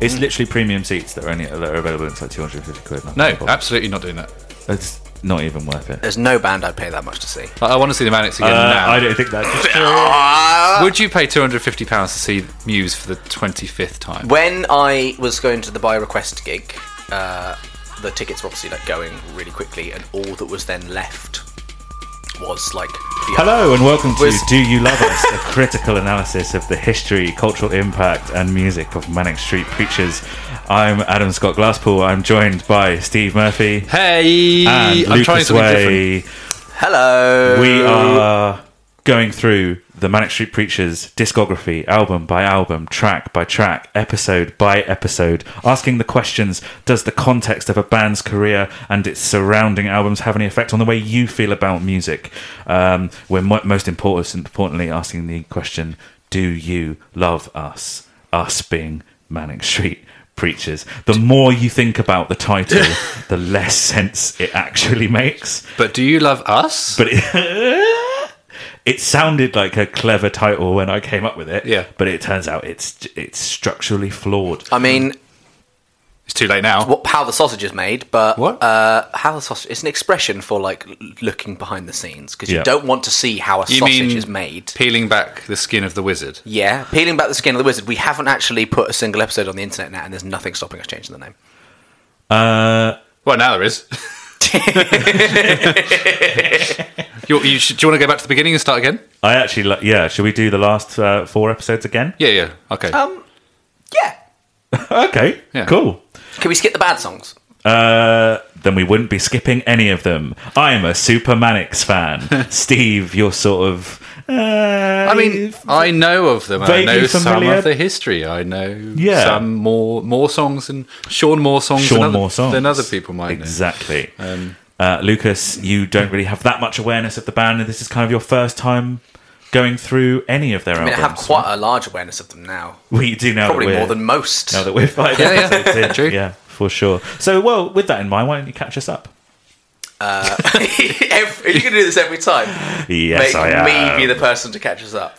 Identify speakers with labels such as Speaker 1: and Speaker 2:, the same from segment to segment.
Speaker 1: It's literally premium seats that are only that are available. It's like two hundred and fifty quid.
Speaker 2: No, absolutely not doing that.
Speaker 1: it's not even worth it.
Speaker 3: There's no band I'd pay that much to see.
Speaker 2: Like, I want to see the Manics again now.
Speaker 1: Uh, I don't think that's
Speaker 2: Would you pay £250 to see Muse for the 25th time?
Speaker 3: When I was going to the by request gig, uh, the tickets were obviously like going really quickly, and all that was then left was like the
Speaker 1: Hello and welcome to
Speaker 3: Was-
Speaker 1: Do You Love Us, a critical analysis of the history, cultural impact, and music of Manic Street Preachers. I'm Adam Scott Glasspool. I'm joined by Steve Murphy
Speaker 2: Hey!
Speaker 1: and
Speaker 2: I'm trying
Speaker 1: Lucas
Speaker 2: something different.
Speaker 1: Way.
Speaker 3: Hello.
Speaker 1: We are going through the Manic Street Preachers discography, album by album, track by track, episode by episode, asking the questions Does the context of a band's career and its surrounding albums have any effect on the way you feel about music? Um, we're mo- most important, importantly asking the question Do you love us? Us being Manic Street. Preachers. The more you think about the title, the less sense it actually makes
Speaker 2: But do you love us?
Speaker 1: but it, it sounded like a clever title when I came up with it.
Speaker 2: Yeah.
Speaker 1: but it turns out it's it's structurally flawed.
Speaker 3: I mean,
Speaker 2: it's too late now.
Speaker 3: what, how the sausage is made, but
Speaker 2: What?
Speaker 3: Uh, how the sausage? It's an expression for like l- looking behind the scenes because
Speaker 1: Yeah.
Speaker 3: you don't want to see how a
Speaker 2: You
Speaker 3: sausage
Speaker 2: mean
Speaker 3: is made.
Speaker 2: peeling back the skin of the wizard?
Speaker 3: Yeah, peeling back the skin of the wizard. We haven't actually put a single episode on the internet now, and there's nothing stopping us changing the name.
Speaker 1: Uh,
Speaker 2: Well, now there is. you, you should, do you want to go back to the beginning and start again?
Speaker 1: I actually, li- yeah. Should we do the last uh, four episodes again?
Speaker 2: Yeah, yeah. Okay.
Speaker 3: Um, yeah.
Speaker 1: Okay,
Speaker 2: Yeah.
Speaker 1: cool.
Speaker 3: Can we skip the bad songs?
Speaker 1: Uh, then we wouldn't be skipping any of them. I'm a Super Manics fan. Steve, you're sort of. Uh,
Speaker 2: I mean, I know of them. I
Speaker 1: vaguely
Speaker 2: know some
Speaker 1: familiar.
Speaker 2: of the history. I know
Speaker 1: Yeah.
Speaker 2: some more more songs and Sean more songs.
Speaker 1: Sean
Speaker 2: than other,
Speaker 1: more songs
Speaker 2: than other people might know.
Speaker 1: exactly.
Speaker 3: Um,
Speaker 1: uh, Lucas, you don't really have that much awareness of the band, and this is kind of your first time going through any of their
Speaker 3: I mean, I
Speaker 1: albums.
Speaker 3: have quite a large awareness of them now.
Speaker 1: we do now.
Speaker 3: Probably
Speaker 1: that we're,
Speaker 3: more than most.
Speaker 1: now that we're five
Speaker 2: Yeah, yeah.
Speaker 1: episodes in.
Speaker 2: True.
Speaker 1: Yeah, for sure. So, well, with that in mind, why don't you catch us up?
Speaker 3: Every- You're going to do this every time.
Speaker 1: Yes,
Speaker 3: Make
Speaker 1: I
Speaker 2: uh,
Speaker 1: am.
Speaker 3: me be the person to catch us up.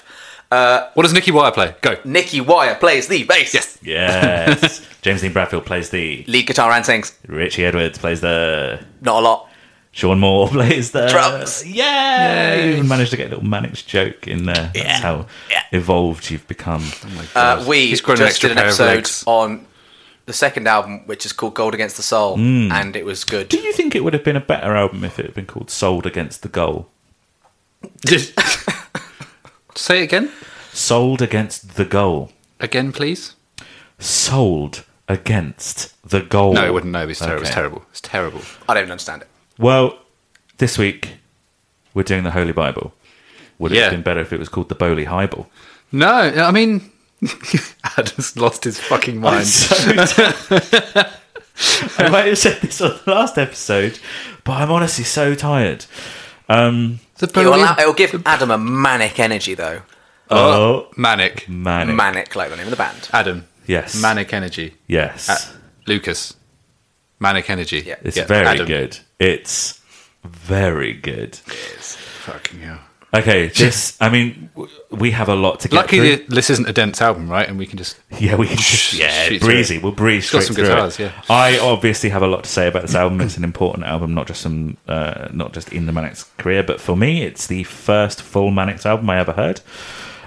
Speaker 2: What does Nicky Wire play? Go.
Speaker 3: Nicky Wire plays the bass. Yes.
Speaker 1: yes, James Dean Bradfield plays the.
Speaker 3: Lead guitar and sings.
Speaker 1: Richie Edwards plays the.
Speaker 3: Not a lot.
Speaker 1: Sean Moore plays the
Speaker 3: Drums.
Speaker 1: Yeah, you even managed to get a little Mannix joke in there. That's how evolved you've become.
Speaker 2: Oh
Speaker 3: Uh, we
Speaker 2: He's
Speaker 3: just
Speaker 2: grown an extra
Speaker 3: did an
Speaker 2: pair of
Speaker 3: episode
Speaker 2: legs.
Speaker 3: on the second album, which is called Gold Against the Soul,
Speaker 2: Hmm.
Speaker 3: and it was good.
Speaker 1: Do you think it would have been a better album if it had been called "Sold Against the Goal"?
Speaker 2: Say it again.
Speaker 1: Sold Against the Goal.
Speaker 2: Again, please.
Speaker 4: sold against the goal.
Speaker 2: No, it wouldn't know. It's terrible. It's
Speaker 4: Okay.
Speaker 2: terrible. It's terrible.
Speaker 3: I don't even understand it.
Speaker 4: Well, this week we're doing the Holy Bible. Would it
Speaker 2: Yeah.
Speaker 4: have been better if it was called the Bowley Highball?
Speaker 2: No, I mean, Adam's lost his fucking mind.
Speaker 4: I might have said this on the last episode, but I'm honestly so tired.
Speaker 2: The
Speaker 3: It'll,
Speaker 2: Bowie-
Speaker 3: allow, it'll give Adam a manic energy, though.
Speaker 4: Oh,
Speaker 2: manic.
Speaker 4: manic.
Speaker 3: Manic, like the name of the band.
Speaker 2: Adam.
Speaker 4: Yes.
Speaker 2: Manic energy. Uh,
Speaker 4: yes.
Speaker 2: Lucas. Manic energy.
Speaker 3: Yeah.
Speaker 4: it's
Speaker 2: Yeah,
Speaker 4: very
Speaker 2: Adam.
Speaker 4: good. It's very good.
Speaker 2: Fucking hell.
Speaker 4: Okay, this. I mean, w- we have a lot to get
Speaker 2: Lucky
Speaker 4: through.
Speaker 2: that this isn't a dense album, right? And we can just.
Speaker 4: Yeah, we can just
Speaker 2: Yeah,
Speaker 4: yeah,
Speaker 2: shoot through
Speaker 4: breezy. We'll breeze
Speaker 2: got
Speaker 4: straight
Speaker 2: some
Speaker 4: through
Speaker 2: guitars,
Speaker 4: it.
Speaker 2: yeah.
Speaker 4: I obviously have a lot to say about this album. It's an important album, not just some, uh, not just in the Manics' career, but for me, it's the first full Manics album I ever heard.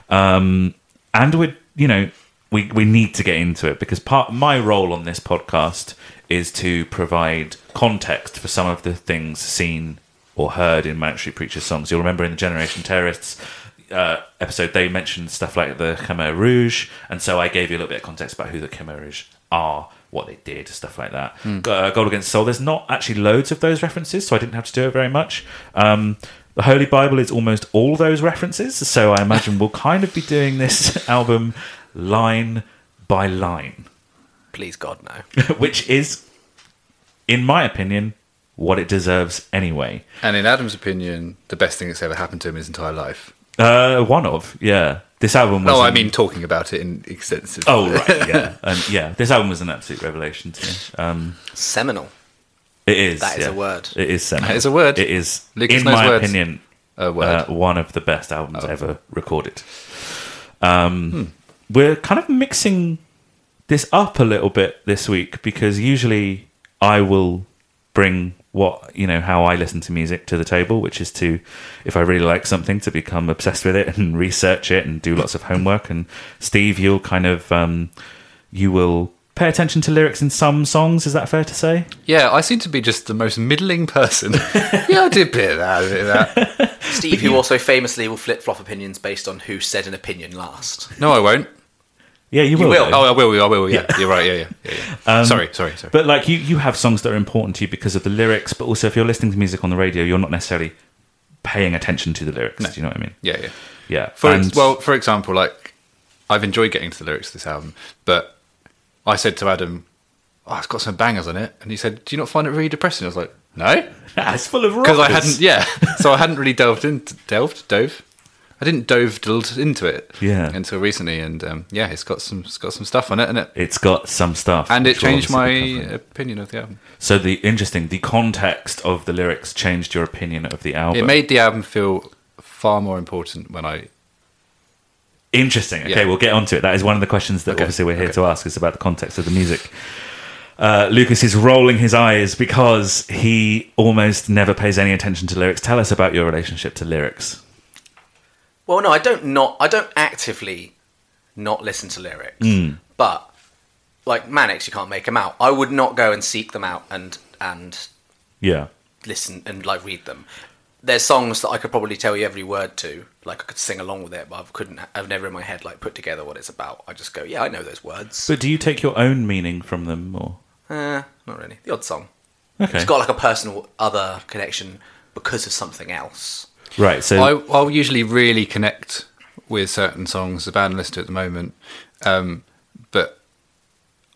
Speaker 4: Um, and we, are you know, we we need to get into it because part my role on this podcast is to provide context for some of the things seen or heard in Manic Street Preacher's songs. You'll remember in the Generation Terrorists uh, episode, they mentioned stuff like the Khmer Rouge, and so I gave you a little bit of context about who the Khmer Rouge are, what they did, stuff like that. Uh, Gold Against Soul. There's not actually loads of those references, so I didn't have to do it very much. Um, the Holy Bible is almost all those references, so I imagine we'll kind of be doing this album line by line,
Speaker 3: Please, God, no.
Speaker 4: which is, in my opinion, what it deserves anyway.
Speaker 2: And in Adam's opinion, the best thing that's ever happened to him in his entire life.
Speaker 4: Uh, one of, yeah. This album was.
Speaker 2: No, Oh, I
Speaker 4: an-
Speaker 2: mean talking about it in extensive.
Speaker 4: Oh right, yeah, um, yeah. This album was an absolute revelation to me. Um,
Speaker 3: Seminal.
Speaker 4: it is.
Speaker 3: That is
Speaker 4: yeah.
Speaker 3: a word.
Speaker 4: It is. Seminal.
Speaker 2: That is a word.
Speaker 4: It is,
Speaker 2: Lucas
Speaker 4: in
Speaker 2: knows
Speaker 4: my
Speaker 2: words.
Speaker 4: opinion,
Speaker 2: A word. Oh.
Speaker 4: Uh, one of the best albums ever recorded. Um, We're kind of mixing this up a little bit this week because usually I will bring what you know how I listen to music to the table, which is to if I really like something to become obsessed with it and research it and do lots of homework. And Steve, you'll kind of um, you will pay attention to lyrics in some songs. Is that fair to say?
Speaker 2: Yeah, I seem to be just the most middling person. yeah, I did a bit of that, a bit of that.
Speaker 3: Steve, who also famously will flip flop opinions based on who said an opinion last.
Speaker 2: No, I won't.
Speaker 4: Yeah, you,
Speaker 2: You will.
Speaker 4: though.
Speaker 2: Oh, I will. I will. Yeah, you're right. Yeah, yeah. yeah, yeah. sorry, sorry, sorry.
Speaker 4: But like you, you have songs that are important to you because of the lyrics, but also if you're listening to music on the radio, you're not necessarily paying attention to the lyrics. Do you know what I mean?
Speaker 2: yeah, yeah.
Speaker 4: Yeah.
Speaker 2: For
Speaker 4: And-
Speaker 2: ex- well, for example, like I've enjoyed getting to the lyrics of this album, but I said to Adam, oh, "It's got some bangers on it," and he said, "Do you not find it really depressing?" I was like, "No,"
Speaker 4: Ah, it's full of
Speaker 2: because I
Speaker 4: rockers.
Speaker 2: hadn't. Yeah, so I hadn't really delved into delved dove. I didn't dove diddled into it.
Speaker 4: Yeah.
Speaker 2: until recently, and um, yeah, it's got some it's got some stuff on it, and it
Speaker 4: It's got some stuff,
Speaker 2: and it
Speaker 4: which we'll
Speaker 2: changed my
Speaker 4: obviously be covering.
Speaker 2: opinion of the album.
Speaker 4: So the interesting, the context of the lyrics changed your opinion of the album.
Speaker 2: It made the album feel far more important when I
Speaker 4: Interesting. Okay,
Speaker 2: Yeah.
Speaker 4: we'll get onto it. That is one of the questions that
Speaker 2: Okay,
Speaker 4: obviously we're here
Speaker 2: okay.
Speaker 4: to ask is about the context of the music. Uh, Lucas is rolling his eyes because he almost never pays any attention to lyrics. Tell us about your relationship to lyrics.
Speaker 3: Well, no, I don't not I don't actively not listen to lyrics,
Speaker 4: Hmm.
Speaker 3: but like Mannix, you can't make them out. I would not go and seek them out and and
Speaker 4: Yeah.
Speaker 3: listen and like read them. There's songs that I could probably tell you every word to, like I could sing along with it, but I couldn't. I've never in my head like put together what it's about. I just go, yeah, I know those words.
Speaker 4: But do you take your own meaning from them, or
Speaker 3: Uh, not really. The odd song.
Speaker 4: okay,
Speaker 3: It's got like a personal other connection because of something else.
Speaker 4: right? So
Speaker 2: I, I'll usually really connect with certain songs, the band list at the moment, um, but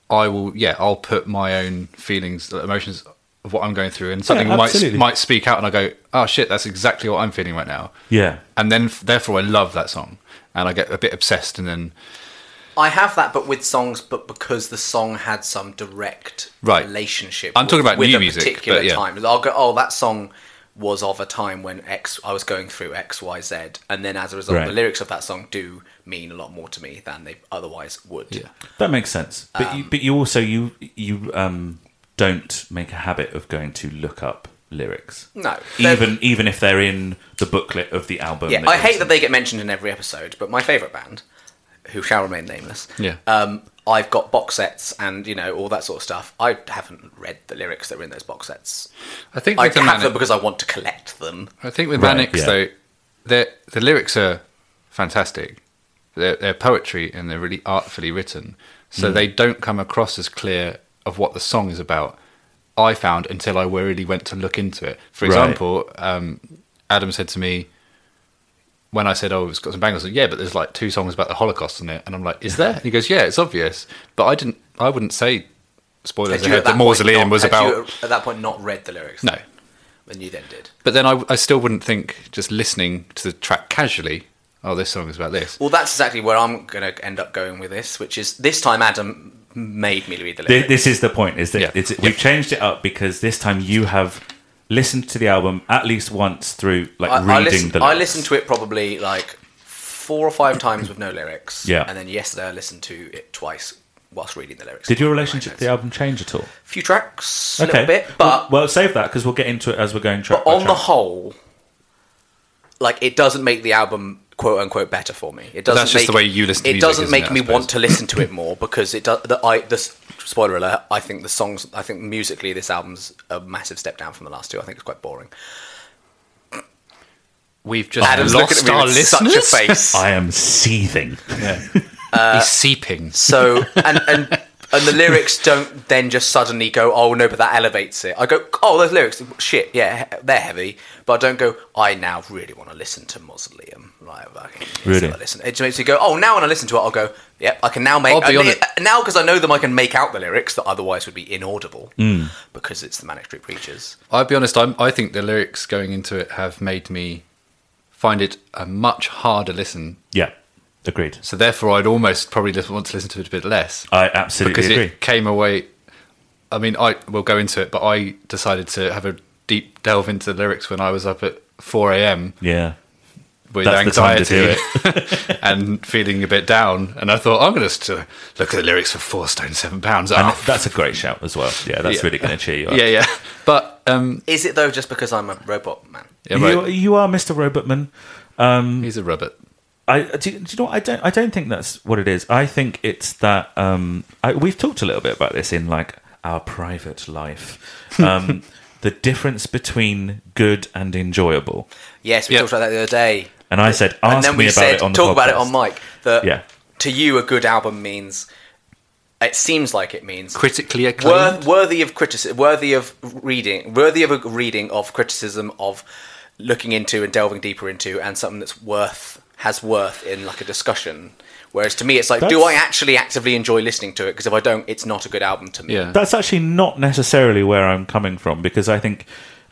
Speaker 2: I will, yeah, I'll put my own feelings, emotions of what I'm going through, and something might
Speaker 4: absolutely.
Speaker 2: might speak out, and I go, oh shit, that's exactly what I'm feeling right now,
Speaker 4: yeah,
Speaker 2: and then therefore I love that song, and I get a bit obsessed, and then
Speaker 3: I have that, but with songs, but because the song had some direct
Speaker 2: Right.
Speaker 3: relationship.
Speaker 2: I'm talking
Speaker 3: with-
Speaker 2: about
Speaker 3: with
Speaker 2: new
Speaker 3: a
Speaker 2: music,
Speaker 3: particular
Speaker 2: but yeah.
Speaker 3: time. I'll go, oh, that song was of a time when X. I was going through X, Y, Z, and then as a result,
Speaker 4: Right.
Speaker 3: the lyrics of that song do mean a lot more to me than they otherwise would.
Speaker 2: Yeah.
Speaker 4: that makes sense. But
Speaker 3: Um,
Speaker 4: you, but you also you you um don't make a habit of going to look up lyrics,
Speaker 3: No, they're-
Speaker 4: even even if they're in the booklet of the album.
Speaker 3: Yeah, I hate
Speaker 4: goes
Speaker 3: that they get mentioned in every episode, but my favourite band, who shall remain nameless,
Speaker 2: Yeah.
Speaker 3: um, I've got box sets and you know all that sort of stuff. I haven't read the lyrics that are in those box sets.
Speaker 2: I think
Speaker 3: I
Speaker 2: with the
Speaker 3: have them
Speaker 2: manic,
Speaker 3: because I want to collect them.
Speaker 2: I think with
Speaker 4: Right,
Speaker 2: Manics
Speaker 4: yeah.
Speaker 2: though, the the lyrics are fantastic, they're, they're poetry and they're really artfully written,
Speaker 4: Hmm.
Speaker 2: so they don't come across as clear of what the song is about. I found until I really went to look into it. For
Speaker 4: Right.
Speaker 2: example, um, Adam said to me when I said, "Oh, it's got some bangles," I said, yeah, but there's like two songs about the Holocaust in it, and I'm like, "Is there?" And he goes, "Yeah, it's obvious," but I didn't. I wouldn't say spoilers
Speaker 3: Had you at
Speaker 2: ahead.
Speaker 3: that
Speaker 2: The
Speaker 3: point
Speaker 2: mausoleum
Speaker 3: not-
Speaker 2: was
Speaker 3: had
Speaker 2: about
Speaker 3: you at that point not read the lyrics.
Speaker 2: no,
Speaker 3: and you then did.
Speaker 2: but then I, I still wouldn't think just listening to the track casually. Oh, this song is about this.
Speaker 3: Well, that's exactly where I'm going to end up going with this, which is this time Adam made me read the
Speaker 4: Th-
Speaker 3: lyrics.
Speaker 4: this is the point is that
Speaker 2: Yeah.
Speaker 4: it's,
Speaker 2: Yeah.
Speaker 4: we've changed it up because this time you have listened to the album at least once through like
Speaker 3: I,
Speaker 4: reading
Speaker 3: I, listened,
Speaker 4: the lyrics.
Speaker 3: I listened to it probably like four or five times with no lyrics.
Speaker 4: Yeah.
Speaker 3: And then yesterday I listened to it twice whilst reading the lyrics.
Speaker 4: did your relationship to the album change at all
Speaker 3: A few tracks, a little bit, but
Speaker 4: well, well save that because we'll get into it as we're going track
Speaker 3: but on
Speaker 4: by
Speaker 3: the
Speaker 4: track.
Speaker 3: whole, like it doesn't make the album quote unquote better for me. It doesn't.
Speaker 2: that's just
Speaker 3: make,
Speaker 2: the way you listen to
Speaker 3: it
Speaker 2: music,
Speaker 3: doesn't
Speaker 2: isn't
Speaker 3: make
Speaker 2: it, I
Speaker 3: me
Speaker 2: suppose?
Speaker 3: want to listen to it more because it does. The, I the s- spoiler alert. I think the songs. I think musically, this album's a massive step down from the last two. I think it's quite boring.
Speaker 2: We've just
Speaker 3: Adam's looking
Speaker 2: lost
Speaker 3: at me
Speaker 2: our
Speaker 3: with
Speaker 2: listeners.
Speaker 3: such a face. Uh,
Speaker 4: I am seething.
Speaker 2: He's seeping.
Speaker 3: So and and and the lyrics don't then just suddenly go, oh no, but that elevates it. I go, oh, those lyrics, shit, yeah, he- they're heavy, but I don't go. I now really want to listen to Mausoleum. Like, okay, yes,
Speaker 4: Really?
Speaker 3: I'll listen. It just makes me go, oh, now when I listen to it, I'll go, yep, I can now make.
Speaker 2: I'll be
Speaker 3: I
Speaker 2: on
Speaker 3: mean,
Speaker 2: it.
Speaker 3: now because I know them, I can make out the lyrics that otherwise would be inaudible
Speaker 2: Hmm.
Speaker 3: because it's the Manic Street Preachers.
Speaker 2: I'll be honest. I'm, I think the lyrics going into it have made me find it a much harder listen.
Speaker 4: yeah, agreed.
Speaker 2: So therefore, I'd almost probably just want to listen to it a bit less
Speaker 4: I absolutely
Speaker 2: because
Speaker 4: agree.
Speaker 2: it came away. I mean, I will go into it, but I decided to have a deep delve into the lyrics when I was up at 4 a.m.
Speaker 4: yeah,
Speaker 2: with
Speaker 4: That's the time
Speaker 2: anxiety
Speaker 4: to
Speaker 2: and feeling a bit down. And I thought, I'm going to look at the lyrics for four stone seven pounds.
Speaker 4: and
Speaker 2: Ah,
Speaker 3: Oh.
Speaker 4: that's a great shout as well. Yeah, that's
Speaker 2: Yeah.
Speaker 4: really going to cheer you up.
Speaker 2: yeah, yeah. But um,
Speaker 3: Is it though? Just because I'm a robot man?
Speaker 2: yeah, right.
Speaker 4: You, you are Mr. Robotman.
Speaker 2: he's a rabbit.
Speaker 4: I do, do you know what? I don't I don't think that's what it is. I think it's that um, I, we've talked a little bit about this in like our private life. Um, the difference between good and enjoyable.
Speaker 3: Yes, we
Speaker 2: Yeah.
Speaker 3: talked about that the other day.
Speaker 4: And I said, ask
Speaker 3: and then
Speaker 4: me
Speaker 3: we
Speaker 4: about
Speaker 3: said
Speaker 4: it on the
Speaker 3: talk about it
Speaker 4: podcast."
Speaker 3: on mic that
Speaker 4: Yeah.
Speaker 3: to you a good album means it seems like it means
Speaker 2: Critically acclaimed.
Speaker 3: worth, worthy of criticism worthy of reading worthy of a reading of criticism of looking into and delving deeper into and something that's worth has worth in like a discussion whereas to me it's like do
Speaker 4: That's-
Speaker 3: i actually actively enjoy listening to it because if i don't it's not a good album to me
Speaker 2: Yeah.
Speaker 4: That's actually not necessarily where I'm coming from because I think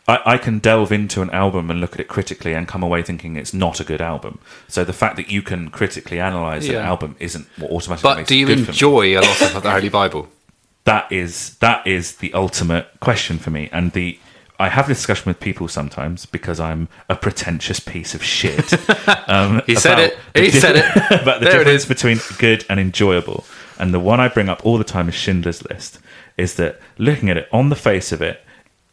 Speaker 4: I, I can delve into an album and look at it critically and come away thinking it's not a good album. So the fact that you can critically analyze an
Speaker 2: Yeah.
Speaker 4: album isn't what automatically.
Speaker 2: but
Speaker 4: makes
Speaker 2: do
Speaker 4: it
Speaker 2: you
Speaker 4: good for me.
Speaker 2: enjoy a lot of the Holy Bible?
Speaker 4: that is that is the ultimate question for me and the I have this discussion with people sometimes because I'm a pretentious piece of shit. Um,
Speaker 2: He said
Speaker 4: about
Speaker 2: it.
Speaker 4: the
Speaker 2: He
Speaker 4: di-
Speaker 2: said it.
Speaker 4: about the
Speaker 2: There it
Speaker 4: difference
Speaker 2: is.
Speaker 4: between good and enjoyable. And the one I bring up all the time is Schindler's List. Is that looking at it on the face of it,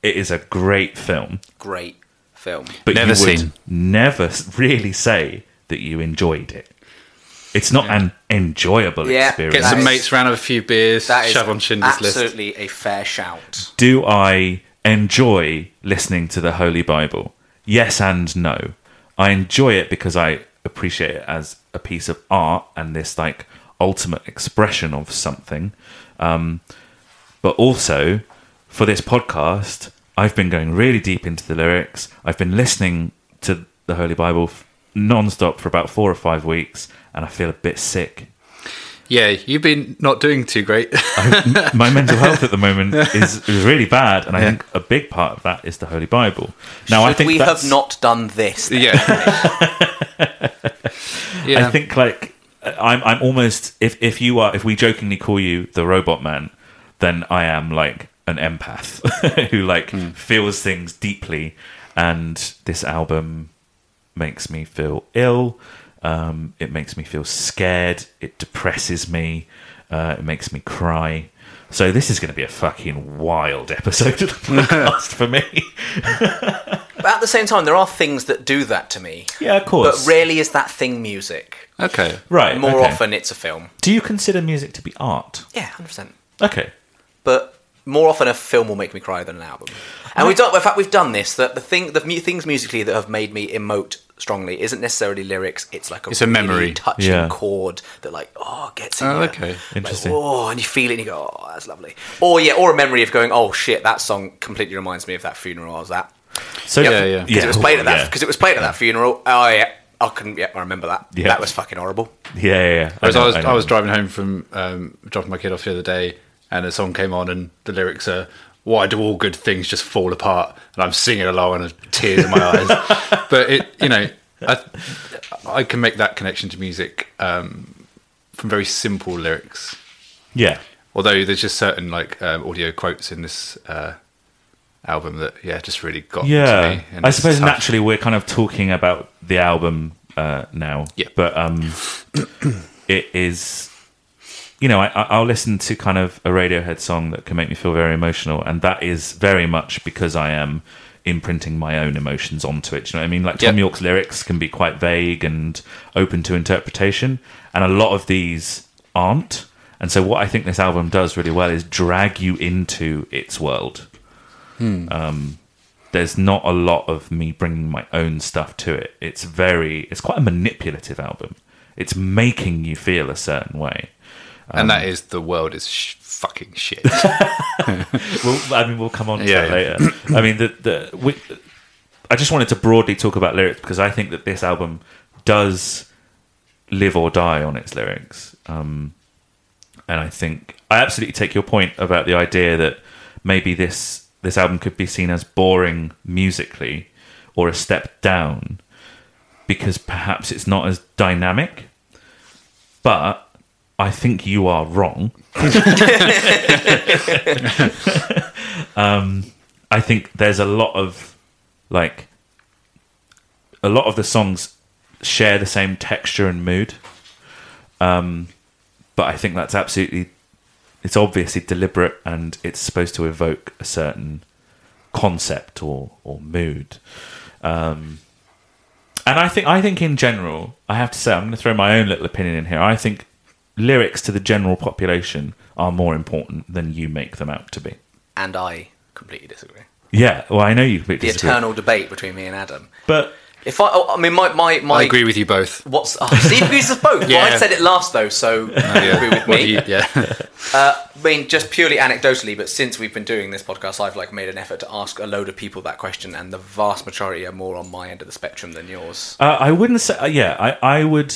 Speaker 4: it is a great film,
Speaker 3: great film
Speaker 4: but
Speaker 2: Never
Speaker 4: you would
Speaker 2: seen.
Speaker 4: never s- really say that you enjoyed it. It's not an enjoyable
Speaker 3: Yeah,
Speaker 4: experience.
Speaker 2: Get
Speaker 3: That
Speaker 2: some
Speaker 3: is-
Speaker 2: mates round, have a few beers,
Speaker 3: that is
Speaker 2: shove on Schindler's list.
Speaker 3: absolutely a fair shout
Speaker 4: do I enjoy listening to the Holy Bible? Yes and no. I enjoy it because I appreciate it as a piece of art and this like ultimate expression of something. Um, but also for this podcast, I've been going really deep into the lyrics. I've been listening to the Holy Bible f- non-stop for about four or five weeks, and I feel a bit sick.
Speaker 2: Yeah, you've been not doing too great.
Speaker 4: my mental health at the moment is, is really bad, and I think a big part of that is the Holy Bible. Now, I
Speaker 3: Should
Speaker 4: think
Speaker 3: we
Speaker 4: that's-
Speaker 3: have not done this then?
Speaker 2: yeah. yeah.
Speaker 4: I think like I'm. I'm almost if if you are if we jokingly call you the Robot Man, then I am like an empath who like feels things deeply, and this album makes me feel ill. Um, it makes me feel scared. It depresses me. Uh, it makes me cry. So this is going to be a fucking wild episode of the podcast for me.
Speaker 3: But at the same time, there are things that do that to me.
Speaker 4: Yeah, of
Speaker 3: But
Speaker 4: course.
Speaker 3: rarely is that thing music.
Speaker 2: Okay.
Speaker 4: right.
Speaker 3: More
Speaker 4: okay.
Speaker 3: often, it's a film.
Speaker 4: Do you consider music to be art?
Speaker 3: Yeah, hundred percent.
Speaker 4: Okay.
Speaker 3: But more often, a film will make me cry than an album. And we don't. In fact, we've done this. That the thing, the mu- things musically that have made me emote strongly isn't necessarily lyrics. It's like a
Speaker 2: It's a
Speaker 3: really
Speaker 2: memory.
Speaker 3: touching
Speaker 4: Yeah.
Speaker 3: chord that like oh gets in.
Speaker 2: Oh,
Speaker 3: you.
Speaker 2: okay.
Speaker 3: Like,
Speaker 4: Interesting.
Speaker 3: oh, and you feel it, and you go, oh, that's lovely. Or yeah, or a memory of going, oh shit, that song completely reminds me of that funeral I was at.
Speaker 4: So
Speaker 2: Yeah, yeah.
Speaker 3: Because it was played at that.
Speaker 4: Oh, Yeah.
Speaker 3: Because it was played at that funeral. Oh yeah, I can. Yeah, I remember that.
Speaker 4: Yeah.
Speaker 3: That was fucking horrible.
Speaker 4: Yeah, yeah, yeah.
Speaker 2: Whereas
Speaker 4: know,
Speaker 2: I was
Speaker 4: know.
Speaker 2: I was driving home from um, dropping my kid off the other day, and a song came on, and the lyrics are "Why do all good things just fall apart?" and I'm singing along, and there's tears in my eyes. But it, you know, I I can make that connection to music um, from very simple lyrics.
Speaker 4: Yeah.
Speaker 2: Although there's just certain like um, audio quotes in this uh, album that yeah just really got to
Speaker 4: Yeah.
Speaker 2: me. and
Speaker 4: I
Speaker 2: it's
Speaker 4: suppose
Speaker 2: tough.
Speaker 4: naturally we're kind of talking about the album uh, now.
Speaker 2: Yeah.
Speaker 4: But um, it is, you know, I, I- I'll listen to kind of a Radiohead song that can make me feel very emotional. And that is very much because I am imprinting my own emotions onto it. Do you know what I mean? Like Tom
Speaker 2: Yeah.
Speaker 4: York's lyrics can be quite vague and open to interpretation. And a lot of these aren't. And so what I think this album does really well is drag you into its world Um, there's not a lot of me bringing my own stuff to it. It's very, it's quite a manipulative album. It's making you feel a certain way.
Speaker 2: and
Speaker 4: um,
Speaker 2: that is the world is sh- fucking shit.
Speaker 4: We'll, I mean, we'll come on to
Speaker 2: Yeah,
Speaker 4: that later. I mean, the the we, I just wanted to broadly talk about lyrics because I think that this album does live or die on its lyrics. Um, and I think I absolutely take your point about the idea that maybe this this album could be seen as boring musically or a step down because perhaps it's not as dynamic. But I think you are wrong. I think there's a lot of like a lot of the songs share the same texture and mood. Um, but I think that's absolutely it's obviously deliberate and it's supposed to evoke a certain concept or or mood. Um, and I think I think in general, I have to say I'm going to throw my own little opinion in here. I think lyrics to the general population are more important than you make them out to be.
Speaker 3: And I completely disagree.
Speaker 4: Yeah, well, I know you completely
Speaker 3: The
Speaker 4: disagree.
Speaker 3: eternal debate between me and Adam.
Speaker 4: But
Speaker 3: If I, oh, I mean, my my my.
Speaker 2: I agree with you both.
Speaker 3: What's oh, see? Agrees us both. Well, I
Speaker 2: Yeah.
Speaker 3: said it last though, so you agree with
Speaker 2: What do
Speaker 3: me.
Speaker 2: you- yeah.
Speaker 3: I mean, just purely anecdotally, but since we've been doing this podcast, I've like made an effort to ask a load of people that question, and the vast majority are more on my end of the spectrum than yours.
Speaker 4: Uh, I wouldn't say. Uh, yeah, I, I would.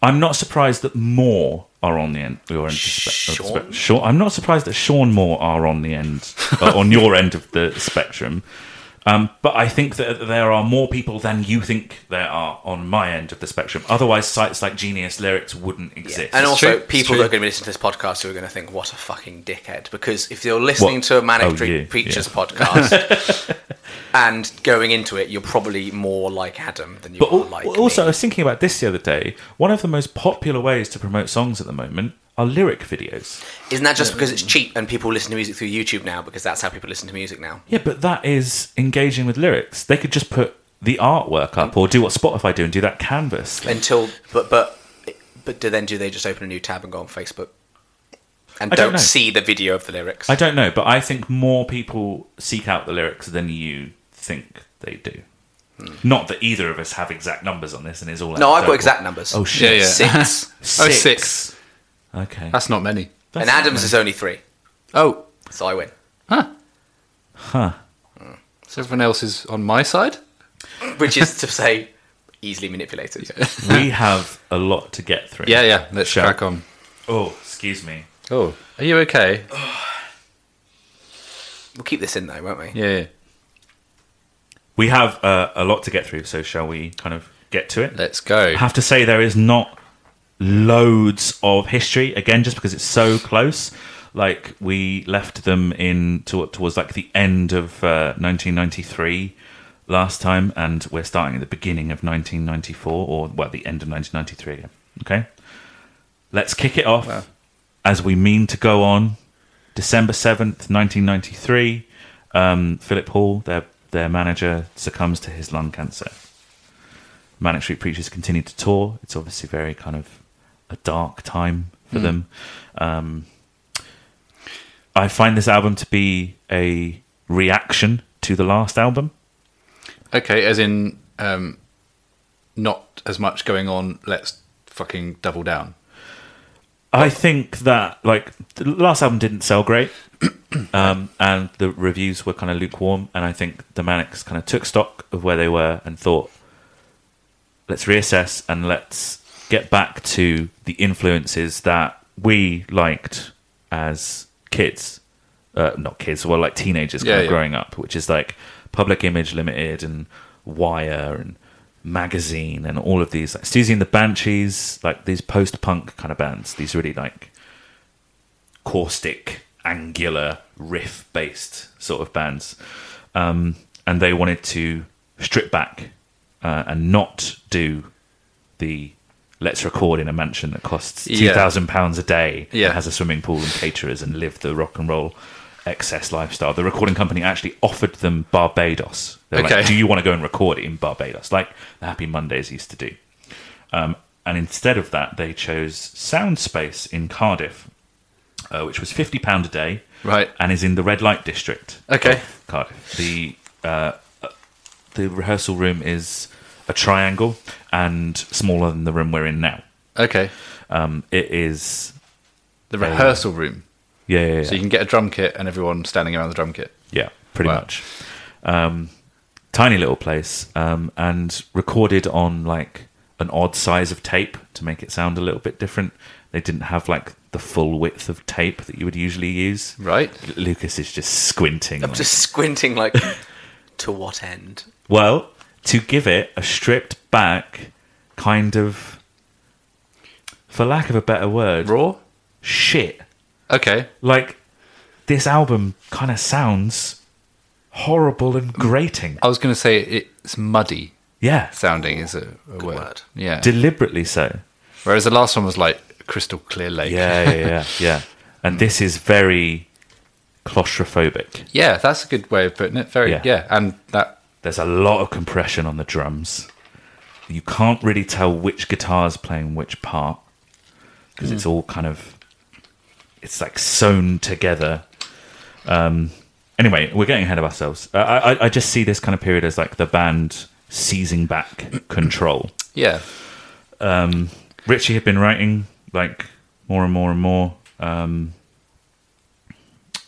Speaker 4: I'm not surprised that more are on the end. Your end of the spe- of the
Speaker 3: Sean?
Speaker 4: spe- Sean- I'm not surprised that Sean Moore are on the end, uh, on your end of the spectrum. Um, but I think that there are more people than you think there are on my end of the spectrum. Otherwise, sites like Genius Lyrics wouldn't exist.
Speaker 3: And also,
Speaker 2: true, it's
Speaker 3: people
Speaker 2: true.
Speaker 3: that are going to be listening to this podcast who are going to think, "What a fucking dickhead!" Because if you're listening to a manic
Speaker 4: Oh,
Speaker 3: Dream
Speaker 4: you,
Speaker 3: preacher's podcast and going into it, you're probably more like Adam than you
Speaker 4: But
Speaker 3: are
Speaker 4: al-
Speaker 3: like
Speaker 4: also, I
Speaker 3: me.
Speaker 4: was thinking about this the other day. One of the most popular ways to promote songs at the moment are lyric videos.
Speaker 3: Isn't that just because it's cheap and people listen to music through YouTube now? Because that's how people listen to music now.
Speaker 4: Yeah, but that is engaging with lyrics. They could just put the artwork up or do what Spotify do and do that canvas. thing.
Speaker 3: until but but but do then do they just open a new tab and go on Facebook and
Speaker 4: I don't
Speaker 3: don't,
Speaker 4: know.
Speaker 3: see the video of the lyrics?
Speaker 4: I don't know, but I think more people seek out the lyrics than you think they do. Not that either of us have exact numbers on this and it's all
Speaker 3: no, I've
Speaker 4: anecdotal.
Speaker 3: got exact numbers.
Speaker 4: Oh shit.
Speaker 2: Yeah, yeah.
Speaker 3: six.
Speaker 2: Oh,
Speaker 4: Six.
Speaker 2: six.
Speaker 4: Okay.
Speaker 2: That's not many.
Speaker 3: and Adams is only three,
Speaker 2: Oh,
Speaker 3: so I win.
Speaker 2: so everyone else is on my side?
Speaker 3: Which is to say, easily manipulated.
Speaker 4: we have a lot to get through.
Speaker 2: Yeah, yeah. Let's
Speaker 4: Sure.
Speaker 2: crack on.
Speaker 4: Oh, excuse me.
Speaker 2: Oh, are you okay?
Speaker 3: We'll keep this in though, won't we?
Speaker 2: Yeah. yeah.
Speaker 4: We have uh, a lot to get through, so shall we kind of get to it?
Speaker 2: Let's go.
Speaker 4: I have to say there is not loads of history again just because it's so close like we left them in to, towards like the end of uh, 1993 last time and we're starting at the beginning of 1994 or well the end of 1993 again. okay let's kick it off as we mean to go on december 7th 1993 um, philip hall their their manager succumbs to his lung cancer Manic Street Preachers continued to tour. It's obviously very kind of a dark time for them. Um, I find this album to be a reaction to the last album.
Speaker 2: Okay, as in um, not as much going on. Let's fucking double down.
Speaker 4: I think that like the last album didn't sell great, um, and the reviews were kind of lukewarm. And I think the Manics kind of took stock of where they were and thought, let's reassess and let's get back to the influences that we liked as kids, uh, not kids, well like teenagers kind
Speaker 2: Yeah,
Speaker 4: of
Speaker 2: yeah.
Speaker 4: growing up, which is like Public Image Limited and Wire and Magazine and all of these like Susie and the Banshees, like these post-punk kind of bands, these really like caustic, angular, riff based sort of bands. Um, and they wanted to strip back uh, and not do the let's record in a mansion that costs
Speaker 2: Yeah.
Speaker 4: £2,000 a day,
Speaker 2: Yeah.
Speaker 4: and has a swimming pool and caterers, and live the rock and roll excess lifestyle. The recording company actually offered them Barbados. They were like,
Speaker 2: Okay.
Speaker 4: Do you want to go and record it in Barbados? Like the Happy Mondays used to do. And instead of that, they chose Soundspace in Cardiff, uh, which was fifty pound a day,
Speaker 2: Right.
Speaker 4: and is in the red light district.
Speaker 2: Okay.
Speaker 4: of Cardiff. The uh, uh, the rehearsal room is a triangle and smaller than the room we're in now.
Speaker 2: Okay.
Speaker 4: Um, it is
Speaker 2: The rehearsal room.
Speaker 4: yeah yeah yeah,
Speaker 2: So you can get a drum kit and everyone standing around the drum kit.
Speaker 4: yeah pretty
Speaker 2: Wow.
Speaker 4: much. Um, tiny little place, um, and recorded on like an odd size of tape to make it sound a little bit different. They didn't have like the full width of tape that you would usually use.
Speaker 2: Right.
Speaker 4: Lucas is just squinting.
Speaker 3: I'm
Speaker 4: like-
Speaker 3: just squinting like, to what end?
Speaker 4: Well, to give it a stripped back kind of, for lack of a better word,
Speaker 2: Raw?
Speaker 4: shit.
Speaker 2: Okay.
Speaker 4: Like, this album kind of sounds horrible and grating.
Speaker 2: I was going to say it's muddy
Speaker 4: Yeah,
Speaker 2: sounding is a, a word.
Speaker 3: word.
Speaker 2: Yeah.
Speaker 4: deliberately so.
Speaker 2: Whereas the last one was like crystal clear lake.
Speaker 4: Yeah, yeah, yeah, yeah. And this is very claustrophobic.
Speaker 2: Yeah, that's a good way of putting it. Very
Speaker 4: Yeah.
Speaker 2: yeah, and that
Speaker 4: There's a lot of compression on the drums. You can't really tell which guitar's playing which part because it's all kind of it's like sewn together. Um, anyway, we're getting ahead of ourselves. Uh, I, I- I just see this kind of period as like the band seizing back control.
Speaker 2: yeah.
Speaker 4: Richie had been writing like more and more and more. Um,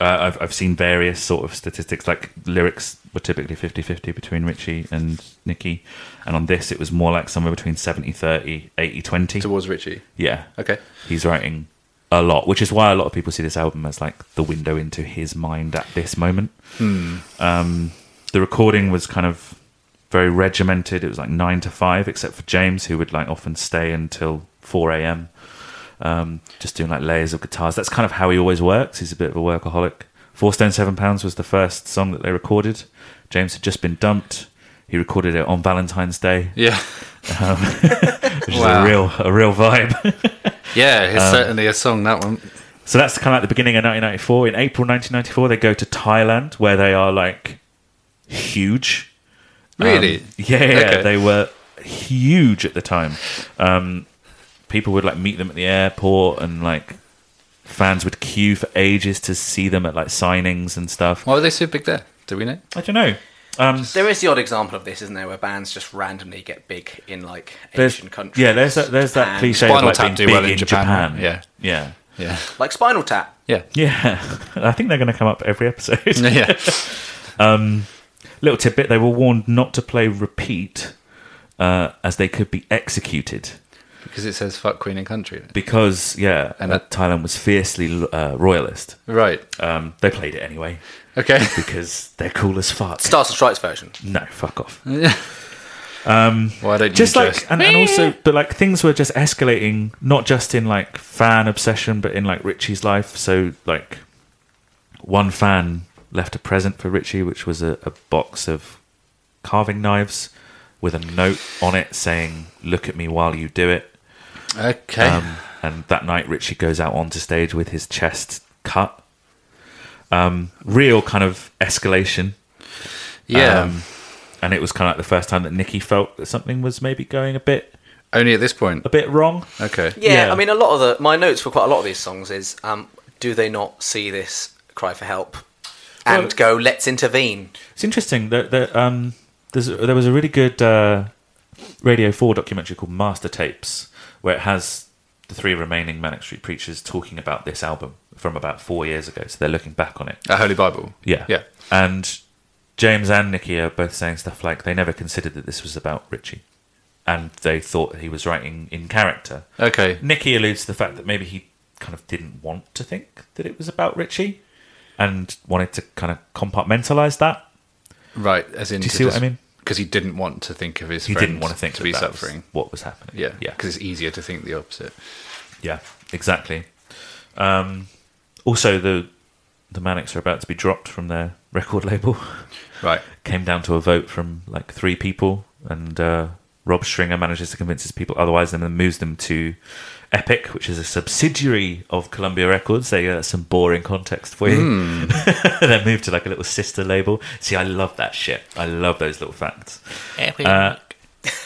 Speaker 4: uh, I've I've seen various sort of statistics. Like lyrics were typically 50-50 between Richie and Nicky, and on this it was more like somewhere between 70-30, 80-20.
Speaker 2: Towards Richie.
Speaker 4: Yeah,
Speaker 2: Okay.
Speaker 4: he's writing a lot, which is why a lot of people see this album as like the window into his mind at this moment.
Speaker 2: Hmm.
Speaker 4: Um, the recording was kind of very regimented. It was like nine to five, except for James, who would like often stay until four a.m. Um, just doing like layers of guitars. That's kind of how he always works. He's a bit of a workaholic. Four Stone Seven Pounds was the first song that they recorded. James had just been dumped. He recorded it on Valentine's Day,
Speaker 2: Yeah.
Speaker 4: which
Speaker 2: Wow.
Speaker 4: is a real a real vibe.
Speaker 2: Yeah, it's
Speaker 4: Um,
Speaker 2: certainly a song that one.
Speaker 4: So that's kind of like the beginning of 1994. In April 1994, they go to Thailand, where they are like huge. Um,
Speaker 2: Really?
Speaker 4: yeah, yeah,
Speaker 2: Okay.
Speaker 4: they were huge at the time. Um, people would like meet them at the airport, and like fans would queue for ages to see them at like signings and stuff.
Speaker 2: Why were they so big there? Do we know?
Speaker 4: I don't know. Um,
Speaker 3: There is the odd example of this, isn't there, where bands just randomly get big in like
Speaker 4: there's,
Speaker 3: Asian countries.
Speaker 4: yeah, there's that, there's that
Speaker 3: Japan.
Speaker 4: cliche of
Speaker 2: Spinal
Speaker 4: like
Speaker 2: Tap
Speaker 4: being
Speaker 2: do
Speaker 4: big
Speaker 2: well
Speaker 4: in,
Speaker 2: in
Speaker 4: Japan.
Speaker 2: Japan. Yeah.
Speaker 4: yeah,
Speaker 2: Yeah.
Speaker 3: like Spinal Tap.
Speaker 2: Yeah.
Speaker 4: yeah. I think they're going to come up every episode.
Speaker 2: Yeah.
Speaker 4: little tidbit they were warned not to play repeat uh, as they could be executed
Speaker 2: because it says fuck queen and country.
Speaker 4: because yeah
Speaker 2: And
Speaker 4: uh,
Speaker 2: that-
Speaker 4: thailand was fiercely uh, royalist
Speaker 2: Right.
Speaker 4: um, they played it anyway
Speaker 2: Okay.
Speaker 4: because they're cool as fuck
Speaker 3: Stars and Stripes version.
Speaker 4: no fuck off
Speaker 2: Why don't you
Speaker 4: Um, just
Speaker 2: just
Speaker 4: like and, and also but like things were just escalating not just in like fan obsession but in like richie's life so like one fan left a present for richie which was a, a box of carving knives with a note on it saying look at me while you do it
Speaker 2: okay.
Speaker 4: Um, and that night, Richie goes out onto stage with his chest cut. Um, real kind of escalation.
Speaker 2: yeah.
Speaker 4: Um, and it was kind of like the first time that Nikki felt that something was maybe going a bit
Speaker 2: Only at this point.
Speaker 4: a bit wrong.
Speaker 2: Okay.
Speaker 3: Yeah,
Speaker 4: Yeah.
Speaker 3: I mean, a lot of the my notes for quite a lot of these songs is, um, do they not see this cry for help and go,
Speaker 4: Well-
Speaker 3: let's intervene?
Speaker 4: It's interesting that that um, there's, there was a really good uh, Radio 4 documentary called Master Tapes, where it has the three remaining Manic Street Preachers talking about this album from about four years ago. So they're looking back on it.
Speaker 2: A Holy Bible.
Speaker 4: Yeah.
Speaker 2: Yeah.
Speaker 4: And James and Nikki are both saying stuff like they never considered that this was about Richie. And they thought he was writing in character.
Speaker 2: Okay.
Speaker 4: Nikki alludes to the fact that maybe he kind of didn't want to think that it was about Richie and wanted to kind of compartmentalize that.
Speaker 2: Right. As in,
Speaker 4: Do you see what I mean?
Speaker 2: Because he didn't want to think of his.
Speaker 4: He
Speaker 2: friend
Speaker 4: didn't want to think
Speaker 2: to
Speaker 4: that
Speaker 2: be
Speaker 4: that was
Speaker 2: suffering.
Speaker 4: what was happening.
Speaker 2: Yeah.
Speaker 4: Yeah.
Speaker 2: Because it's easier to think the opposite.
Speaker 4: Yeah, exactly. Um, also, the the Manics are about to be dropped from their record label.
Speaker 2: Right.
Speaker 4: Came down to a vote from like three people, and uh, Rob Stringer manages to convince his people otherwise, and then moves them to Epic, which is a subsidiary of Columbia Records. They uh, some boring context for you.
Speaker 2: Hmm.
Speaker 4: then moved to like a little sister label. See, I love that shit. I love those little facts. Uh,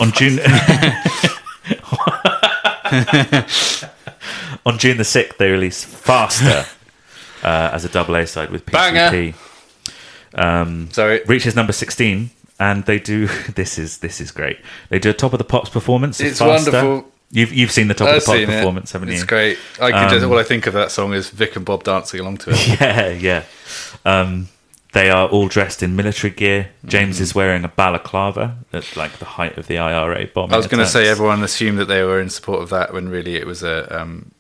Speaker 4: on June on June the sixth, they released "Faster" uh, as a double A side with PCP.
Speaker 2: Banger. Sorry.
Speaker 4: Reaches number sixteen, and they do this is this is great. They do a top of the pops performance. of
Speaker 2: It's
Speaker 4: Faster.
Speaker 2: wonderful.
Speaker 4: You've you've seen the top
Speaker 2: I've
Speaker 4: of the pops
Speaker 2: seen it.
Speaker 4: performance, haven't you? Um,
Speaker 2: It's great. I can just, all I think of that song is Vic and Bob dancing along to it.
Speaker 4: Yeah, yeah. Um, they are all dressed in military gear.
Speaker 2: Mm-hmm.
Speaker 4: James is wearing a balaclava at like the height of the IRA bombing.
Speaker 2: I was going to say
Speaker 4: attacks.
Speaker 2: everyone assumed that they were in support of that when really it was a um,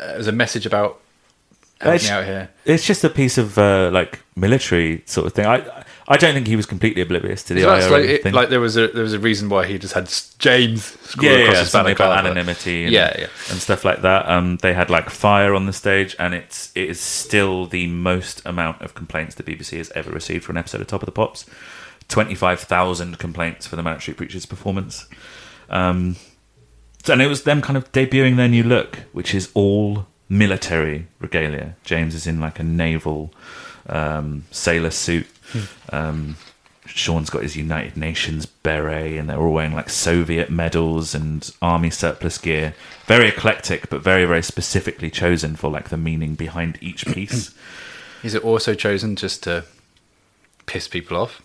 Speaker 2: uh, it was a message about helping
Speaker 4: It's-
Speaker 2: out here.
Speaker 4: It's just a piece of uh, like military sort of thing. I I don't think he was completely oblivious to the
Speaker 2: It's like- it's
Speaker 4: IRA
Speaker 2: like, it-
Speaker 4: thing.
Speaker 2: like there was a there was a reason why he just had s- James scroll
Speaker 4: yeah,
Speaker 2: across
Speaker 4: yeah,
Speaker 2: his
Speaker 4: something about
Speaker 2: balaclava.
Speaker 4: anonymity, and,
Speaker 2: Yeah, yeah.
Speaker 4: and stuff like that. Um, they had like fire on the stage, and it's it is still the most amount of complaints the BBC has ever received for an episode of Top of the Pops. Twenty five thousand complaints for the Manic Street Preachers performance. Um, so- and it was them kind of debuting their new look, which is all military regalia. James is in like a naval um, sailor suit. Um, Sean's got his United Nations beret, and they're all wearing like Soviet medals and army surplus gear. Very eclectic, but very, very specifically chosen for like the meaning behind each piece.
Speaker 2: Is it also chosen just to piss people off?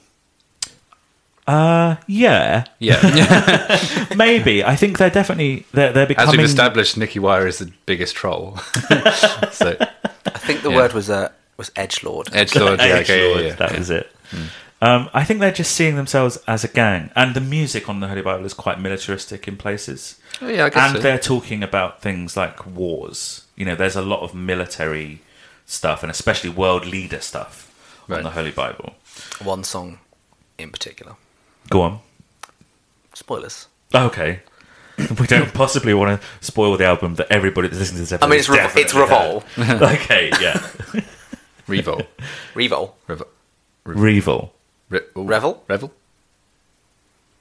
Speaker 4: uh, yeah,
Speaker 2: Yeah,
Speaker 4: maybe. I think they're definitely they're they're
Speaker 2: as
Speaker 4: becoming
Speaker 2: we've established, Nicky Wire is the biggest troll. so
Speaker 3: I think the
Speaker 2: Yeah.
Speaker 3: word was uh, was edgelord.
Speaker 2: Edge Lord, yeah, okay, yeah,
Speaker 4: Edgelord,
Speaker 2: yeah. Hmm.
Speaker 4: That was it. Um, I think they're just seeing themselves as a gang, and the music on the Holy Bible is quite militaristic in places.
Speaker 2: Oh, yeah, I guess
Speaker 4: and
Speaker 2: so.
Speaker 4: they're talking about things like wars. You know, there's a lot of military stuff, and especially world leader stuff on
Speaker 2: Right.
Speaker 4: the Holy Bible.
Speaker 3: One song in particular.
Speaker 4: Go on.
Speaker 3: Spoilers.
Speaker 4: Okay. We don't possibly want to spoil the album that everybody that's listening to this episode.
Speaker 3: I mean, it's
Speaker 4: has
Speaker 3: Revol- it's
Speaker 4: definitely heard. okay, yeah.
Speaker 2: Revol,
Speaker 3: Revol.
Speaker 2: Revel,
Speaker 4: Revil.
Speaker 2: Re-
Speaker 3: Revel?
Speaker 2: Revel.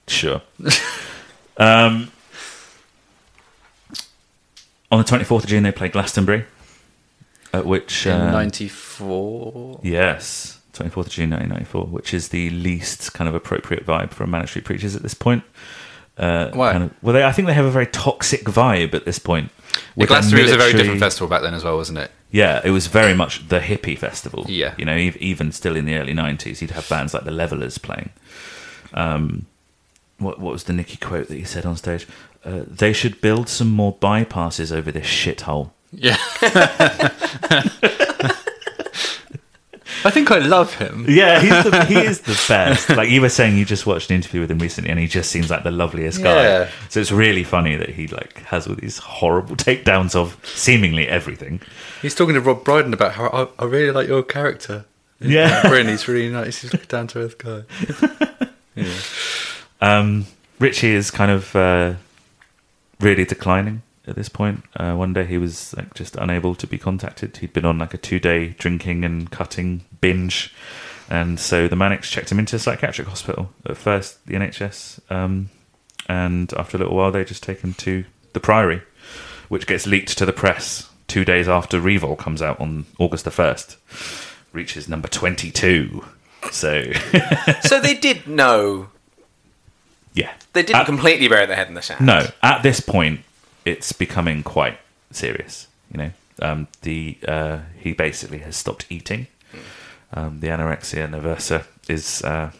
Speaker 4: Sure. um, on the 24th of June, they play Glastonbury, at which.
Speaker 2: In
Speaker 4: uh,
Speaker 2: ninety four.
Speaker 4: yes, 24th of June 1994, which is the least kind of appropriate vibe for Manic Street Preachers at this point.
Speaker 2: Why?
Speaker 4: Kind of, well, they, I think they have a very toxic vibe at this point.
Speaker 2: Yeah,
Speaker 4: with their
Speaker 2: Glastonbury was a very different
Speaker 4: military-
Speaker 2: festival back then as well, wasn't it?
Speaker 4: Yeah, it was very much the hippie festival.
Speaker 2: Yeah.
Speaker 4: you know, ev- even still in the early '90s, you'd have bands like the Levelers playing. Um, what what was the Nicky quote that he said on stage? Uh, they should build some more bypasses over this shithole.
Speaker 2: Yeah. I think I love him.
Speaker 4: Yeah, he's the, he is the best. Like you were saying, you just watched an interview with him recently, and he just seems like the loveliest guy.
Speaker 2: Yeah.
Speaker 4: So it's really funny that he like has all these horrible takedowns of seemingly everything.
Speaker 2: He's talking to Rob Brydon about how I, I really like your character.
Speaker 4: Yeah.
Speaker 2: Bryn, he's really nice. He's like a down to earth guy.
Speaker 4: Um, Richie is kind of uh, really declining at this point. Uh, one day he was like just unable to be contacted. He'd been on like a two-day drinking and cutting binge, and so the Manics checked him into a psychiatric hospital. At first, the NHS, um, and after a little while, they just take him to the Priory, which gets leaked to the press two days after Revol comes out on August the first. Reaches number twenty-two. So
Speaker 3: so they did know.
Speaker 4: yeah,
Speaker 3: They didn't
Speaker 4: At-
Speaker 3: completely bury their head in the sand.
Speaker 4: Uh, No, at this point, it's becoming quite serious. You know, um, the uh, he basically has stopped eating. Um, the anorexia nervosa is uh,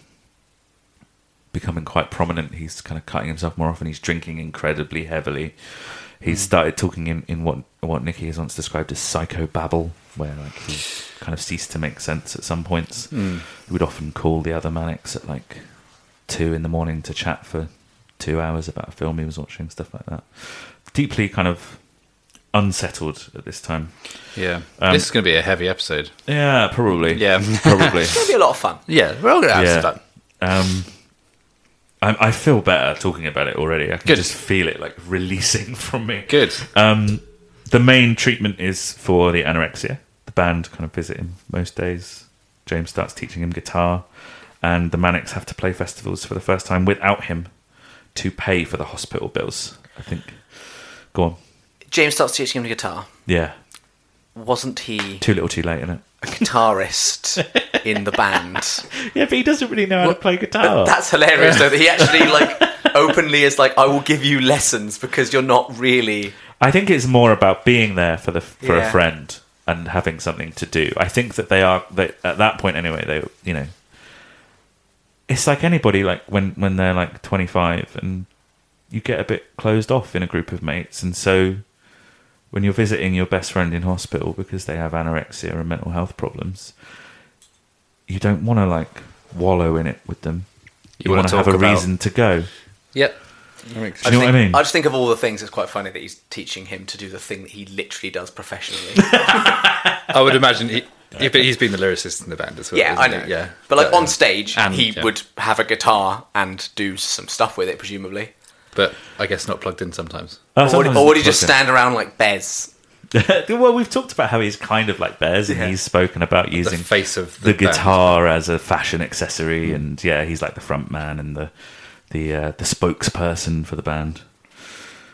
Speaker 4: becoming quite prominent. He's kind of cutting himself more often. He's drinking incredibly heavily. He's started talking in, in what what Nicky has once described as psycho babble, where like he kind of ceased to make sense at some points. He would often call the other Mannix at like two in the morning to chat for two hours about a film he was watching, stuff like that. Deeply kind of unsettled at this time.
Speaker 2: Yeah.
Speaker 4: Um,
Speaker 2: this is going to be a heavy episode.
Speaker 4: Yeah, probably.
Speaker 2: Yeah.
Speaker 4: probably.
Speaker 3: It'll be a lot of fun.
Speaker 2: Yeah, we're all going to have
Speaker 4: yeah.
Speaker 2: some fun.
Speaker 4: Um, I, I feel better talking about it already. I can
Speaker 2: Good.
Speaker 4: just feel it like releasing from me.
Speaker 2: Good.
Speaker 4: Um, the main treatment is for the anorexia. The band kind of visit him most days. James starts teaching him guitar, and the Manics have to play festivals for the first time without him to pay for the hospital bills. I think. Go on.
Speaker 3: James starts teaching him the guitar.
Speaker 4: Yeah.
Speaker 3: Wasn't he
Speaker 4: Too little, too late, isn't
Speaker 3: a guitarist in the band?
Speaker 4: it? Yeah, but he doesn't really know how to play guitar.
Speaker 3: That's hilarious though that he actually like openly is like, I will give you lessons because you're not really
Speaker 4: I think it's more about being there for the for a
Speaker 3: Yeah.
Speaker 4: friend and having something to do. I think that they are that at that point anyway. They you know, it's like anybody like when when they're like twenty five and you get a bit closed off in a group of mates, and so when you're visiting your best friend in hospital because they have anorexia and mental health problems, you don't want to like wallow in it with them. You,
Speaker 2: wanna
Speaker 4: want to have
Speaker 2: talk
Speaker 4: a
Speaker 2: about-
Speaker 4: reason to go.
Speaker 2: Yep.
Speaker 4: Do you know
Speaker 3: think,
Speaker 4: what I mean?
Speaker 3: just think of all the things. It's quite funny that he's teaching him to do the thing that he literally does professionally.
Speaker 2: I would imagine he, he, but he's been the lyricist in the band as well.
Speaker 3: yeah,
Speaker 2: isn't
Speaker 3: I
Speaker 2: he?
Speaker 3: know.
Speaker 2: Yeah,
Speaker 3: but like
Speaker 2: But,
Speaker 3: on
Speaker 2: uh,
Speaker 3: stage,
Speaker 2: and,
Speaker 3: he
Speaker 2: yeah.
Speaker 3: would have a guitar and do some stuff with it, presumably.
Speaker 2: but I guess not plugged in sometimes.
Speaker 4: Oh,
Speaker 3: or, would,
Speaker 4: sometimes
Speaker 3: or would he
Speaker 4: it's
Speaker 3: just
Speaker 4: like a-
Speaker 3: stand around like Bez?
Speaker 4: well, we've talked about how he's kind of like Bears, and
Speaker 3: Yeah.
Speaker 4: he's spoken about using
Speaker 2: face of the
Speaker 4: the,
Speaker 2: band. Mm.
Speaker 4: guitar as a fashion accessory, and yeah, he's like the front man and the the uh, the spokesperson for the band.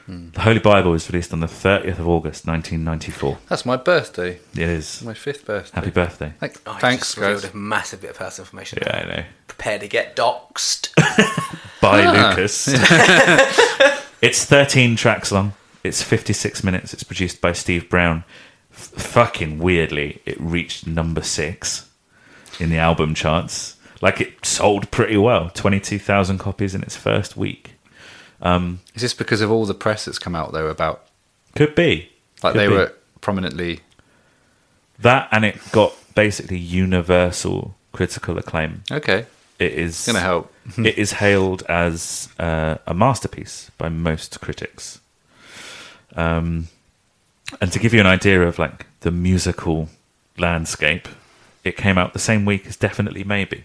Speaker 2: Mm.
Speaker 4: The Holy Bible was released on the 30th of August, 1994.
Speaker 2: That's my birthday.
Speaker 4: It is.
Speaker 2: Oh My fifth birthday.
Speaker 4: Happy birthday.
Speaker 2: Thank-
Speaker 3: Oh, he
Speaker 2: Thanks,
Speaker 3: just revealed
Speaker 2: guys.
Speaker 3: A massive bit of personal information.
Speaker 4: Yeah, I know.
Speaker 3: Prepare to get doxed.
Speaker 4: By
Speaker 2: Ah.
Speaker 4: Lucas. it's 13 tracks long. It's 56 minutes. It's produced by Steve Brown. F- fucking weirdly, it reached number six in the album charts. Like it sold pretty well 22,000 copies in its first week.
Speaker 2: Is this because of all the press that's come out though about
Speaker 4: Could be.
Speaker 2: like
Speaker 4: Could
Speaker 2: they
Speaker 4: be.
Speaker 2: were prominently?
Speaker 4: That and it got basically universal critical acclaim.
Speaker 2: Okay,
Speaker 4: It is
Speaker 2: gonna help.
Speaker 4: it is hailed as uh, a masterpiece by most critics. Um, and to give you an idea of like the musical landscape, it came out the same week as Definitely Maybe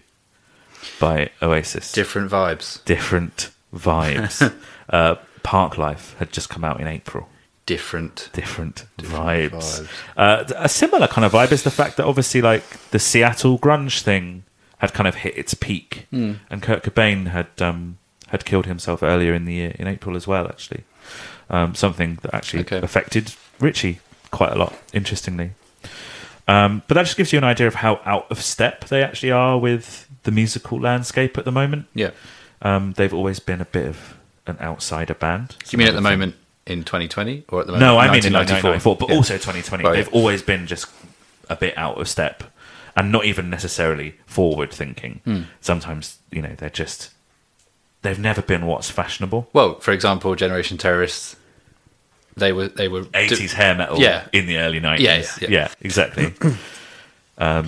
Speaker 4: by Oasis.
Speaker 2: Different vibes.
Speaker 4: Different vibes. uh, Park Life had just come out in April
Speaker 2: Different.
Speaker 4: different, vibes.
Speaker 2: vibes.
Speaker 4: Uh, th- a similar kind of vibe is the fact that obviously, like the Seattle grunge thing had kind of hit its peak,
Speaker 2: Hmm.
Speaker 4: and Kurt Cobain had um, had killed himself earlier in the year, in April as well. Actually, um, something that actually
Speaker 2: Okay.
Speaker 4: affected Richie quite a lot, interestingly. Um, but that just gives you an idea of how out of step they actually are with the musical landscape at the moment.
Speaker 2: Yeah.
Speaker 4: Um, they've always been a bit of an outsider band.
Speaker 2: Do you mean at the moment in 2020 or at the moment?
Speaker 4: No, I mean in 1994, but
Speaker 2: Yeah.
Speaker 4: also 2020.
Speaker 2: Right.
Speaker 4: They've always been just a bit out of step and not even necessarily forward thinking.
Speaker 2: Hmm.
Speaker 4: Sometimes, you know, they're just, they've never been what's fashionable.
Speaker 2: Well, for example, Generation Terrorists. They were. They were.
Speaker 4: 80s hair metal
Speaker 2: Yeah.
Speaker 4: in the early 90s.
Speaker 2: Yeah, yeah, yeah.
Speaker 4: exactly. um,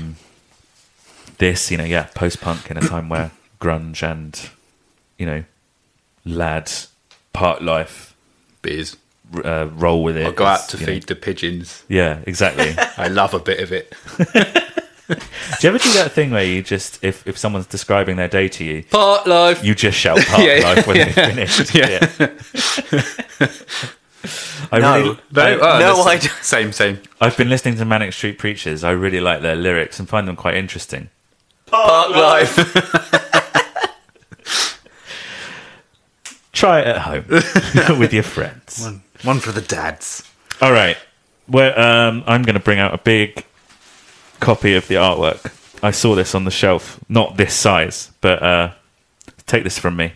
Speaker 4: this, you know, yeah, post punk in a time where grunge and, you know, lad part life
Speaker 2: Beers.
Speaker 4: r- uh, roll with it.
Speaker 2: I'll go out
Speaker 4: is,
Speaker 2: to
Speaker 4: you know-
Speaker 2: feed the pigeons.
Speaker 4: yeah, exactly.
Speaker 2: I love a bit of it.
Speaker 4: Do you ever do that thing where you just, if, if someone's describing their day to you,
Speaker 2: Part life.
Speaker 4: you just shout park
Speaker 2: Yeah, yeah,
Speaker 4: life when they finish?
Speaker 2: Yeah.
Speaker 4: I
Speaker 3: No.
Speaker 4: really,
Speaker 2: No,
Speaker 4: I,
Speaker 2: oh,
Speaker 3: No,
Speaker 2: that's-
Speaker 3: I don't.
Speaker 2: Same, same.
Speaker 4: I've been listening to Manic Street Preachers. I really like their lyrics and find them quite interesting.
Speaker 3: Park life.
Speaker 4: Try it at home with your friends.
Speaker 2: One for the dads.
Speaker 4: All right. Well, um, I'm going to bring out a big copy of the artwork. I saw this on the shelf, not this size, but uh, take this from me.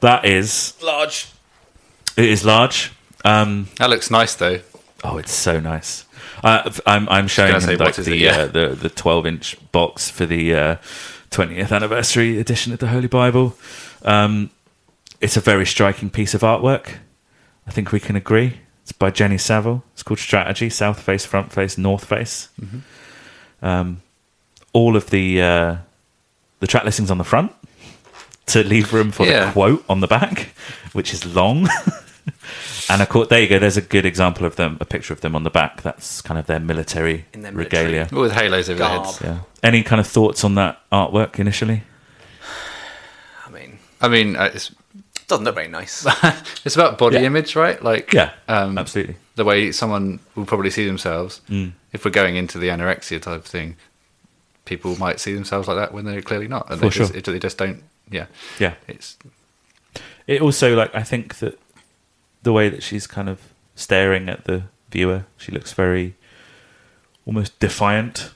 Speaker 4: That is,
Speaker 3: Large.
Speaker 4: it is large. Um,
Speaker 2: That looks nice though.
Speaker 4: Oh, it's so nice. Uh, f- I'm I'm showing
Speaker 2: gonna
Speaker 4: him
Speaker 2: say,
Speaker 4: like
Speaker 2: what is
Speaker 4: the,
Speaker 2: it? Yeah.
Speaker 4: uh, the the 12 inch box for the uh, 20th anniversary edition of the Holy Bible. Um, it's a very striking piece of artwork. I think we can agree. It's by Jenny Saville. It's called Strategy South Face, Front Face, North Face.
Speaker 2: Mm-hmm.
Speaker 4: Um, all of the uh, the track listings on the front to leave room for
Speaker 2: Yeah.
Speaker 4: the quote on the back, which is long. and of course, there you go. There's a good example of them, a picture of them on the back. That's kind of their military
Speaker 3: In their military
Speaker 4: regalia.
Speaker 2: With halos over their heads.
Speaker 3: Garb.
Speaker 4: Yeah. Any kind of thoughts on that artwork initially?
Speaker 3: I mean,
Speaker 2: I mean, uh, it's
Speaker 3: doesn't look very nice.
Speaker 2: it's about body
Speaker 4: Yeah.
Speaker 2: image, right? Like,
Speaker 4: Yeah,
Speaker 2: um,
Speaker 4: absolutely.
Speaker 2: The way someone will probably see themselves.
Speaker 4: Mm.
Speaker 2: If we're going into the anorexia type thing, people might see themselves like that when they're clearly not, and
Speaker 4: For
Speaker 2: they, just,
Speaker 4: sure.
Speaker 2: it- they just don't. Yeah,
Speaker 4: Yeah.
Speaker 2: it's
Speaker 4: It also like I think that the way that she's kind of staring at the viewer, she looks very almost defiant,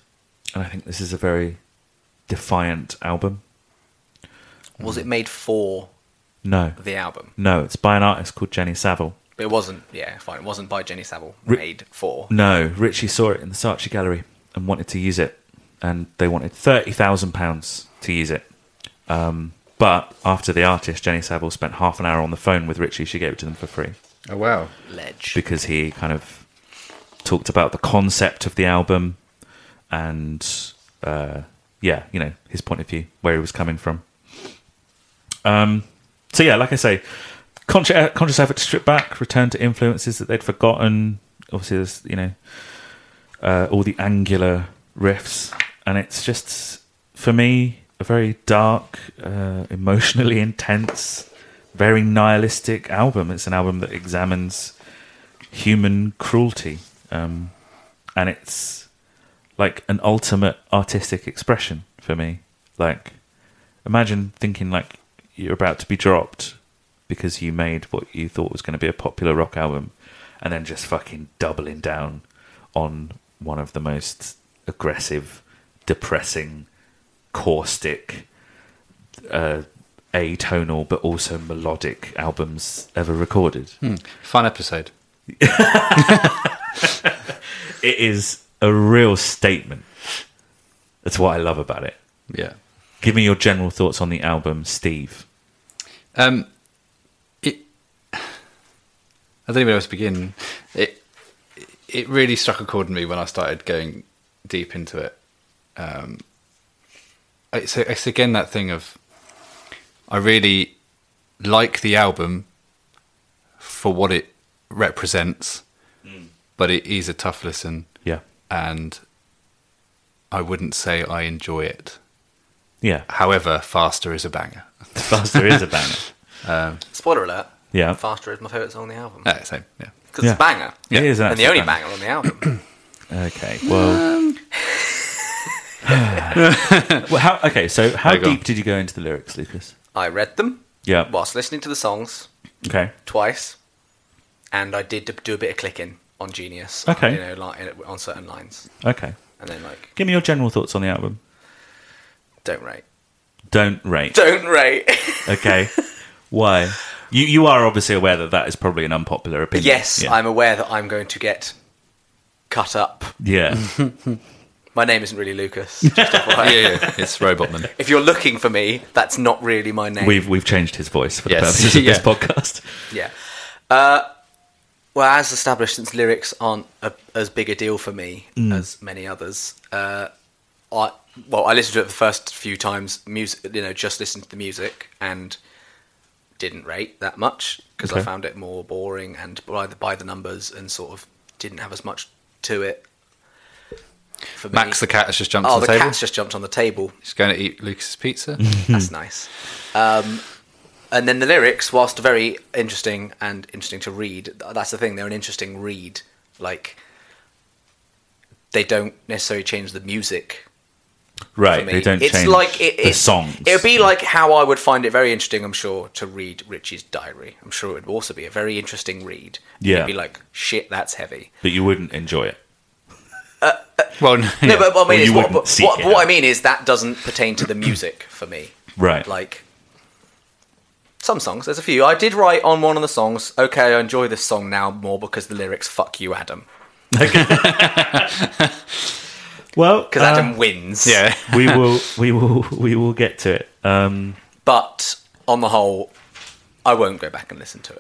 Speaker 4: and I think this is a very defiant album.
Speaker 3: Was it made for
Speaker 4: No,
Speaker 3: the album?
Speaker 4: no, it's by an artist called Jenny Saville.
Speaker 3: But it wasn't. Yeah, fine. It wasn't by Jenny Savile.
Speaker 4: Re-
Speaker 3: made for.
Speaker 4: No, Richie saw it in the Saatchi Gallery and wanted to use it, and they wanted thirty thousand pounds to use it. Um, but after the artist Jenny Saville spent half an hour on the phone with Richie, she gave it to them for free.
Speaker 2: oh wow,
Speaker 3: Ledge.
Speaker 4: because he kind of talked about the concept of the album and uh, yeah, you know his point of view, where he was coming from. Um, so yeah, like I say, conscious, conscious effort to strip back, return to influences that they'd forgotten. Obviously, there's you know uh, all the angular riffs, and it's just for me a very dark, uh, emotionally intense, very nihilistic album. It's an album that examines human cruelty, um, and it's like an ultimate artistic expression for me. Like, imagine thinking like you're about to be dropped because you made what you thought was going to be a popular rock album, and then just fucking doubling down on one of the most aggressive, depressing, caustic, uh, atonal but also melodic albums ever recorded.
Speaker 2: fun episode.
Speaker 4: it is a real statement. That's what I love about it.
Speaker 2: Yeah.
Speaker 4: Give me your general thoughts on the album, Steve.
Speaker 2: Um, it, I don't even know where to begin. It, it really struck a chord in me when I started going deep into it. Um, it's, it's again that thing of I really like the album for what it represents, but it is a tough listen,
Speaker 4: Yeah.
Speaker 2: and I wouldn't say I enjoy it.
Speaker 4: Yeah.
Speaker 2: However, Faster is a banger.
Speaker 4: Faster is a banger.
Speaker 3: Spoiler alert.
Speaker 4: Yeah.
Speaker 3: Faster is my favourite song on the album.
Speaker 2: Uh, so, yeah.
Speaker 3: Because
Speaker 4: Yeah.
Speaker 3: it's a banger.
Speaker 4: It is an
Speaker 3: And the
Speaker 4: absolute
Speaker 3: only
Speaker 4: banger.
Speaker 3: banger on the album.
Speaker 4: Okay. Well. Um. well how, okay, so how
Speaker 2: Hang on.
Speaker 4: deep did you go into the lyrics, Lucas?
Speaker 3: I read them
Speaker 4: Yeah.
Speaker 3: whilst listening to the songs
Speaker 4: Okay.
Speaker 3: twice, and I did d- do a bit of clicking on Genius. uh,
Speaker 4: Okay.
Speaker 3: You know, like, on certain lines,
Speaker 4: Okay.
Speaker 3: and then like,
Speaker 4: Give me your general thoughts on the album.
Speaker 3: don't rate,
Speaker 4: Don't rate.
Speaker 3: don't rate.
Speaker 4: Okay. Why? You you are obviously aware that that is probably an unpopular opinion.
Speaker 3: yes,
Speaker 4: Yeah.
Speaker 3: I'm aware that I'm going to get cut up.
Speaker 4: yeah.
Speaker 3: My name isn't really Lucas. just FYI.
Speaker 2: yeah, yeah, it's Robotman.
Speaker 3: If you're looking for me, that's not really my name.
Speaker 4: We've we've changed his voice for the
Speaker 2: Yes.
Speaker 4: purposes of this
Speaker 2: Yeah.
Speaker 4: podcast.
Speaker 3: Yeah. Uh, well, as established, since lyrics aren't a, as big a deal for me
Speaker 2: Mm.
Speaker 3: as many others, uh, I well, I listened to it the first few times. Music, you know, just listened to the music and didn't rate that much because I
Speaker 4: Okay.
Speaker 3: found it more boring and by the, by the numbers and sort of didn't have as much to it. For
Speaker 2: Max the cat has just jumped
Speaker 3: oh,
Speaker 2: on the,
Speaker 3: the
Speaker 2: table.
Speaker 3: cat's just jumped on the table.
Speaker 2: She's going to eat Lucas's pizza.
Speaker 4: Hmm.
Speaker 3: That's nice. Um, and then the lyrics, whilst very interesting and interesting to read, th- that's the thing, they're an interesting read. Like, they don't necessarily change the music. for
Speaker 4: Right.
Speaker 3: me.
Speaker 4: They don't
Speaker 3: it's
Speaker 4: change
Speaker 3: like it,
Speaker 4: the
Speaker 3: it's,
Speaker 4: songs.
Speaker 3: It would be like how I would find it very interesting, I'm sure, to read Richie's diary. I'm sure it would also be a very interesting read.
Speaker 4: Yeah.
Speaker 3: It'd be like, shit, that's heavy.
Speaker 4: but you wouldn't enjoy it.
Speaker 2: well, no, yeah.
Speaker 3: No, but what I mean
Speaker 4: Well,
Speaker 3: is
Speaker 4: you
Speaker 3: what,
Speaker 4: wouldn't
Speaker 3: what,
Speaker 4: seek
Speaker 3: what,
Speaker 4: it
Speaker 3: what I
Speaker 4: out.
Speaker 3: mean is that doesn't pertain to the music for me.
Speaker 4: Right.
Speaker 3: Like some songs, there's a few. I did write on one of the songs. Okay, I enjoy this song now more because the lyrics "fuck you, Adam."
Speaker 4: Well,
Speaker 3: because
Speaker 4: uh,
Speaker 3: Adam wins.
Speaker 2: Yeah.
Speaker 4: we will, we will, we will get to it. Um,
Speaker 3: But on the whole, I won't go back and listen to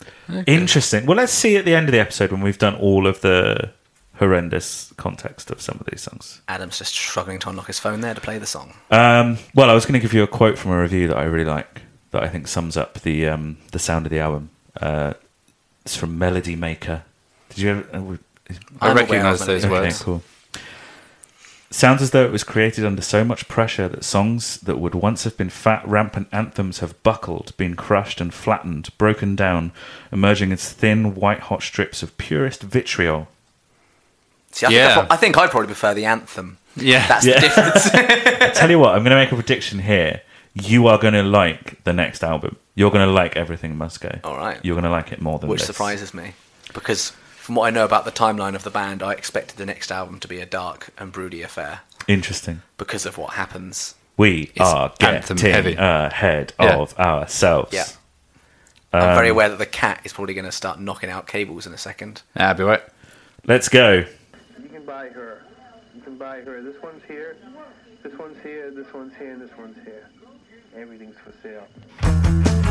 Speaker 3: it.
Speaker 4: Interesting. Well, let's see at the end of the episode when we've done all of the horrendous context of some of these songs.
Speaker 3: Adam's just struggling to unlock his phone there to play the song.
Speaker 4: Um, well, I was going to give you a quote from a review that I really like that I think sums up the um, the sound of the album. Uh, it's from Melody Maker. Did you ever? Uh, we-
Speaker 2: I
Speaker 3: I'm aware
Speaker 2: recognise
Speaker 3: of
Speaker 2: those
Speaker 3: Melody.
Speaker 2: words.
Speaker 4: cool. Sounds as though it was created under so much pressure that songs that would once have been fat, rampant anthems have buckled, been crushed and flattened, broken down, emerging as thin, white hot strips of purest vitriol.
Speaker 3: See, I,
Speaker 2: Yeah.
Speaker 3: think I, pro- I think I probably prefer the anthem.
Speaker 2: Yeah.
Speaker 3: That's the
Speaker 4: Yeah.
Speaker 3: difference.
Speaker 4: Tell you what, I'm going to make a prediction here. You are going to like the next album. You're going to like Everything Must Go.
Speaker 3: All right.
Speaker 4: You're going to like it more than
Speaker 3: Which
Speaker 4: this.
Speaker 3: surprises me. Because from what I know about the timeline of the band, I expected the next album to be a dark and broody affair
Speaker 4: Interesting.
Speaker 3: because of what happens.
Speaker 4: We are
Speaker 2: anthem
Speaker 4: getting
Speaker 2: heavy.
Speaker 4: ahead
Speaker 2: Yeah.
Speaker 4: of ourselves.
Speaker 3: Yeah. I'm very aware that the cat is probably going to start knocking out cables in a second.
Speaker 2: That'd be right.
Speaker 4: Let's go.
Speaker 5: You can buy her. You can buy her. This one's here. This one's here. This one's here. And this one's here. Everything's for sale.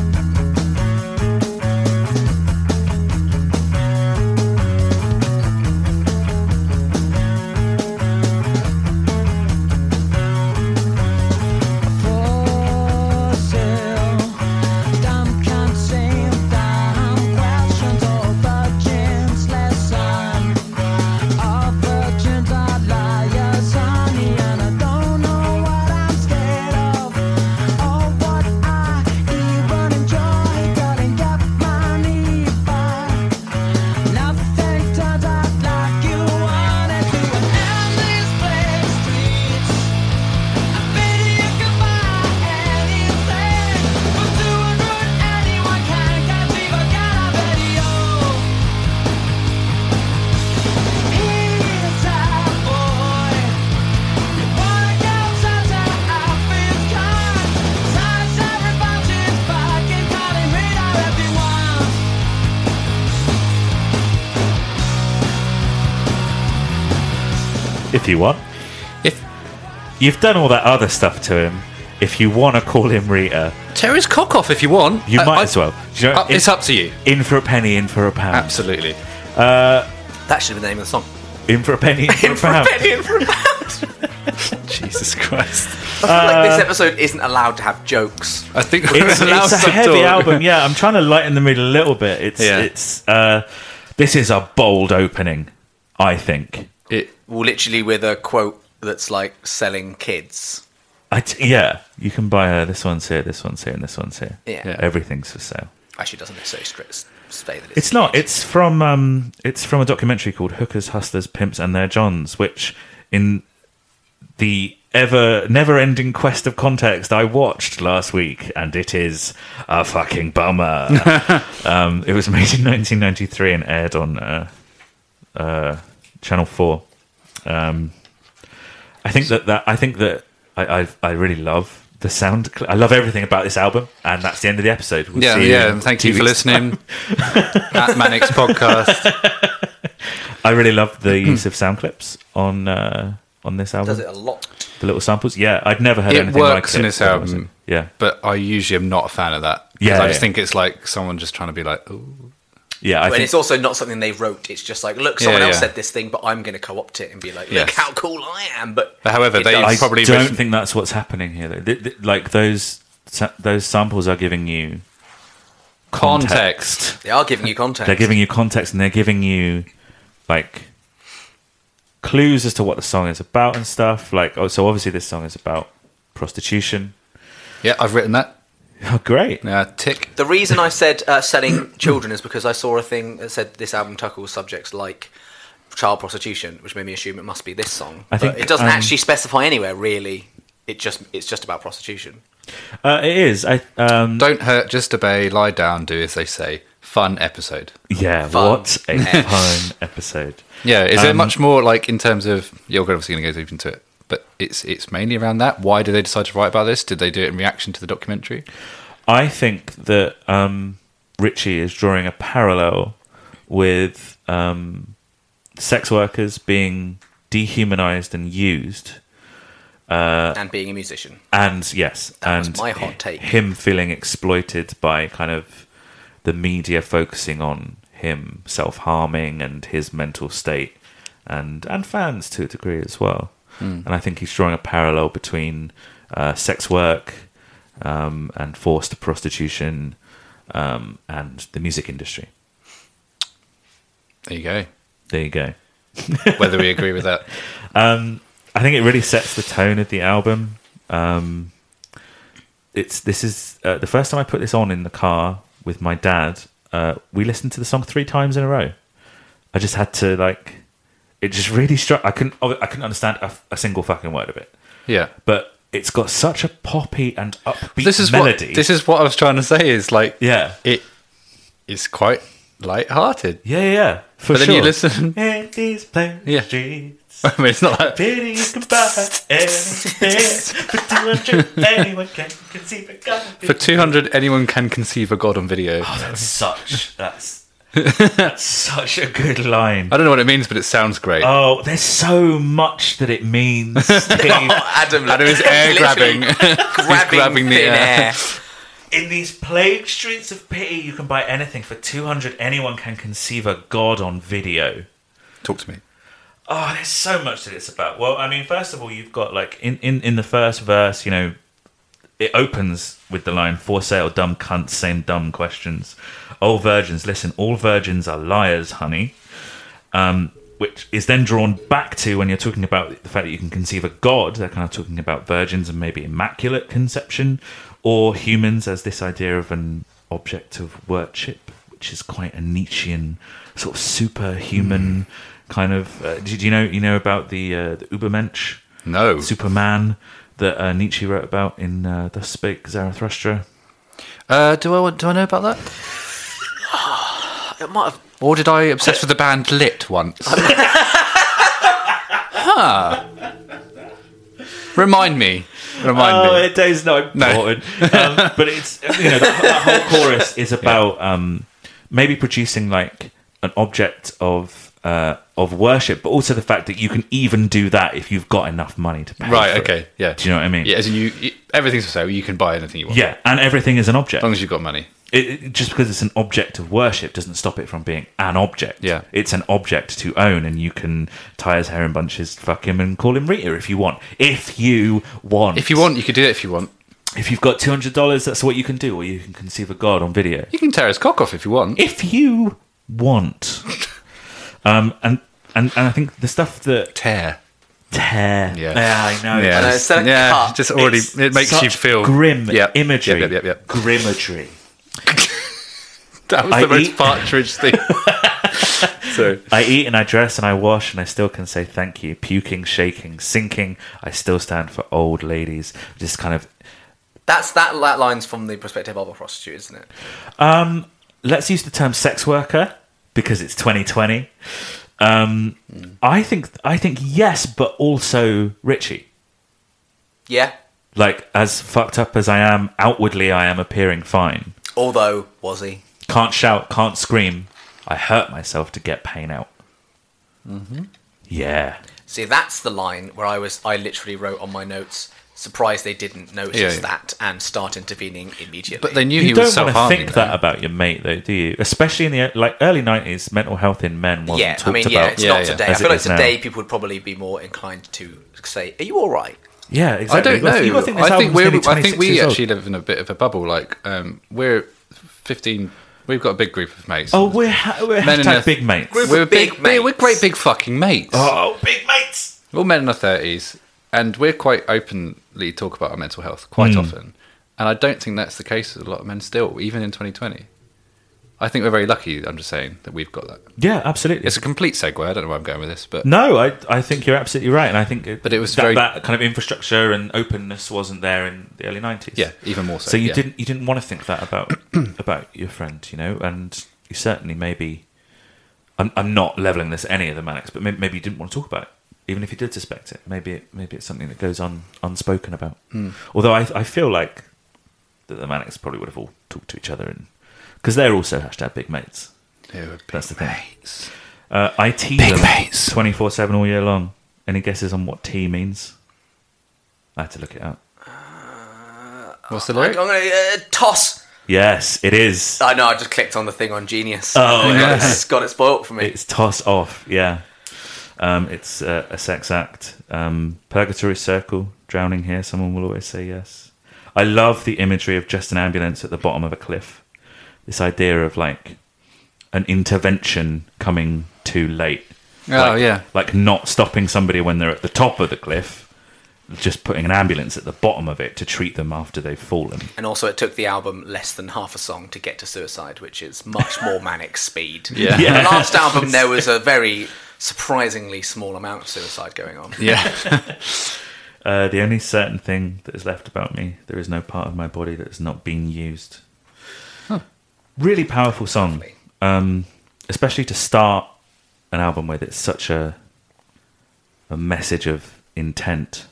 Speaker 6: Nothing turns out like you want it to an endless play streets. He's a boy. Everyone
Speaker 4: If you want.
Speaker 2: If
Speaker 4: You've done all that other stuff to him. If you want to call him Rita,
Speaker 2: tear his cock off if you want.
Speaker 4: you
Speaker 2: I-
Speaker 4: might
Speaker 2: I-
Speaker 4: as well. Do you know,
Speaker 2: Uh, it's up to you.
Speaker 4: In for a penny, in for a pound.
Speaker 2: Absolutely.
Speaker 3: That should be the name of the song.
Speaker 4: In for a penny, in, for a pound.
Speaker 3: Penny for a pound.
Speaker 2: Jesus Christ.
Speaker 3: I feel like this episode isn't allowed to have jokes.
Speaker 2: I think we're
Speaker 4: it's,
Speaker 2: allowed
Speaker 4: it's a
Speaker 2: to
Speaker 4: heavy
Speaker 2: talk.
Speaker 4: album. Yeah, I'm trying to lighten the mood a little bit. It's
Speaker 2: Yeah.
Speaker 4: it's uh, this is a bold opening, I think.
Speaker 2: It,
Speaker 3: Well, literally with a quote that's like selling kids.
Speaker 4: I t- yeah, you can buy her. This one's here, this one's here, and this one's here.
Speaker 3: Yeah. Yeah.
Speaker 4: everything's for sale.
Speaker 3: Actually, it doesn't necessarily straight say that it's.
Speaker 4: It's not. It's from um, it's from a documentary called "Hookers, Hustlers, Pimps, and Their Johns," which in the ever never-ending quest of context I watched last week, and it is a fucking bummer. um, it was made in 1993 and aired on uh, uh, Channel Four. Um, I think that, that I think that I, I I really love the sound. I love everything about this album, and that's the end of the episode. We'll
Speaker 2: yeah,
Speaker 4: see you
Speaker 2: yeah.
Speaker 4: in
Speaker 2: and Thank
Speaker 4: two
Speaker 2: you for
Speaker 4: weeks'
Speaker 2: listening. At Manix Podcast.
Speaker 4: I really love the use of sound clips on uh, on this album.
Speaker 3: does it a lot.
Speaker 4: The little samples. Yeah, I'd never heard
Speaker 2: It
Speaker 4: anything
Speaker 2: works
Speaker 4: like
Speaker 2: in
Speaker 4: it
Speaker 2: this
Speaker 4: when I was
Speaker 2: album.
Speaker 4: in- Yeah,
Speaker 2: But I usually am not a fan of that. 'Cause
Speaker 4: Yeah,
Speaker 2: I just
Speaker 4: yeah.
Speaker 2: think it's like someone just trying to be like, Ooh.
Speaker 4: yeah. I
Speaker 3: And
Speaker 4: think,
Speaker 3: it's also not something they wrote. It's just like, look, someone
Speaker 2: Yeah,
Speaker 3: else
Speaker 2: yeah.
Speaker 3: said this thing, but I'm going to co-opt it and be like, look
Speaker 2: Yes.
Speaker 3: how cool I am. But,
Speaker 2: But however,
Speaker 3: it
Speaker 2: they-
Speaker 4: I
Speaker 3: does.
Speaker 2: probably
Speaker 4: don't
Speaker 2: written-
Speaker 4: think that's what's happening here. Though. Th- th- like those sa- those samples are giving you
Speaker 2: context.
Speaker 3: they are giving you context.
Speaker 4: They're giving you context and they're giving you like clues as to what the song is about and stuff. Like, oh, so obviously this song is about prostitution.
Speaker 2: Yeah, I've written that.
Speaker 4: Oh, great.
Speaker 2: Yeah, tick.
Speaker 3: The reason I said uh, selling children is because I saw a thing that said this album tackles subjects like child prostitution, which made me assume it must be this song.
Speaker 4: I
Speaker 3: I
Speaker 4: think,
Speaker 3: think it doesn't
Speaker 4: um,
Speaker 3: actually specify anywhere really. It just it's just about prostitution.
Speaker 4: Uh, it is. I um,
Speaker 2: Don't hurt, just obey, lie down, do as they say. Fun episode.
Speaker 4: yeah.
Speaker 3: Fun.
Speaker 4: What a fun episode.
Speaker 2: Yeah, is there
Speaker 4: Um,
Speaker 2: much more like in terms of you're obviously going to go deep into it, but it's it's mainly around that. Why did they decide to write about this? Did they do it in reaction to the documentary?
Speaker 4: I think that um, Richie is drawing a parallel with um, sex workers being dehumanized and used.
Speaker 2: Uh,
Speaker 3: and being a musician.
Speaker 4: and yes,
Speaker 3: was
Speaker 4: and
Speaker 3: my hot take.
Speaker 4: him feeling exploited by kind of the media focusing on him self harming and his mental state, and and fans to a degree as well.
Speaker 3: Hmm.
Speaker 4: And I think he's drawing a parallel between uh, sex work um, and forced prostitution um, and the music industry.
Speaker 2: There you go.
Speaker 4: There you go.
Speaker 2: Whether we agree with that,
Speaker 4: Um, I think it really sets the tone of the album. Um, it's this is uh, the first time I put this on in the car with my dad. Uh, we listened to the song three times in a row. I just had to like. It just really struck. I couldn't. I couldn't understand a, a single fucking word of it.
Speaker 2: yeah.
Speaker 4: But it's got such a poppy and upbeat
Speaker 2: This is
Speaker 4: melody.
Speaker 2: what this is what I was trying to say. Is like
Speaker 4: yeah.
Speaker 2: it is quite light-hearted.
Speaker 4: Yeah, yeah, yeah. For
Speaker 2: But then
Speaker 4: sure.
Speaker 2: you listen-
Speaker 4: In these plain
Speaker 2: Yeah.
Speaker 4: streets.
Speaker 2: I mean, it's not like
Speaker 4: Pity you can buy anything, but do a truth anyone can conceive it. God
Speaker 2: for two hundred, anyone can conceive a god on video.
Speaker 4: That's such that's that's such a good line.
Speaker 2: I don't know what it means, but it sounds great.
Speaker 4: Oh, there's so much that it means. Steve.
Speaker 3: Oh, Adam,
Speaker 2: Adam is air
Speaker 3: literally
Speaker 2: grabbing.
Speaker 3: grabbing,
Speaker 2: grabbing the
Speaker 3: thin
Speaker 2: air.
Speaker 3: air.
Speaker 4: In these plague streets of pity, you can buy anything for two hundred. Anyone can conceive a god on video.
Speaker 2: Talk to me.
Speaker 4: Oh, there's so much that it's about. Well, I mean, first of all, you've got like in in in the first verse, you know, it opens with the line "For sale, dumb cunts, same dumb questions." All virgins, listen, all virgins are liars, honey. Um, which is then drawn back to when you're talking about the fact that you can conceive a god. They're kind of talking about virgins and maybe immaculate conception, or humans as this idea of an object of worship, which is quite a Nietzschean sort of superhuman kind of. Uh, did you know you know about the uh, the Ubermensch?
Speaker 2: No.
Speaker 4: Superman that uh, Nietzsche wrote about in uh, Thus Spake Zarathustra.
Speaker 2: Uh, do I want- do I know about that?
Speaker 3: It might have
Speaker 2: Or did I obsess with the band Lit once? huh. Remind me. Remind
Speaker 4: Oh,
Speaker 2: me.
Speaker 4: it is not important. um, but it's you know that, that whole chorus is about um, maybe producing like an object of uh, of worship, but also the fact that you can even do that if you've got enough money to pay.
Speaker 2: Right.
Speaker 4: for it.
Speaker 2: Okay. Yeah.
Speaker 4: Do you know what I mean?
Speaker 2: Yeah. As in you, you- everything's for sale. You can buy anything you want.
Speaker 4: Yeah, and everything is an object.
Speaker 2: As long as you've got money.
Speaker 4: it, it- just because it's an object of worship doesn't stop it from being an object.
Speaker 2: Yeah.
Speaker 4: It's an object to own, and you can tie his hair in bunches, fuck him, and call him Rita if you want. If you want.
Speaker 2: If you want, you could do it. If you want,
Speaker 4: If you've got $200, that's what you can do, or you can conceive a god on video.
Speaker 2: you can tear his cock off if you want.
Speaker 4: If you want. um, and, and, and I think the stuff that
Speaker 2: Tear.
Speaker 4: tear.
Speaker 2: Yeah.
Speaker 4: I know.
Speaker 2: Yeah.
Speaker 3: know,
Speaker 2: just-
Speaker 3: instead of
Speaker 2: yeah.
Speaker 3: cut,
Speaker 2: just already,
Speaker 4: It's
Speaker 2: it makes you
Speaker 4: such
Speaker 2: feel
Speaker 4: grim
Speaker 2: Yeah,
Speaker 4: imagery.
Speaker 2: Yep, yep, yep, yep.
Speaker 4: Grimagery.
Speaker 2: That was
Speaker 4: I
Speaker 2: the most
Speaker 4: eat-
Speaker 2: partridge thing. so
Speaker 4: I eat and I dress and I wash and I still can say thank you. Puking, shaking, sinking. I still stand for old ladies. Just kind of
Speaker 3: That's that, that line's from the perspective of a prostitute, isn't it?
Speaker 4: let's use the term sex worker because it's 2020. Um, I think I think yes, but also Richie.
Speaker 3: Yeah.
Speaker 4: Like as fucked up as I am outwardly, I am appearing fine.
Speaker 3: Although, was he?
Speaker 4: Can't shout, can't scream. I hurt myself to get pain out. Yeah.
Speaker 3: See, that's the line where I was. I literally wrote on my notes. Surprised they didn't notice
Speaker 2: Yeah, yeah.
Speaker 3: that and start intervening immediately.
Speaker 2: but they knew
Speaker 4: you
Speaker 2: he
Speaker 4: don't
Speaker 2: was
Speaker 4: want to
Speaker 2: self-harming.
Speaker 4: think
Speaker 2: though.
Speaker 4: that about your mate, though, do you? Especially in the like early nineties, mental health in men wasn't
Speaker 3: yeah,
Speaker 4: talked
Speaker 3: I mean,
Speaker 4: about.
Speaker 3: yeah, it's
Speaker 2: Yeah,
Speaker 3: not
Speaker 2: yeah.
Speaker 3: today. I
Speaker 4: As
Speaker 3: feel
Speaker 4: it
Speaker 3: like
Speaker 4: is now.
Speaker 3: today people would probably be more inclined to say, "Are you all right?"
Speaker 4: Yeah,
Speaker 2: I
Speaker 4: exactly.
Speaker 2: don't know.
Speaker 4: You gotta think this
Speaker 2: I think
Speaker 4: album's
Speaker 2: we're,
Speaker 4: nearly
Speaker 2: I think
Speaker 4: 26
Speaker 2: we
Speaker 4: years old.
Speaker 2: actually live in a bit of a bubble. Like um, we're fifteen. We've got a big group of mates.
Speaker 4: Oh, we're ha- we're
Speaker 2: Men in
Speaker 4: hashtag
Speaker 2: a-
Speaker 4: big mates.
Speaker 3: Group
Speaker 2: we're
Speaker 3: of big
Speaker 2: big. We're, we're
Speaker 3: mates.
Speaker 2: great big fucking mates.
Speaker 4: Oh, big mates.
Speaker 2: We're all men in our thirties, and we're quite openly talk about our mental health quite
Speaker 4: Hmm.
Speaker 2: often. And I don't think that's the case with a lot of men still, even in 2020. I think we're very lucky. I'm just saying that we've got that.
Speaker 4: Yeah, absolutely.
Speaker 2: It's a complete segue. I don't know where I'm going with this, but
Speaker 4: no, I I think you're absolutely right, and I think
Speaker 2: But it was
Speaker 4: that,
Speaker 2: very-
Speaker 4: that kind of infrastructure and openness wasn't there in the early nineties.
Speaker 2: yeah, even more so.
Speaker 4: So you
Speaker 2: yeah.
Speaker 4: didn't you didn't want to think that about about your friend, you know, and you certainly maybe. I'm I'm not leveling this at any of the manics, but maybe, maybe you didn't want to talk about it, even if you did suspect it. Maybe it, maybe it's something that goes un, unspoken about.
Speaker 2: Hmm.
Speaker 4: Although I I feel like that the manics probably would have all talked to each other and because they're also hashtag big mates.
Speaker 2: Yeah, we're big
Speaker 4: That's the thing.
Speaker 2: mates.
Speaker 4: Uh, I tease
Speaker 2: Big
Speaker 4: them
Speaker 2: mates.
Speaker 4: twenty four seven all year long. Any guesses on what T means? I had to look it up.
Speaker 2: What's the
Speaker 3: I'm
Speaker 2: lyric?
Speaker 3: gonna uh, toss.
Speaker 4: Yes, it is.
Speaker 3: I know. I just clicked on the thing on Genius.
Speaker 4: Oh,
Speaker 3: It got,
Speaker 4: yeah.
Speaker 3: it, got it spoiled for me.
Speaker 4: It's toss off. Yeah, um, it's uh, a sex act. Um, purgatory circle, drowning here. Someone will always say yes. I love the imagery of just an ambulance at the bottom of a cliff. This idea of like an intervention coming too late.
Speaker 2: Oh,
Speaker 4: Like-
Speaker 2: yeah.
Speaker 4: like not stopping somebody when they're at the top of the cliff, just putting an ambulance at the bottom of it to treat them after they've fallen.
Speaker 3: And also, it took the album less than half a song to get to Suicide, which is much more manic speed.
Speaker 2: Yeah.
Speaker 4: Yeah.
Speaker 3: The last album, there was a very surprisingly small amount of suicide going on.
Speaker 2: Yeah.
Speaker 4: Uh, the only certain thing that is left about me, there is no part of my body that has not been used. Really powerful song, um, especially to start an album with. It's such a a message of intent,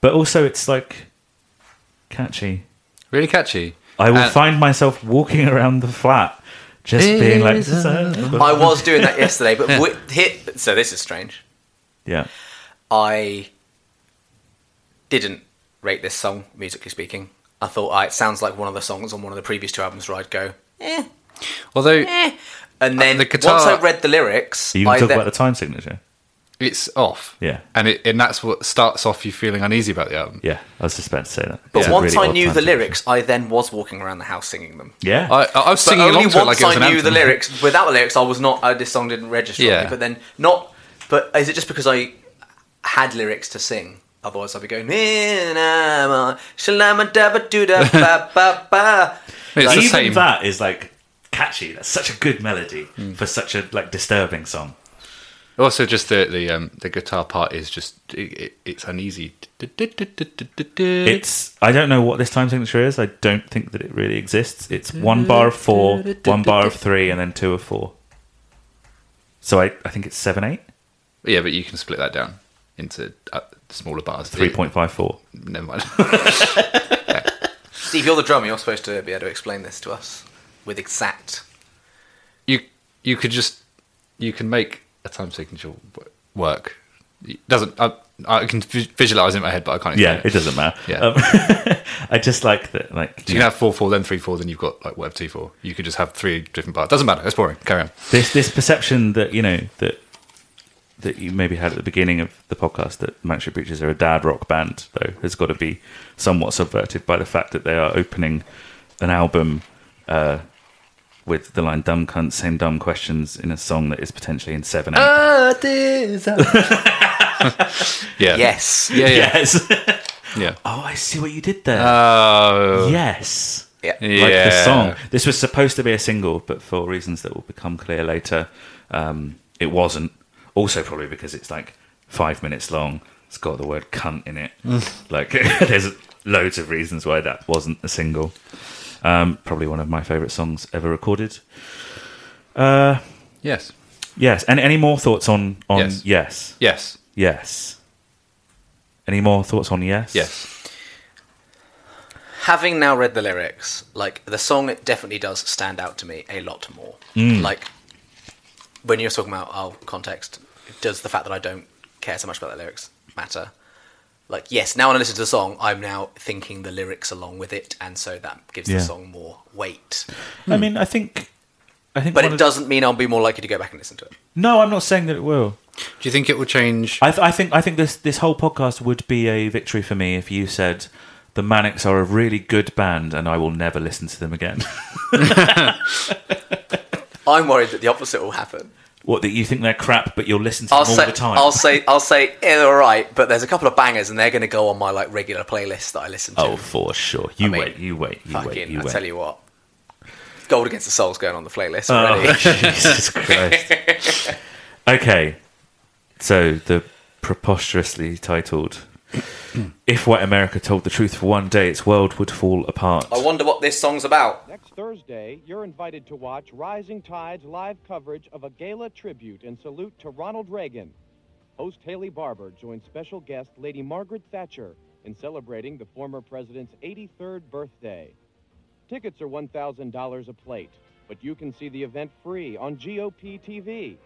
Speaker 4: but also it's like catchy.
Speaker 2: Really catchy.
Speaker 4: I will
Speaker 2: And-
Speaker 4: find myself walking around the flat, just being like,
Speaker 2: Is
Speaker 3: I was doing that yesterday, but wi- hit. So this is strange.
Speaker 4: yeah.
Speaker 3: I didn't rate this song, musically speaking. I thought ah, it sounds like one of the songs on one of the previous two albums where I'd go, eh,
Speaker 2: Although
Speaker 3: eh. And then
Speaker 2: Uh, the guitar-
Speaker 3: once I read the lyrics,
Speaker 4: Are you going
Speaker 3: I
Speaker 4: to talk
Speaker 3: then-
Speaker 4: about the time signature?
Speaker 2: it's off.
Speaker 4: Yeah.
Speaker 2: And it, and that's what starts off you feeling uneasy about the album.
Speaker 4: Yeah, I was just about to say that.
Speaker 3: but
Speaker 4: It's a
Speaker 3: once
Speaker 4: really
Speaker 3: I
Speaker 4: odd
Speaker 3: knew
Speaker 4: time
Speaker 3: the
Speaker 4: signature.
Speaker 3: lyrics, I then was walking around the house singing them.
Speaker 4: yeah,
Speaker 2: I, I was singing
Speaker 3: but only
Speaker 2: along to it like
Speaker 3: once
Speaker 2: it was an
Speaker 3: I knew
Speaker 2: anthem.
Speaker 3: the lyrics. Without the lyrics, I was not. Uh, this song didn't register. Yeah.
Speaker 2: Yeah.
Speaker 3: but then not. But is it just because I had lyrics to sing? Otherwise, I'd be going. "Ninama, shalamadabadoodabababaha."
Speaker 2: It's the
Speaker 4: even
Speaker 2: same.
Speaker 4: that is like catchy. That's such a good melody for such a like disturbing song.
Speaker 2: Also, just the the um, the guitar part is just it, it, it's uneasy. It's
Speaker 4: It's I don't know what this time signature is. I don't think that it really exists. It's one bar of four, one bar of three, and then two of four. So I, I think it's seven eight.
Speaker 2: yeah, but you can split that down into uh, smaller bars.
Speaker 4: Three point five four.
Speaker 2: Never mind.
Speaker 3: Steve, you're the drummer. You're supposed to be able to explain this to us with exact.
Speaker 2: you you could just you can make a time signature w- work. It doesn't I, I can vi- visualize it in my head, but I can't. explain
Speaker 4: Yeah, it doesn't matter.
Speaker 2: Yeah.
Speaker 4: Um, I just like that. Like
Speaker 2: So you can have four four, then three four, then you've got like web two four. You could just have three different bars. Doesn't matter. It's boring. Carry on.
Speaker 4: this this perception that you know that that you maybe had at the beginning of the podcast that Manchester Preachers are a dad rock band though has got to be somewhat subverted by the fact that they are opening an album uh, with the line "dumb cunt, same dumb questions" in a song that is potentially in seven. eight.
Speaker 2: Yeah.
Speaker 3: Yes.
Speaker 2: Yeah. Yeah.
Speaker 4: yes.
Speaker 2: Yeah.
Speaker 4: oh, I see what you did there.
Speaker 2: Oh.
Speaker 4: yes.
Speaker 3: Yeah.
Speaker 2: Yeah.
Speaker 4: like the song. This was supposed to be a single, but for reasons that will become clear later, um, it wasn't. Also, probably because it's like five minutes long. It's got the word cunt in it. like, there's loads of reasons why that wasn't a single. Um, probably one of my favourite songs ever recorded.
Speaker 2: Yes.
Speaker 4: Yes. And any more thoughts on on yes?
Speaker 2: Yes.
Speaker 4: Yes.
Speaker 2: Yes.
Speaker 4: Any more thoughts on yes?
Speaker 2: Yes.
Speaker 3: having now read the lyrics, like the song definitely does stand out to me a lot more. Like when you're talking about oh context, does the fact that I don't care so much about the lyrics matter? Like yes, now when I listen to the song, I'm now thinking the lyrics along with it, and so that gives
Speaker 4: Yeah.
Speaker 3: the song more weight.
Speaker 4: I mean, I think. I think
Speaker 3: But
Speaker 4: one
Speaker 3: it
Speaker 4: of-
Speaker 3: doesn't mean I'll be more likely to go back and listen to it.
Speaker 4: No, I'm not saying that it will.
Speaker 2: Do you think it will change?
Speaker 4: I, th- I think I think this this whole podcast would be a victory for me if you said the Manics are a really good band and I will never listen to them again.
Speaker 3: I'm worried that the opposite will happen.
Speaker 4: what that you think they're crap, but you'll listen to
Speaker 3: I'll
Speaker 4: them all
Speaker 3: say,
Speaker 4: the time.
Speaker 3: I'll say, I'll say, eh, all right, but there's a couple of bangers, and they're going to go on my like regular playlist that I listen to.
Speaker 4: oh, for sure. You
Speaker 3: I mean,
Speaker 4: wait. You wait. You wait.
Speaker 3: Fucking,
Speaker 4: You
Speaker 3: I
Speaker 4: wait.
Speaker 3: tell you what. Gold Against the Soul's going on the playlist already.
Speaker 4: Oh, Jesus Christ. Okay. So the preposterously titled If White America Told the Truth for One Day, its world would fall apart.
Speaker 3: I wonder what this song's about.
Speaker 7: Next Thursday, you're invited to watch Rising Tide's live coverage of a gala tribute and salute to Ronald Reagan. Host Haley Barber joins special guest Lady Margaret Thatcher in celebrating the former president's 83rd birthday. Tickets are $1,000 a plate, but you can see the event free on GOP TV.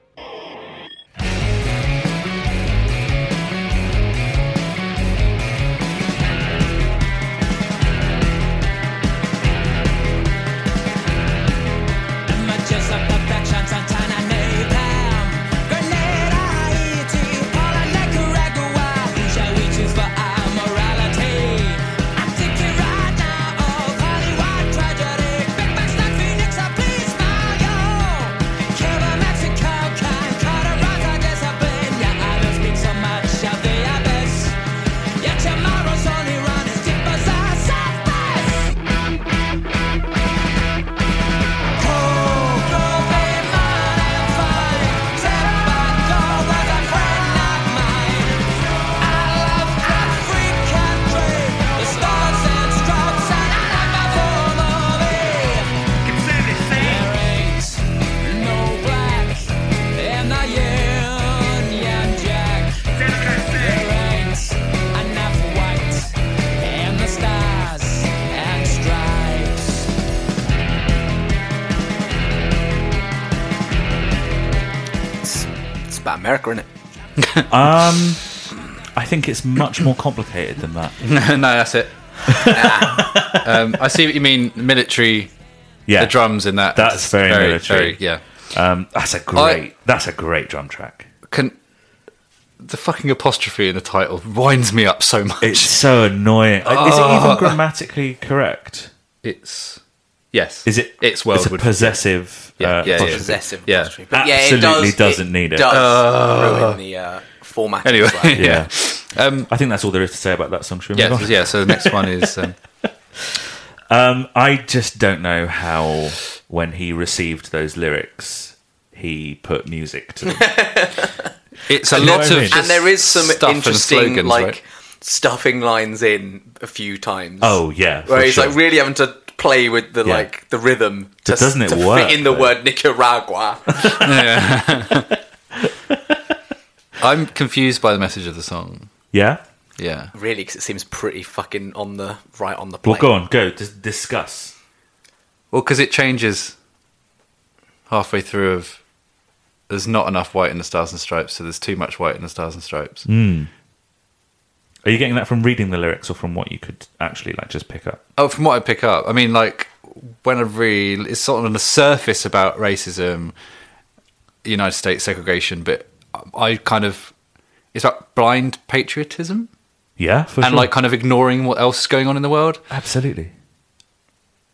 Speaker 3: America, isn't it?
Speaker 4: Um, I think it's much more complicated than that.
Speaker 2: no, that's it. um, I see what you mean. Military,
Speaker 4: Ah. Yeah,
Speaker 2: the drums in that.
Speaker 4: That's very military.
Speaker 2: yeah.
Speaker 4: Um, that's a great. that's a great drum track.
Speaker 2: Can the fucking apostrophe in the title winds me up so much.
Speaker 4: It's so annoying. Uh, Is
Speaker 2: Ah.
Speaker 4: it even grammatically correct?
Speaker 2: It's- yes.
Speaker 4: Is it?
Speaker 2: It's
Speaker 4: It's a
Speaker 2: Wellwood.
Speaker 4: possessive.
Speaker 2: Yeah,
Speaker 4: uh,
Speaker 2: yeah, yeah.
Speaker 4: apostrophe.
Speaker 3: Possessive.
Speaker 2: Yeah.
Speaker 3: poetry. But yeah, it
Speaker 4: Absolutely
Speaker 3: does,
Speaker 4: doesn't need it.
Speaker 3: Does ruin the uh, format.
Speaker 2: anyway,
Speaker 3: As well.
Speaker 2: yeah. Um,
Speaker 4: I think that's all there is to say about that song. Should we
Speaker 2: yeah,
Speaker 4: move on?
Speaker 2: yeah. So the next one is um,
Speaker 4: Um, I just don't know how when he received those lyrics, he put music to them.
Speaker 2: it's a
Speaker 4: You know
Speaker 2: lot
Speaker 4: what
Speaker 2: of
Speaker 4: I mean?
Speaker 2: just
Speaker 3: and there is some
Speaker 2: stuff and
Speaker 3: interesting
Speaker 2: slogans,
Speaker 3: like
Speaker 2: right?
Speaker 3: stuffing lines in a few times.
Speaker 4: oh yeah, for
Speaker 3: where he's
Speaker 4: sure.
Speaker 3: like really having to play with the
Speaker 4: Yeah.
Speaker 3: like the rhythm. To,
Speaker 4: But doesn't it
Speaker 3: to
Speaker 4: work,
Speaker 3: Fit in the
Speaker 4: though?
Speaker 3: word Nicaragua.
Speaker 2: I'm confused by the message of the song.
Speaker 4: yeah.
Speaker 2: Yeah.
Speaker 3: really, because it seems pretty fucking on the right on the
Speaker 4: Well,
Speaker 3: plate.
Speaker 4: go on, go dis- discuss.
Speaker 2: Well, because it changes halfway through. Of there's not enough white in the stars and stripes, so there's too much white in the stars and stripes.
Speaker 4: Mm. Are you getting that from reading the lyrics or from what you could actually like just pick up?
Speaker 2: Oh, from what I pick up, I mean, like when I read, it's sort of on the surface about racism, United States segregation, but I kind of it's about blind patriotism
Speaker 4: Yeah, for
Speaker 2: and
Speaker 4: sure.
Speaker 2: like kind of ignoring what else is going on in the world.
Speaker 4: absolutely.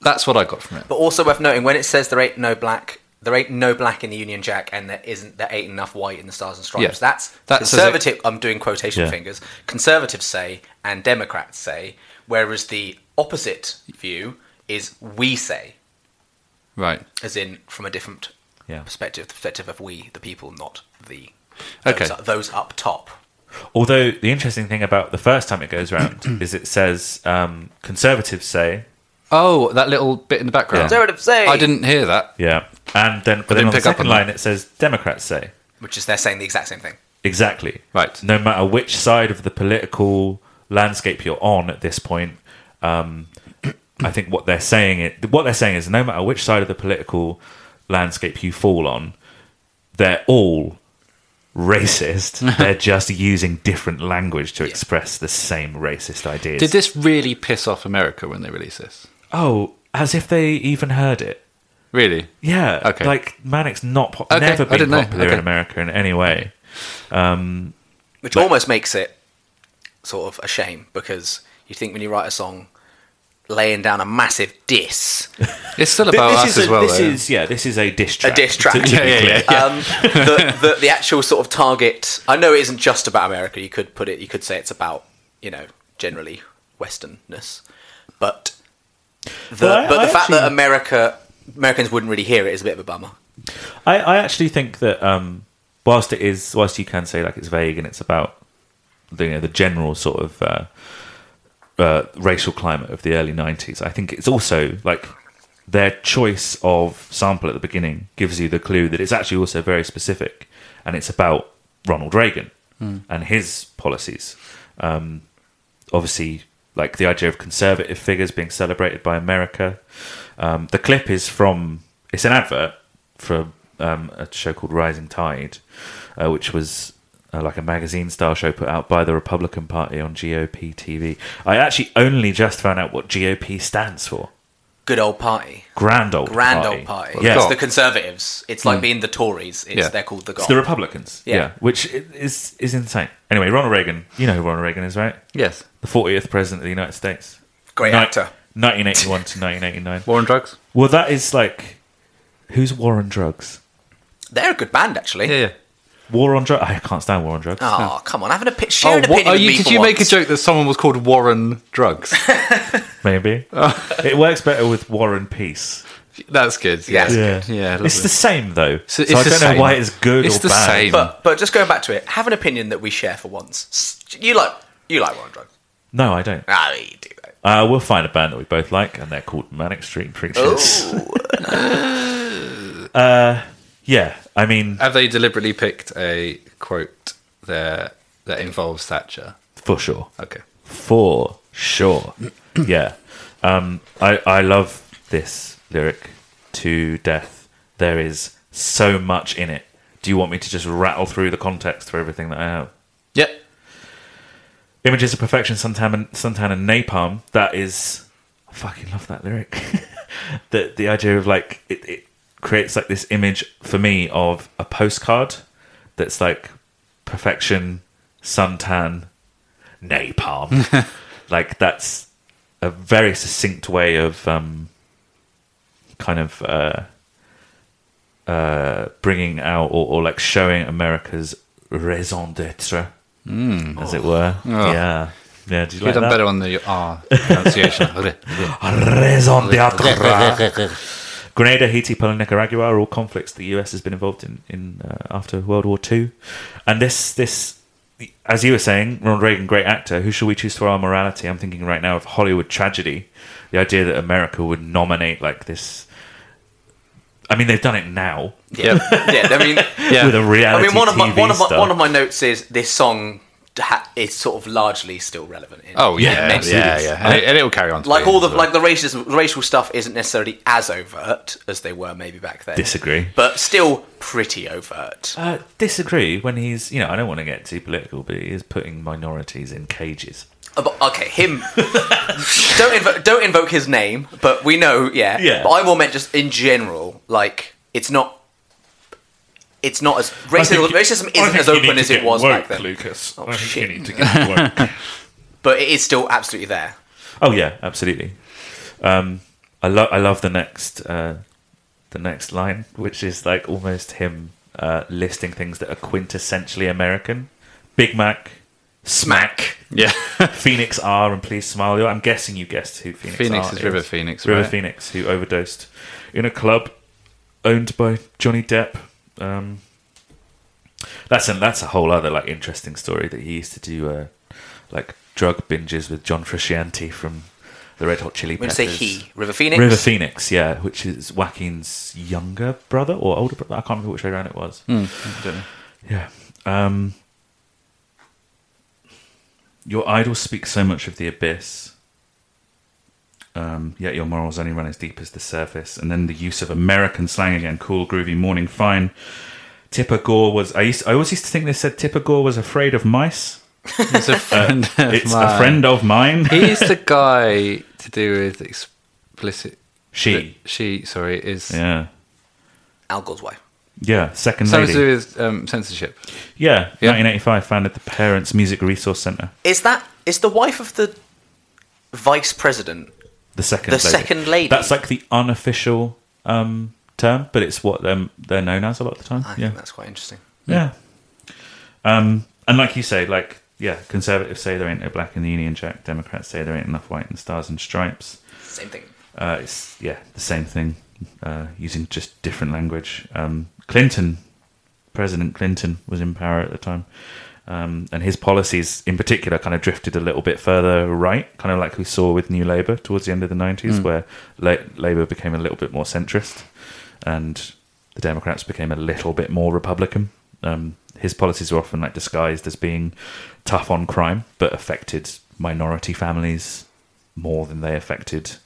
Speaker 2: That's what I got from it.
Speaker 3: But also worth noting when it says there ain't no black. There ain't no black in the Union Jack, and there isn't there ain't enough white in the Stars and Stripes.
Speaker 2: Yeah.
Speaker 3: That's,
Speaker 2: That says it-
Speaker 3: conservative. I'm doing quotation
Speaker 4: Yeah.
Speaker 3: fingers. Conservatives say and Democrats say, whereas the opposite view is we say,
Speaker 2: Right.
Speaker 3: as in from a different
Speaker 4: Yeah.
Speaker 3: perspective, the perspective of we, the people, not the
Speaker 2: Okay.
Speaker 3: those, those up top.
Speaker 4: Although the interesting thing about the first time it goes round is it says um, conservatives say
Speaker 2: Oh, that little bit in the background.
Speaker 4: Yeah.
Speaker 3: Conservatives say,
Speaker 2: I didn't hear that.
Speaker 4: yeah, and then but then
Speaker 2: didn't
Speaker 4: on the
Speaker 2: pick up
Speaker 4: second
Speaker 2: on that.
Speaker 4: line it says Democrats say
Speaker 3: which is they're saying the exact same thing.
Speaker 4: exactly
Speaker 2: Right.
Speaker 4: No matter which side of the political landscape you're on at this point, um, I think what they're saying it what they're saying is no matter which side of the political landscape you fall on, they're all racist. they're just using different language to express the same racist ideas.
Speaker 2: Did this really piss off America when they released this?
Speaker 4: Oh, as if they even heard it.
Speaker 2: Really?
Speaker 4: Yeah.
Speaker 2: Okay.
Speaker 4: Like Manic's not po-
Speaker 2: Okay,
Speaker 4: never
Speaker 2: I
Speaker 4: been
Speaker 2: didn't know.
Speaker 4: popular in
Speaker 2: Okay.
Speaker 4: America in any way.
Speaker 3: which almost makes it sort of a shame because you think when you write a song laying down a massive diss,
Speaker 2: It's still about us
Speaker 4: this is
Speaker 2: as well.
Speaker 4: This
Speaker 2: though.
Speaker 4: is yeah. This is a diss track.
Speaker 3: diss track.
Speaker 4: To, to
Speaker 2: yeah,
Speaker 4: be
Speaker 2: yeah,
Speaker 4: clear.
Speaker 2: yeah.
Speaker 3: um, the, the the actual sort of target. I know it isn't just about America. You could put it. You could say it's about you know generally Westernness, but the
Speaker 4: Well, I-
Speaker 3: but
Speaker 4: I
Speaker 3: the fact that
Speaker 4: actually-
Speaker 3: America Americans wouldn't really hear it is a bit of a bummer.
Speaker 4: I, I actually think that um, whilst it is, whilst you can say like it's vague and it's about the, you know, the general sort of uh, uh, racial climate of the early '90s, I think it's also like their choice of sample at the beginning gives you the clue that it's actually also very specific, and it's about Ronald Reagan and his policies. Um, obviously, like the idea of conservative figures being celebrated by America, um, the clip is from it's an advert for um, a show called Rising Tide, uh, which was uh, like a magazine style show put out by the Republican Party on GOP TV. I actually only just found out what GOP stands for.
Speaker 3: Good old party,
Speaker 4: Grand old
Speaker 3: grand
Speaker 4: party.
Speaker 3: old party.
Speaker 4: Yeah.
Speaker 3: It's the Conservatives. It's like being the Tories. It's
Speaker 2: Yeah.
Speaker 3: they're called the.
Speaker 4: It's
Speaker 3: Goth.
Speaker 4: the Republicans.
Speaker 3: Yeah.
Speaker 4: Yeah. which i which is is insane. Anyway, Ronald Reagan. You know who Ronald Reagan is, right?
Speaker 2: Yes.
Speaker 4: The 40th president of the United States.
Speaker 3: Great
Speaker 4: Ni-
Speaker 3: actor.
Speaker 4: 1981 to 1989.
Speaker 2: War on drugs.
Speaker 4: Well, that is like who's War on Drugs?
Speaker 3: They're a good band actually.
Speaker 2: Yeah. yeah.
Speaker 4: War on Drugs. I can't stand War on Drugs.
Speaker 2: Ah.
Speaker 3: Oh, come on, having a pit, share an
Speaker 2: what-
Speaker 3: opinion
Speaker 2: are
Speaker 3: with
Speaker 2: you,
Speaker 3: me
Speaker 2: did
Speaker 3: for
Speaker 2: you make a
Speaker 3: once.
Speaker 2: joke that someone was called Warren Drugs?
Speaker 4: Maybe it works better with War and Peace.
Speaker 2: That's good.
Speaker 3: Yeah.
Speaker 2: Yeah.
Speaker 4: Yeah,
Speaker 2: Yeah, lovely.
Speaker 4: it's the same though. So,
Speaker 2: So
Speaker 4: I
Speaker 2: it's the
Speaker 4: don't know
Speaker 2: same.
Speaker 4: why it's good
Speaker 2: It's
Speaker 4: or
Speaker 2: the
Speaker 4: bad.
Speaker 2: same.
Speaker 3: But but just going back to it, have an opinion that we share for once. S- You like you like Warren Drugs.
Speaker 4: No, I don't.
Speaker 3: Ah, you do that.
Speaker 4: Uh, we'll find a band that we both like, and they're called Manic Street Preachers.
Speaker 2: Oh.
Speaker 4: Uh, Yeah, I mean,
Speaker 2: Have they deliberately picked a quote there that involves Thatcher?
Speaker 4: for sure,
Speaker 2: Okay.
Speaker 4: for sure. yeah, um, I I love this lyric to death. There is so much in it. Do you want me to just rattle through the context for everything that I have?
Speaker 2: Yep.
Speaker 4: Images of Perfection, Suntan and, Suntan and Napalm. That is, I fucking love that lyric. the the idea of like it, it creates like this image for me of a postcard that's like perfection, suntan, napalm. like that's a very succinct way of um, kind of uh, uh, bringing out or, or like showing America's raison d'être, as it were. Yeah, yeah. Do
Speaker 2: You've
Speaker 4: you like
Speaker 2: Hmm. Oh. done
Speaker 4: that?
Speaker 2: better on the R pronunciation.
Speaker 4: raison d'être. Grenada, Haiti, Poland, Nicaragua are all conflicts the US has been involved in, in uh, after World War II. And this, this, as you were saying, Ronald Reagan, great actor, who shall we choose for our morality? I'm thinking right now of Hollywood tragedy. The idea that America would nominate like this. I mean, they've done it now
Speaker 2: yeah.
Speaker 3: yeah, I mean,
Speaker 2: Yeah.
Speaker 4: with a
Speaker 3: I
Speaker 4: reality
Speaker 3: mean, one of my
Speaker 4: TV
Speaker 3: one of my,
Speaker 4: star.
Speaker 3: one of my notes is this song ha- is sort of largely still relevant. In
Speaker 2: Oh yeah,
Speaker 3: in
Speaker 2: yeah,
Speaker 3: many
Speaker 2: yeah,
Speaker 3: senses.
Speaker 2: And, it, and it'll carry on. to
Speaker 3: Like
Speaker 2: be
Speaker 3: all the
Speaker 2: as well.
Speaker 3: like the racism, racial stuff isn't necessarily as overt as they were maybe back then.
Speaker 4: Disagree.
Speaker 3: but still pretty overt.
Speaker 4: Uh, disagree when he's, you know, I don't want to get too political, but he is putting minorities in cages.
Speaker 3: Uh, but- okay, him. don't invo- don't invoke his name, but we know, yeah.
Speaker 4: Yeah.
Speaker 3: But I more meant just in general, like it's not. It's not as racism. racism isn't as open as it was back then,
Speaker 4: Lucas.
Speaker 3: Oh, I think you shit. need
Speaker 4: to get woke.
Speaker 3: but it is still absolutely there.
Speaker 4: Oh yeah, absolutely. Um, I love I love the next uh, the next line, which is like almost him uh, listing things that are quintessentially American: Big Mac, Smack,
Speaker 2: yeah.
Speaker 4: Phoenix R, and Please Smile. I'm guessing you guessed who Phoenix.
Speaker 2: Phoenix
Speaker 4: R
Speaker 2: is River Phoenix,
Speaker 4: River
Speaker 2: right?
Speaker 4: Phoenix, who overdosed in a club owned by Johnny Depp. Um, that's a, that's a whole other like interesting story that he used to do uh, like drug binges with John Frusciante from the Red Hot Chili
Speaker 3: When you
Speaker 4: Peppers.
Speaker 3: say he, River Phoenix,
Speaker 4: River Phoenix, yeah, which is Joaquin's younger brother or older brother. I can't remember which way around it was.
Speaker 2: Hmm.
Speaker 4: Yeah. Um, your idol speaks so much of the abyss, um, yet your morals only run as deep as the surface. And then the use of American slang again cool, groovy, morning, fine. Tipper Gore was. I, used, I always used to think they said Tipper Gore was afraid of mice.
Speaker 2: It's Uh, a friend. of
Speaker 4: It's a
Speaker 2: mine.
Speaker 4: friend of mine.
Speaker 2: He's the guy to do with explicit.
Speaker 4: she.
Speaker 2: She, sorry, is
Speaker 4: Yeah.
Speaker 3: Al Gore's wife.
Speaker 4: Yeah. Second
Speaker 2: something to
Speaker 4: lady.
Speaker 2: do with um, censorship.
Speaker 4: Yeah,
Speaker 2: Yeah.
Speaker 4: 1985 founded the Parents Music Resource Centre.
Speaker 3: Is that is the wife of the vice president?
Speaker 4: The second
Speaker 3: The
Speaker 4: lady.
Speaker 3: second lady.
Speaker 4: That's like the unofficial um, term, but it's what um, they're known as a lot of the time.
Speaker 3: I
Speaker 4: yeah,
Speaker 3: think that's quite interesting.
Speaker 4: yeah. Um, and like you say, like yeah, conservatives say there ain't no black in the Union Jack. Democrats say there ain't enough white in stars and stripes.
Speaker 3: Same thing.
Speaker 4: Uh, it's yeah, the same thing, uh, using just different language. Um, Clinton, President Clinton, was in power at the time, um, and his policies, in particular, kind of drifted a little bit further right, kind of like we saw with New Labour towards the end of the nineties, where La- Labour became a little bit more centrist, and the Democrats became a little bit more Republican. Um, his policies were often like disguised as being tough on crime, but affected minority families more than they affected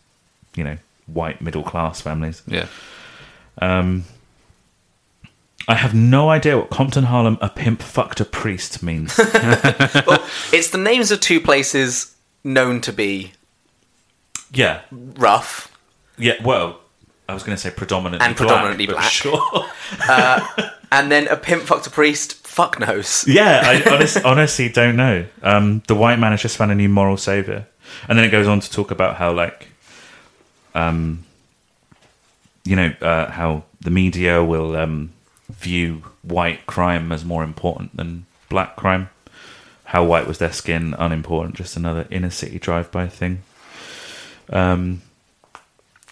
Speaker 4: you know white middle class families.
Speaker 2: Yeah.
Speaker 4: I have no idea what Compton Harlem a pimp fucked a priest means.
Speaker 3: well, it's the names of two places known to be
Speaker 4: yeah,
Speaker 3: rough.
Speaker 4: yeah. Well, I was going to say predominantly
Speaker 3: And predominantly
Speaker 4: but
Speaker 3: black.
Speaker 4: Sure.
Speaker 3: And then a pimp fucked a priest. Fuck knows.
Speaker 4: yeah, I honest, honestly don't know. Um, the white man has just found a new moral savior, and then it goes on to talk about how like, um, you know, uh, how the media will um, view white crime as more important than black crime. How white was their skin? Unimportant. Just another inner city drive-by thing.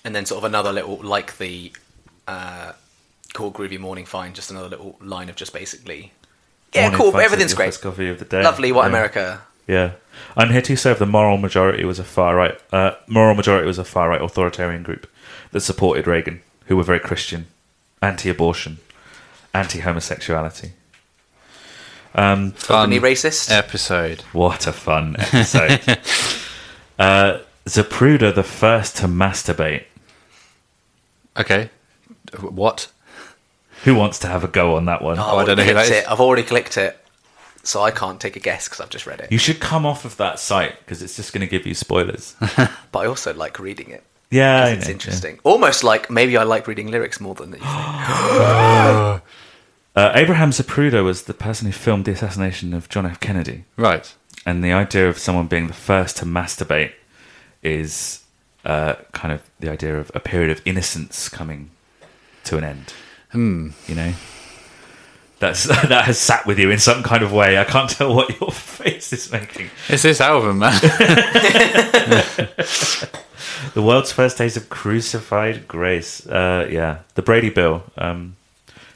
Speaker 3: And then sort of another little, like the uh, cool groovy morning fine. Just another little line of just basically, yeah,
Speaker 4: Morning
Speaker 3: cool.
Speaker 4: fights
Speaker 3: everything's
Speaker 4: at the
Speaker 3: great.
Speaker 4: office coffee of the day.
Speaker 3: Lovely. What
Speaker 4: Yeah.
Speaker 3: America?
Speaker 4: Yeah, I'm here to serve the moral majority was a far right. Uh, moral majority was a far right authoritarian group that supported Reagan, who were very Christian, anti-abortion, anti-homosexuality. Um,
Speaker 2: Fun
Speaker 3: Any racist?
Speaker 2: episode.
Speaker 4: What a fun episode! uh, Zapruder, the first to masturbate.
Speaker 2: Okay. What?
Speaker 4: Who wants to have a go on that one?
Speaker 3: I've
Speaker 2: I don't
Speaker 3: already
Speaker 2: know who that
Speaker 3: clicked
Speaker 2: is.
Speaker 3: It. I've already clicked it, so I can't take a guess because I've just read it.
Speaker 4: You should come off of that site because it's just going to give you spoilers.
Speaker 3: But I also like reading it.
Speaker 4: Yeah, I
Speaker 3: It's
Speaker 4: know,
Speaker 3: interesting. Almost like maybe I like reading lyrics more than you think.
Speaker 4: yeah. Uh, Abraham Zapruder was the person who filmed the assassination of John F. Kennedy,
Speaker 2: Right.
Speaker 4: and the idea of someone being the first to masturbate is uh, kind of the idea of a period of innocence coming to an end. You know, that's that has sat with you in some kind of way. I can't tell what your face is making.
Speaker 2: It's this album, man.
Speaker 4: The world's first days of crucified grace. Uh, yeah, the Brady Bill um,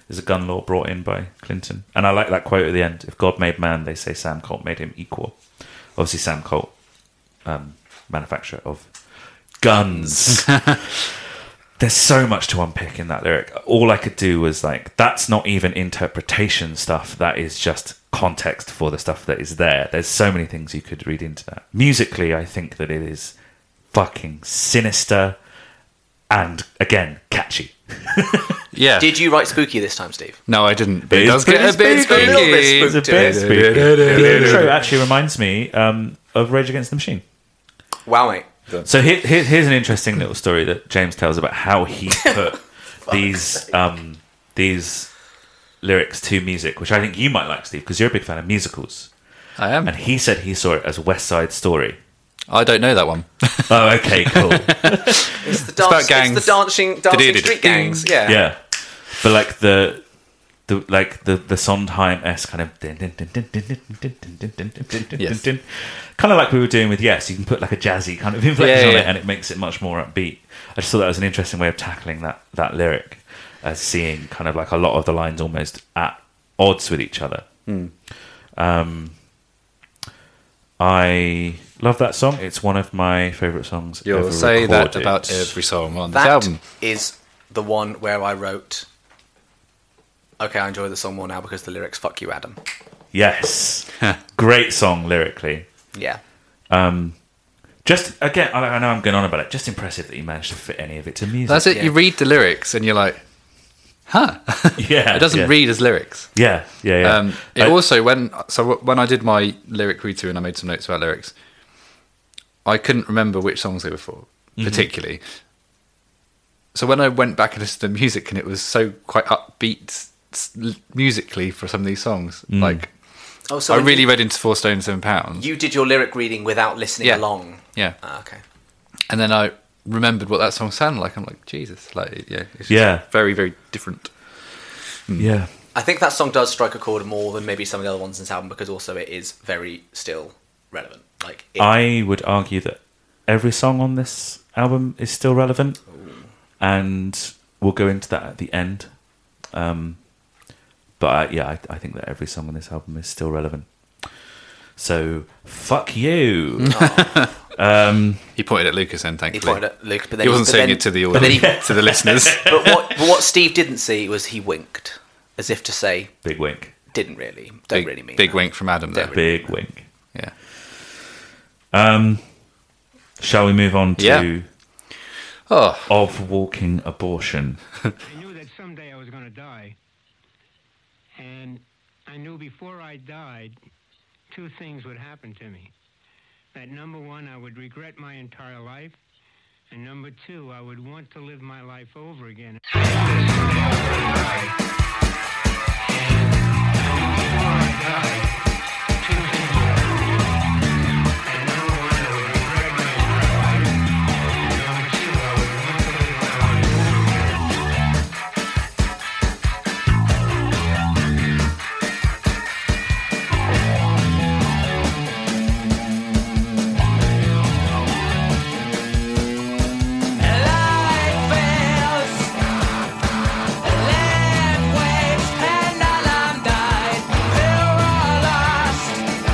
Speaker 4: is a gun law brought in by Clinton, and I like that quote at the end. If God made man, they say Sam Colt made him equal. Obviously, Sam Colt, um, manufacturer of guns. There's so much to unpick in that lyric. All I could do was like, that's not even interpretation stuff. That is just context for the stuff that is there. There's so many things you could read into that. Musically, I think that it is fucking sinister and again catchy.
Speaker 2: yeah.
Speaker 3: Did you write spooky this time, Steve?
Speaker 2: no, I didn't. But it does
Speaker 4: It's
Speaker 2: get a
Speaker 4: pretty
Speaker 2: bit spooky.
Speaker 3: spooky. A little bit
Speaker 4: It's a
Speaker 3: spooky.
Speaker 4: bit spooky. The intro actually reminds me um, of Rage Against the Machine.
Speaker 3: Wow, mate.
Speaker 4: So here, here- here's an interesting little story that James tells about how he put these um, these lyrics to music, which I think you might like, Steve, because you're a big fan of musicals.
Speaker 2: I am.
Speaker 4: And he said he saw it as West Side Story.
Speaker 2: I don't know that one.
Speaker 4: Oh, okay, cool.
Speaker 3: It's the, dance,
Speaker 2: about
Speaker 3: it's
Speaker 2: gangs.
Speaker 3: the dancing, dancing
Speaker 2: Da-da-da-da.
Speaker 3: street gangs. Yeah.
Speaker 4: yeah. But like the the like the the Sondheim s kind of
Speaker 2: Yes.
Speaker 4: kind of like we were doing with yes, you can put like a jazzy kind of inflection
Speaker 2: Yeah, yeah,
Speaker 4: on it,
Speaker 2: yeah.
Speaker 4: and it makes it much more upbeat. I just thought that was an interesting way of tackling that that lyric, as seeing kind of like a lot of the lines almost at odds with each other.
Speaker 2: Hmm.
Speaker 4: Um, I love that song. It's one of my favorite songs.
Speaker 2: You'll
Speaker 4: ever
Speaker 2: say that
Speaker 4: recorded.
Speaker 2: about every song on this
Speaker 3: That is
Speaker 2: album.
Speaker 3: the one where I wrote. Okay, I enjoy the song more now because the lyrics "fuck you, Adam."
Speaker 4: Yes, great song lyrically.
Speaker 3: Yeah,
Speaker 4: Just again, I, I know I'm going on about it. Just impressive that you managed to fit any of it to music.
Speaker 2: That's it.
Speaker 3: Yeah.
Speaker 2: You read the lyrics and you're like, huh.
Speaker 4: Yeah,
Speaker 2: it doesn't
Speaker 4: yeah.
Speaker 2: read as lyrics.
Speaker 4: Yeah, yeah, yeah.
Speaker 2: Um, it
Speaker 4: I-
Speaker 2: also when so when I did my lyric read through and I made some notes about lyrics, I couldn't remember which songs they were for
Speaker 4: Mm-hmm.
Speaker 2: particularly. So when I went back and listened to the music, and it was so quite upbeat s- s- l- musically for some of these songs,
Speaker 4: Mm.
Speaker 2: like
Speaker 3: Oh, so
Speaker 2: I
Speaker 3: when
Speaker 2: really
Speaker 3: you,
Speaker 2: read into Four Stone Seven Pounds.
Speaker 3: you did your lyric reading without listening
Speaker 2: Yeah.
Speaker 3: along.
Speaker 2: yeah,
Speaker 3: Ah, okay.
Speaker 2: and then I remembered what that song sounded like. I'm like Jesus, like yeah, it's just
Speaker 4: Yeah.
Speaker 2: very very different.
Speaker 4: yeah,
Speaker 3: I think that song does strike a chord more than maybe some of the other ones in this album because also it is very still relevant. Like it,
Speaker 4: I would argue that every song on this album is still relevant, and we'll go into that at the end. Um, but uh, yeah, I, I think that every song on this album is still relevant. So fuck you.
Speaker 2: He pointed at Lucas, and thankfully
Speaker 3: he pointed at Luke, but then
Speaker 2: he wasn't
Speaker 3: but
Speaker 2: saying
Speaker 3: then-
Speaker 2: it to the
Speaker 3: But, then he,
Speaker 2: audience, to the listeners.
Speaker 3: but what but what Steve didn't see was he winked, as if to say,
Speaker 4: Big wink.
Speaker 3: "Didn't really, don't
Speaker 2: big,
Speaker 3: really mean."
Speaker 2: big
Speaker 3: that.
Speaker 2: wink from Adam there.
Speaker 3: Don't
Speaker 4: Big wink. Um,
Speaker 2: Yeah.
Speaker 4: Shall we move on to
Speaker 2: Yeah. Oh,
Speaker 4: of walking abortion?
Speaker 8: I knew that someday I was going to die. And I knew before I died, two things would happen to me. That number one, I would regret my entire life. And number two, I would want to live my life over again.
Speaker 6: Land waves and all I'm dying. They're all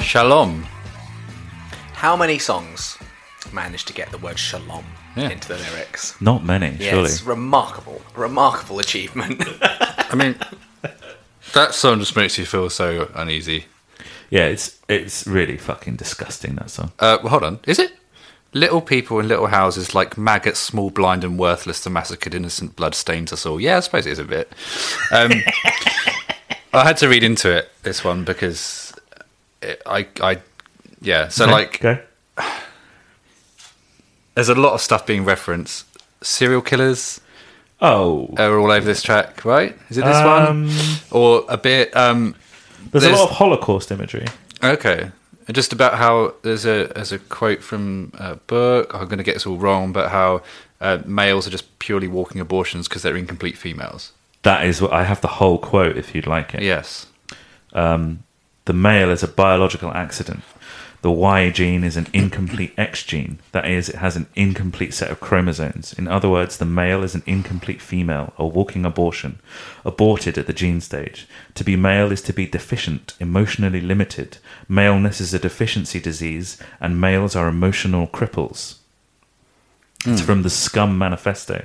Speaker 2: Shalom.
Speaker 3: How many songs managed to get the word shalom
Speaker 2: Yeah.
Speaker 3: into the lyrics?
Speaker 4: Not many,
Speaker 3: Yeah,
Speaker 4: surely.
Speaker 3: it's remarkable, remarkable achievement.
Speaker 2: I mean, that song just makes you feel so uneasy.
Speaker 4: Yeah, it's it's really fucking disgusting that song.
Speaker 2: Uh, well, hold on. Is it? Little people in little houses, like maggots, small, blind, and worthless, the massacred innocent blood stains us all. Yeah, I suppose it is a bit. Um, I had to read into it this one because it, I, I, yeah. So like,
Speaker 4: okay.
Speaker 2: there's a lot of stuff being referenced. Serial killers
Speaker 4: Oh,
Speaker 2: are all over this track, right? Is it this
Speaker 4: Um,
Speaker 2: one or a bit? Um,
Speaker 4: there's, a
Speaker 2: there's-
Speaker 4: lot of Holocaust imagery.
Speaker 2: Okay. And Just about how there's a there's a quote from a book. I'm going to get this all wrong, but how uh, males are just purely walking abortions because they're incomplete females.
Speaker 4: That is what I have the whole quote if you'd like it.
Speaker 2: Yes.
Speaker 4: The male is a biological accident. The Y gene is an incomplete X gene. That is, it has an incomplete set of chromosomes. In other words, the male is an incomplete female, a walking abortion, aborted at the gene stage. To be male is to be deficient, emotionally limited. Maleness is a deficiency disease, and males are emotional cripples.
Speaker 2: Hmm.
Speaker 4: It's from the Scum Manifesto.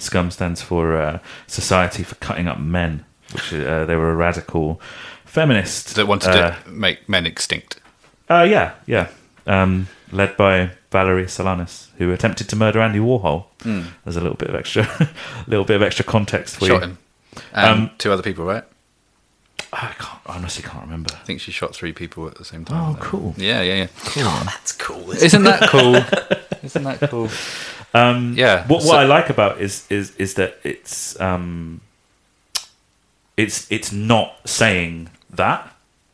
Speaker 4: Scum stands for uh, Society for Cutting Up Men, which uh, they were a radical feminist
Speaker 2: That wanted
Speaker 4: uh,
Speaker 2: to make men extinct.
Speaker 4: uh, yeah, yeah. Um, led by Valerie Solanas, who attempted to murder Andy Warhol.
Speaker 2: Hmm.
Speaker 4: There's a little bit of extra, little bit of extra context for you.
Speaker 2: Shot him. And
Speaker 4: um,
Speaker 2: two other people, right?
Speaker 4: I can't, I honestly can't remember.
Speaker 2: I think she shot three people at the same time.
Speaker 4: Oh, cool.
Speaker 2: Yeah, yeah, yeah.
Speaker 3: That's cool. Isn't
Speaker 2: Isn't that cool? Isn't that cool? Um, yeah.
Speaker 4: What, what
Speaker 2: so-
Speaker 4: I like about is is is that it's um, it's it's not saying that.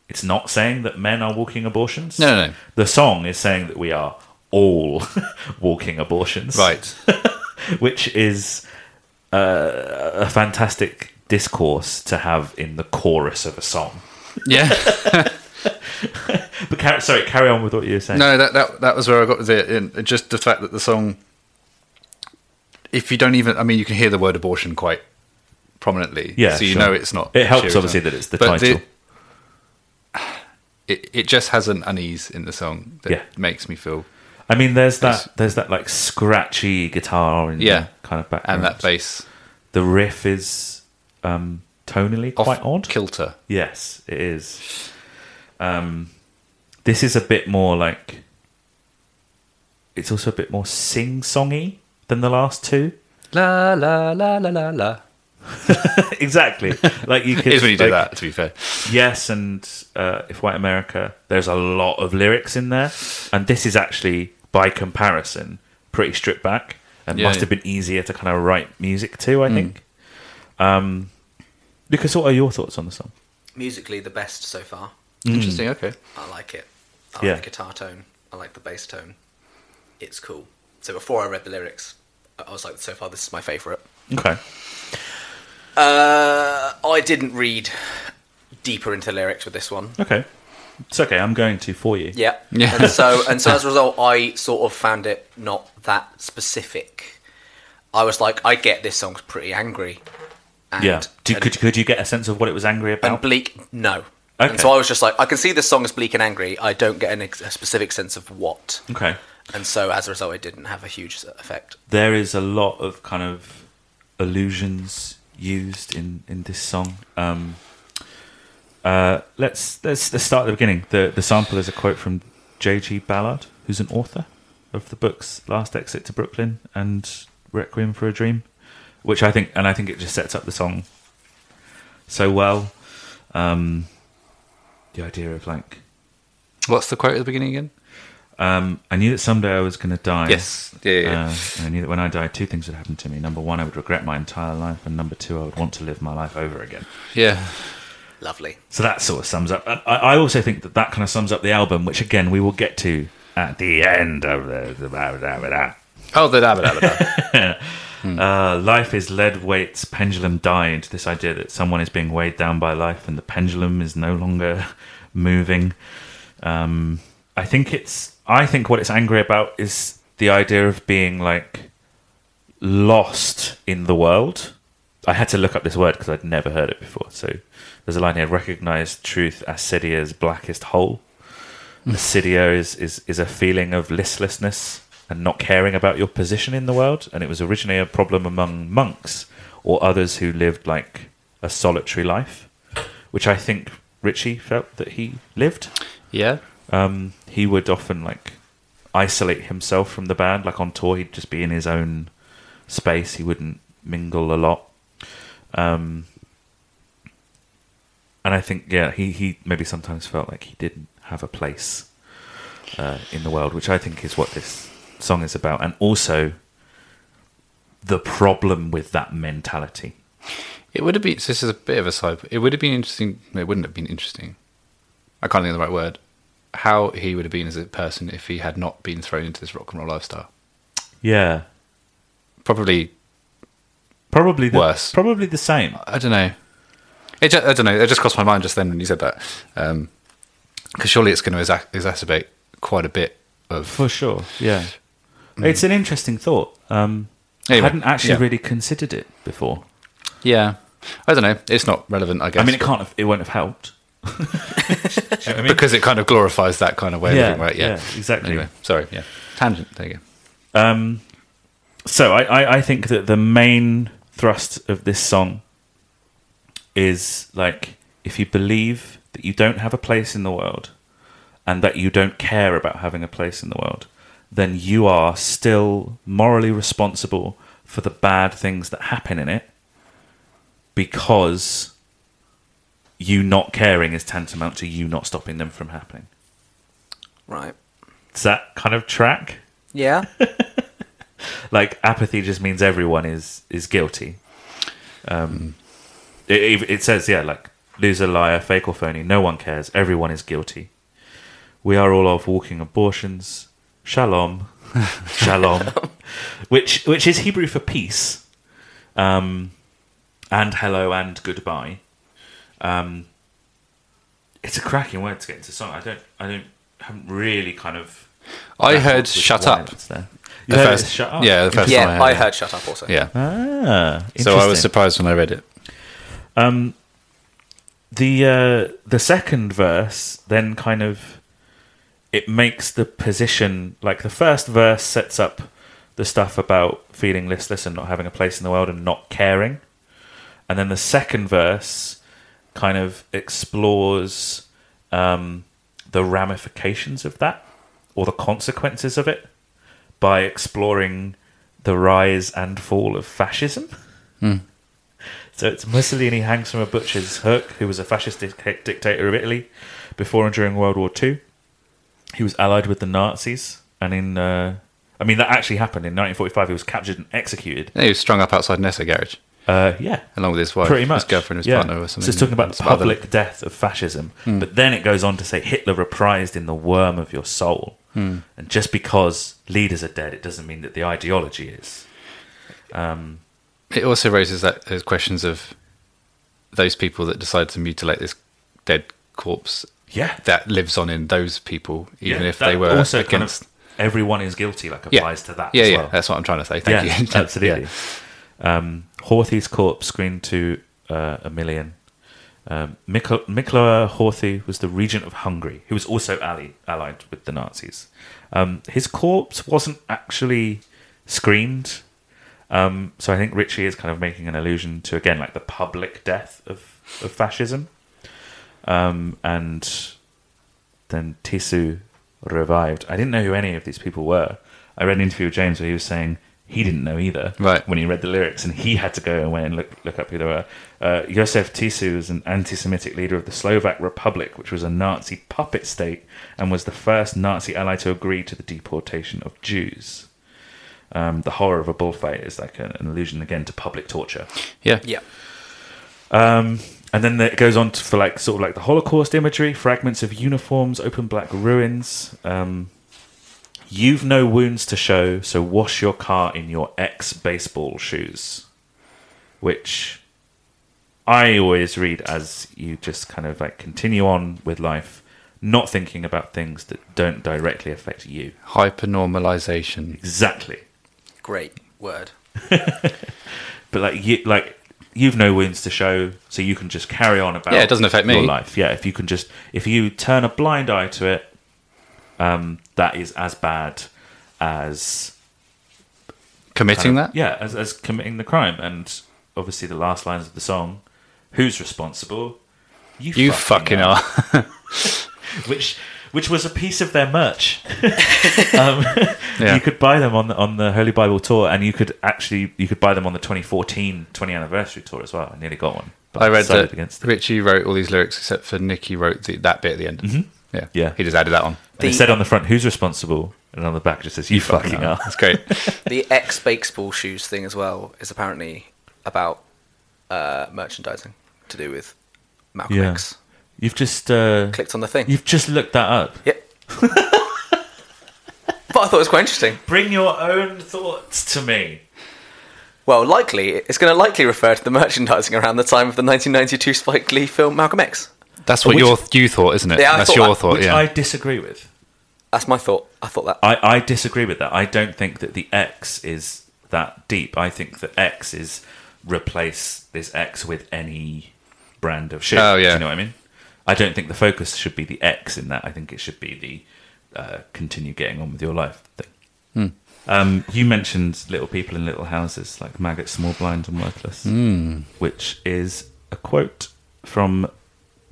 Speaker 4: It's not saying that men are walking abortions.
Speaker 2: No, no, no.
Speaker 4: The song is saying that we are all walking abortions.
Speaker 2: right.
Speaker 4: which is uh, a fantastic discourse to have in the chorus of a song.
Speaker 2: Yeah.
Speaker 4: But car- sorry, carry on with what you were saying.
Speaker 2: No, that that that was where I got the in, just the fact that the song. If you don't even, I mean, you can hear the word abortion quite prominently.
Speaker 4: Yeah,
Speaker 2: so you
Speaker 4: sure.
Speaker 2: know it's not.
Speaker 4: It helps,
Speaker 2: serious,
Speaker 4: obviously,
Speaker 2: not-
Speaker 4: that it's the
Speaker 2: but
Speaker 4: title.
Speaker 2: it it just has an unease in the song that
Speaker 4: Yeah.
Speaker 2: makes me feel,
Speaker 4: I mean, there's that
Speaker 2: Yes.
Speaker 4: there's that like scratchy guitar and
Speaker 2: Yeah.
Speaker 4: kind of
Speaker 2: and
Speaker 4: background.
Speaker 2: that bass
Speaker 4: the riff is um, tonally
Speaker 2: off
Speaker 4: quite odd.
Speaker 2: kilter.
Speaker 4: Yes, it is. Um, this is a bit more like. It's also a bit more sing-songy than the last two.
Speaker 2: La la la la la la.
Speaker 4: exactly, like you could.
Speaker 2: It is when you do
Speaker 4: like, Hmm.
Speaker 2: that. To be fair,
Speaker 4: Yes, and uh, if White America, there's a lot of lyrics in there, and this is actually, by comparison, pretty stripped back, and
Speaker 2: Yeah, yeah.
Speaker 4: must
Speaker 2: Mm.
Speaker 4: have been easier to kind of write music to. I think. Um, Lucas, what are your thoughts on the song?
Speaker 3: Musically, the best so far.
Speaker 2: interesting. Okay,
Speaker 3: I like it. I like
Speaker 4: Yeah.
Speaker 3: the guitar tone. I like the bass tone. It's cool. So before I read the lyrics, I I was like, so far this is my favourite.
Speaker 4: Okay,
Speaker 3: Uh, I didn't read deeper into the lyrics with this one.
Speaker 4: okay, it's okay. I'm going to for you.
Speaker 3: Yeah.
Speaker 2: Yeah.
Speaker 3: And so and so as a result, I sort of found it not that specific. I was like, I get this song's pretty angry. And,
Speaker 4: yeah. Do,
Speaker 3: and-
Speaker 4: could could you get a sense of what it was angry
Speaker 3: and
Speaker 4: about?
Speaker 3: bleak, no. And
Speaker 4: Okay.
Speaker 3: so I was just like, I can see this song is bleak and angry. I don't get an ex- a specific sense of what.
Speaker 4: okay,
Speaker 3: And so as a result, it didn't have a huge effect.
Speaker 4: there is a lot of kind of illusions used in in this song. Um, uh, let's let's let's start at the beginning. the The sample is a quote from J.G. Ballard, who's an author of the books "Last Exit to Brooklyn" and "Requiem for a Dream," which I think and I think it just sets up the song so well. Um, the idea of like,
Speaker 2: what's the quote at the beginning again?
Speaker 4: um, I knew that someday I was going to die.
Speaker 2: Yes, yeah, yeah, yeah.
Speaker 4: Uh, and I knew that when I died, two things would happen to me. Number one, I would regret my entire life, and number two, I would want to live my life over again.
Speaker 2: yeah.
Speaker 3: Lovely.
Speaker 4: So that sort of sums up. and I, I also think that that kind of sums up the album, which again we will get to at the end of the. the blah, blah, blah, blah.
Speaker 2: Oh, the da ba da ba da.
Speaker 4: Uh, life is lead weights, pendulum died. This idea that someone is being weighed down by life and the pendulum is no longer moving. Um, I think it's. I think what it's angry about is the idea of being like lost in the world. I had to look up this word because I'd never heard it before. So there's a line here: recognize truth as Sidious blackest hole. Assidia is, is, is a feeling of listlessness and not caring about your position in the world. And it was originally a problem among monks or others who lived like a solitary life, which I think Ritchie felt that he lived
Speaker 2: Yeah.
Speaker 4: um, he would often like isolate himself from the band. Like on tour, he'd just be in his own space. He wouldn't mingle a lot. Um, and I think, yeah, he, he maybe sometimes felt like he didn't have a place uh, in the world, which I think is what this song is about. And also the problem with that mentality.
Speaker 2: It would have been. So this is a bit of a side. It would have been interesting. no, It wouldn't have been interesting. I can't think of the right word. How he would have been as a person if he had not been thrown into this rock and roll lifestyle.
Speaker 4: Yeah.
Speaker 2: Probably.
Speaker 4: Probably the,
Speaker 2: Worse.
Speaker 4: Probably the same.
Speaker 2: I don't know. It. Just, I don't know. It just crossed my mind just then when you said that. Because surely it's going to exac- exacerbate quite a bit of.
Speaker 4: For sure, yeah. It's an interesting thought. Um,
Speaker 2: Anyway,
Speaker 4: I hadn't actually
Speaker 2: yeah.
Speaker 4: really considered it before.
Speaker 2: Yeah. I don't know. It's not relevant. I guess.
Speaker 4: I mean, it can't. Have, it won't have helped.
Speaker 2: because it kind of glorifies that kind of way
Speaker 4: Yeah,
Speaker 2: of living, right? Yeah,
Speaker 4: yeah, exactly.
Speaker 2: Anyway, sorry. Yeah, tangent. There you go.
Speaker 4: So I, I, I think that the main thrust of this song is like if you believe that you don't have a place in the world and that you don't care about having a place in the world, then you are still morally responsible for the bad things that happen in it because you not caring is tantamount to you not stopping them from happening.
Speaker 3: Right.
Speaker 4: Does that kind of track?
Speaker 3: Yeah.
Speaker 4: like apathy just means everyone is is guilty. Um, it- it, it says yeah, like loser, liar, fake or phony. No one cares. Everyone is guilty. We are all of walking abortions. Shalom, shalom, which which is Hebrew for peace, um, and hello and goodbye. Um, it's a cracking word to get into song. I don't, I don't, haven't really kind of.
Speaker 2: I
Speaker 4: grappled
Speaker 2: heard
Speaker 4: with
Speaker 2: "Shut
Speaker 4: why
Speaker 2: Up."
Speaker 4: it's there. You
Speaker 2: The
Speaker 4: heard
Speaker 2: first-
Speaker 4: it's shut up.
Speaker 2: Yeah, the first
Speaker 3: yeah,
Speaker 2: time
Speaker 3: I heard Shut Up also.
Speaker 2: it. Yeah,
Speaker 4: Ah,
Speaker 2: so I was
Speaker 4: interesting.
Speaker 2: surprised when I read it.
Speaker 4: um, the uh, the second verse then kind of it makes the position like the first verse sets up the stuff about feeling listless and not having a place in the world and not caring, and then the second verse kind of explores um, the ramifications of that or the consequences of it by exploring the rise and fall of fascism. So it's Mussolini hangs from a butcher's hook, who was a fascist dic- dictator of Italy before and during World War II. He was allied with the Nazis, and in uh, I mean that actually happened in 1945. He was captured and executed.
Speaker 2: Yeah, he was strung up outside Nessa garage
Speaker 4: Uh, yeah,
Speaker 2: along with his wife,
Speaker 4: pretty much
Speaker 2: his girlfriend, his
Speaker 4: Yeah.
Speaker 2: partner, or something.
Speaker 4: So it's talking about
Speaker 2: And
Speaker 4: the
Speaker 2: some other-
Speaker 4: public death of fascism,
Speaker 2: Hmm.
Speaker 4: but then it goes on to say Hitler reprised in the worm of your soul,
Speaker 2: Hmm.
Speaker 4: and just because leaders are dead, it doesn't mean that the ideology is.
Speaker 2: It also raises that those questions of those people that decide to mutilate this dead corpse
Speaker 4: Yeah,
Speaker 2: that lives on in those people, even
Speaker 4: Yeah,
Speaker 2: if
Speaker 4: that
Speaker 2: they were
Speaker 4: also
Speaker 2: against.
Speaker 4: kind of everyone is guilty, like
Speaker 2: yeah,
Speaker 4: applies to that.
Speaker 2: Yeah,
Speaker 4: as
Speaker 2: yeah,
Speaker 4: well.
Speaker 2: that's what I'm trying to say. Thank
Speaker 4: yeah,
Speaker 2: you.
Speaker 4: absolutely.
Speaker 2: Yeah.
Speaker 4: Um, Horthy's corpse screened to uh, a million. Um, Mikl- Mikla Horthy was the regent of Hungary, who was also ally- allied with the Nazis. Um, his corpse wasn't actually screened, um, so I think Ritchie is kind of making an allusion to again, like the public death of of fascism, um, and then Tisu revived. I didn't know who any of these people were. I read an interview with James where he was saying he didn't know either
Speaker 2: Right.
Speaker 4: when he read the lyrics, and he had to go away and look, look up who they were. Uh, Josef Tisu was an anti Semitic leader of the Slovak Republic, which was a Nazi puppet state and was the first Nazi ally to agree to the deportation of Jews. Um, the horror of a bullfight is like an, an allusion again to public torture.
Speaker 2: Yeah.
Speaker 3: Yeah.
Speaker 4: Um, and then it goes on to, for like sort of like the Holocaust imagery, fragments of uniforms, open black ruins. Um, You've no wounds to show, so wash your car in your ex baseball shoes, which I always read as you just kind of like continue on with life, not thinking about things that don't directly affect you.
Speaker 2: Hypernormalization.
Speaker 4: Exactly.
Speaker 3: Great word.
Speaker 4: but like you like you've no wounds to show so you can just carry on about
Speaker 2: Yeah, it doesn't affect me.
Speaker 4: your life yeah if you can just if you turn a blind eye to it um, that is as bad as
Speaker 2: Committing that?
Speaker 4: yeah, as, as committing the crime. And obviously, the last lines of the song, "Who's responsible?
Speaker 2: You fucking
Speaker 4: are."
Speaker 2: are.
Speaker 4: which which was a piece of their merch. um,
Speaker 2: Yeah.
Speaker 4: You could buy them on the, on the Holy Bible tour, and you could actually you could buy them on the 2014 20 anniversary tour as well. I nearly got one, but
Speaker 2: I read
Speaker 4: decided
Speaker 2: that
Speaker 4: against it.
Speaker 2: Richie wrote all these lyrics except for Nicky wrote the, that bit at the end. Mm-hmm. Yeah.
Speaker 4: Yeah.
Speaker 2: He just added that on.
Speaker 4: And it
Speaker 3: The-
Speaker 4: said on the front, "Who's responsible?" and on the back it just says, "You fucking are."
Speaker 2: That's great.
Speaker 3: The ex bakes ball shoes thing as well is apparently about uh, merchandising to do with Malcolm
Speaker 4: Yeah.
Speaker 3: X.
Speaker 4: You've just uh,
Speaker 3: Clicked on the thing.
Speaker 4: you've just looked that up.
Speaker 3: Yep. but I thought it was quite interesting.
Speaker 4: Bring your own thoughts to me.
Speaker 3: Well, likely it's going to likely refer to the merchandising around the time of the 1992 Spike Lee film Malcolm X.
Speaker 2: That's what
Speaker 4: Which-
Speaker 2: your you thought, isn't it?
Speaker 3: Yeah, I
Speaker 2: That's
Speaker 3: thought
Speaker 2: your
Speaker 3: that,
Speaker 2: thought.
Speaker 4: which
Speaker 2: Yeah.
Speaker 4: I disagree with.
Speaker 3: That's my thought. I thought that.
Speaker 4: I, I disagree with that. I don't think that the X is that deep. I think that X is replace this X with any brand of shit.
Speaker 2: Oh,
Speaker 4: Do
Speaker 2: yeah.
Speaker 4: you know what I mean? I don't think the focus should be the X in that. I think it should be the uh, continue getting on with your life thing. Um, you mentioned little people in little houses, like maggots, small blind, and worthless, which is a quote from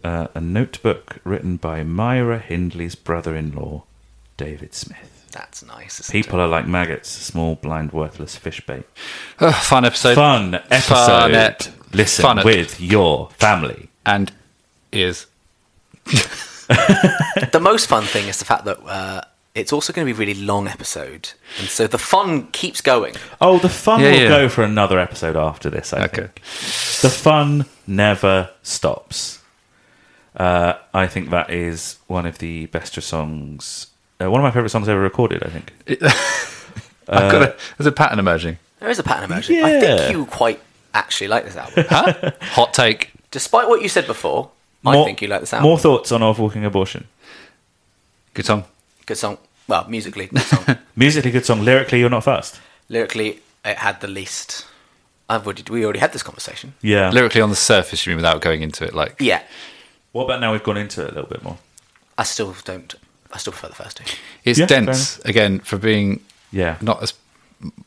Speaker 4: uh, a notebook written by Myra Hindley's brother-in-law, David Smith.
Speaker 3: That's nice. isn't
Speaker 4: People are like maggots, small, blind, worthless fish bait.
Speaker 2: Ugh, fun episode.
Speaker 4: Fun episode.
Speaker 2: Fun it.
Speaker 4: Listen
Speaker 2: Fun it.
Speaker 4: with your family.
Speaker 2: And is
Speaker 3: it? The most fun thing is the fact that uh, it's also going to be a really long episode, and so the fun keeps going.
Speaker 4: Oh, the fun
Speaker 2: Yeah,
Speaker 4: will
Speaker 2: yeah.
Speaker 4: go for another episode after this. I
Speaker 2: Okay.
Speaker 4: think the fun never stops. Uh, I think that is one of the best songs. Uh, one of my favorite songs ever recorded. I think. Uh,
Speaker 2: I've got a, there's a pattern emerging.
Speaker 3: There is a pattern emerging. I
Speaker 4: Yeah.
Speaker 3: think you quite actually like this album,
Speaker 2: Huh? Hot take.
Speaker 3: despite what you said before. I think you like this album.
Speaker 4: More thoughts on "Of Walking Abortion."
Speaker 2: Good song.
Speaker 3: Good song. Well, musically, good song.
Speaker 4: Musically, good song. Lyrically, you're not fast.
Speaker 3: Lyrically, it had the least. I've already, we already had this conversation.
Speaker 4: Yeah.
Speaker 2: Lyrically on the surface, you mean, without going into it. Like,
Speaker 3: Yeah,
Speaker 4: what about now? We've gone into it a little bit more.
Speaker 3: I still don't. I still prefer the first two.
Speaker 2: it's
Speaker 4: Yeah, fair
Speaker 2: dense again for being
Speaker 4: Yeah.
Speaker 2: not as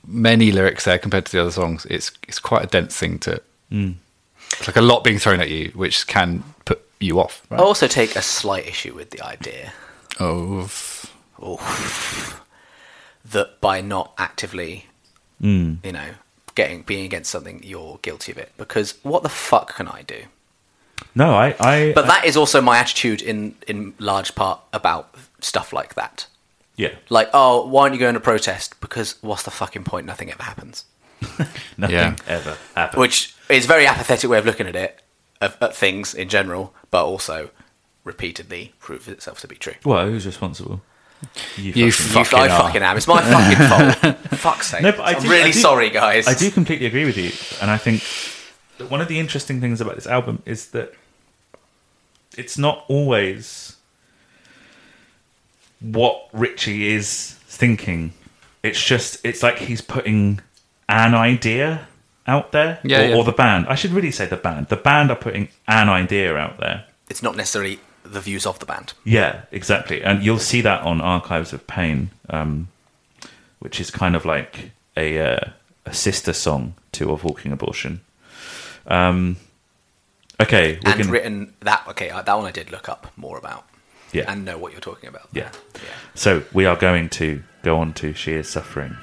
Speaker 2: many lyrics there compared to the other songs. It's it's quite a dense thing to.
Speaker 4: Mm.
Speaker 2: It's like a lot being thrown at you, which can put you off.
Speaker 3: I also take a slight issue with the idea
Speaker 4: Oh.
Speaker 2: Of
Speaker 3: that by not actively, you know, getting being against something, you're guilty of it. Because what the fuck can I do?
Speaker 4: No, I. I
Speaker 3: But that is also my attitude in in large part about stuff like that.
Speaker 4: yeah.
Speaker 3: Like, oh, why aren't you going to protest? Because what's the fucking point? Nothing ever happens.
Speaker 4: Nothing
Speaker 2: Yeah.
Speaker 4: ever happened.
Speaker 3: Which is a very apathetic way of looking at it, of, at things in general, but also repeatedly proves itself to be true.
Speaker 4: well, who's responsible? You.
Speaker 2: you
Speaker 4: fucking-
Speaker 2: fucking
Speaker 3: I
Speaker 2: are.
Speaker 3: fucking am. It's my fucking fault. Fuck's sake.
Speaker 4: No, but I
Speaker 3: I am
Speaker 4: do-
Speaker 3: really
Speaker 4: I do-
Speaker 3: sorry, guys.
Speaker 4: I do completely agree with you, and I think that one of the interesting things about this album is that it's not always what Richie is thinking. It's just it's like he's putting an idea out there,
Speaker 2: Yeah,
Speaker 4: or,
Speaker 2: yeah.
Speaker 4: or the band. I should really say the band. The band are putting an idea out there.
Speaker 3: It's not necessarily the views of the band.
Speaker 4: Yeah, exactly. And you'll see that on Archives of Pain, um, which is kind of like a, uh, a sister song to Of Walking Abortion. Um, okay, we're
Speaker 3: and
Speaker 4: gonna-
Speaker 3: written that, okay, I- that one I did look up more about
Speaker 4: Yeah.
Speaker 3: and know what you're talking about.
Speaker 4: Yeah. So we are going to go on to She is Suffering.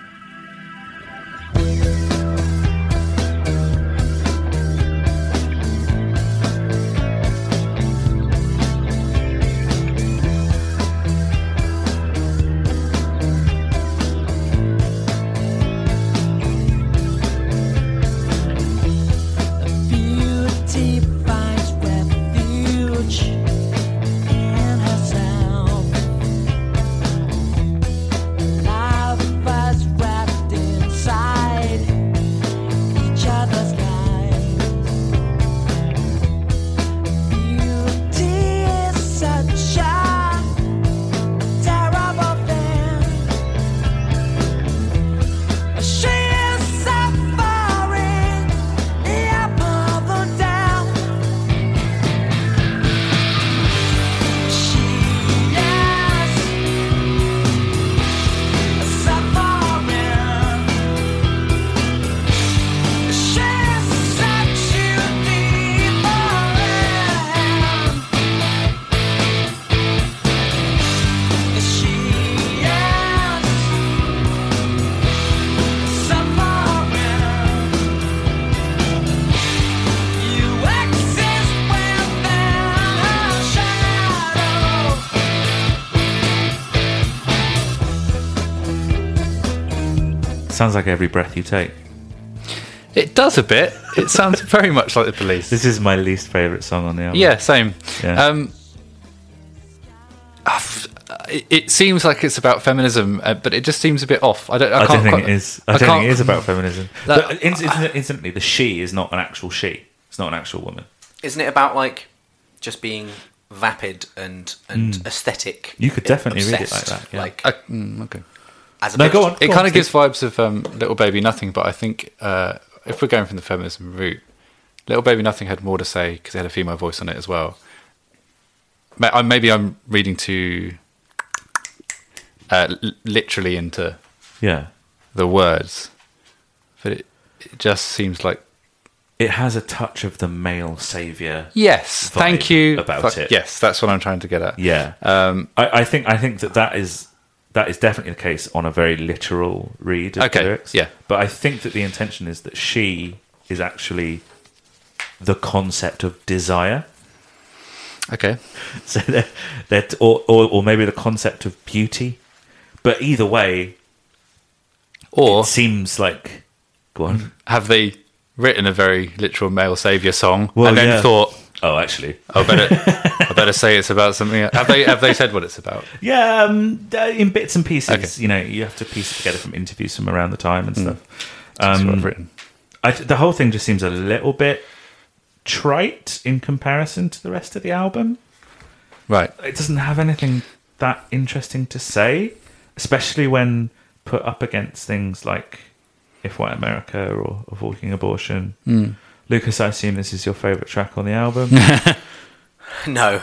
Speaker 6: Beauty finds refuge in herself. Love finds refuge
Speaker 4: sounds like every breath you take.
Speaker 2: It does a bit. It sounds very much like the police.
Speaker 4: This is my least favorite song on the album.
Speaker 2: Yeah, same.
Speaker 4: Yeah.
Speaker 2: Um, I've- it- it seems like it's about feminism, uh, but it just seems a bit off. I don't. I,
Speaker 4: I,
Speaker 2: can't
Speaker 4: don't think
Speaker 2: quite-
Speaker 4: it is. I, don't
Speaker 2: can't-
Speaker 4: think it is about feminism.
Speaker 2: That-
Speaker 4: but in- in- instantly, the she is not an actual she. It's not an actual woman.
Speaker 3: Isn't it about like just being vapid and and aesthetic?
Speaker 4: Mm. You could definitely read it like
Speaker 3: obsessed,
Speaker 4: that, yeah.
Speaker 3: Like
Speaker 2: I- mm, okay.
Speaker 3: as a
Speaker 4: No,
Speaker 3: bit-
Speaker 4: go on.
Speaker 2: It kind of
Speaker 4: Steve.
Speaker 2: gives vibes of um, Little Baby Nothing, but I think uh, if we're going from the feminism route, Little Baby Nothing had more to say because it had a female voice on it as well. Ma- I- Maybe I'm reading too uh, l- literally into
Speaker 4: Yeah,
Speaker 2: the words, but it, it just seems like
Speaker 4: it has a touch of the male savior.
Speaker 2: yes,
Speaker 4: vibe
Speaker 2: thank you
Speaker 4: about
Speaker 2: Fuck,
Speaker 4: it.
Speaker 2: Yes, that's what I'm trying to get at.
Speaker 4: Yeah,
Speaker 2: Um,
Speaker 4: I, I think I think that that is that is definitely the case on a very literal read of
Speaker 2: Okay,
Speaker 4: the lyrics.
Speaker 2: yeah.
Speaker 4: but I think that the intention is that she is actually the concept of desire.
Speaker 2: okay.
Speaker 4: So that that or, or or maybe the concept of beauty. But either way,
Speaker 2: Or
Speaker 4: it seems like go on.
Speaker 2: have they written a very literal male savior song
Speaker 4: Well,
Speaker 2: and then
Speaker 4: yeah.
Speaker 2: thought?
Speaker 4: Oh, actually,
Speaker 2: I better, I better say it's about something. Else. Have they have they said what it's about?
Speaker 4: yeah, um, uh, in bits and pieces.
Speaker 2: Okay. Hmm.
Speaker 4: You know, you have to piece it together from interviews from around the time and stuff. Um,
Speaker 2: That's
Speaker 4: Mm.
Speaker 2: what I've written.
Speaker 4: I, the whole thing just seems a little bit trite in comparison to the rest of the album.
Speaker 2: Right.
Speaker 4: It doesn't have anything that interesting to say, especially when put up against things like "If White America" or "Avoiding Abortion." Lucas, I assume this is your favorite track on the album.
Speaker 3: no.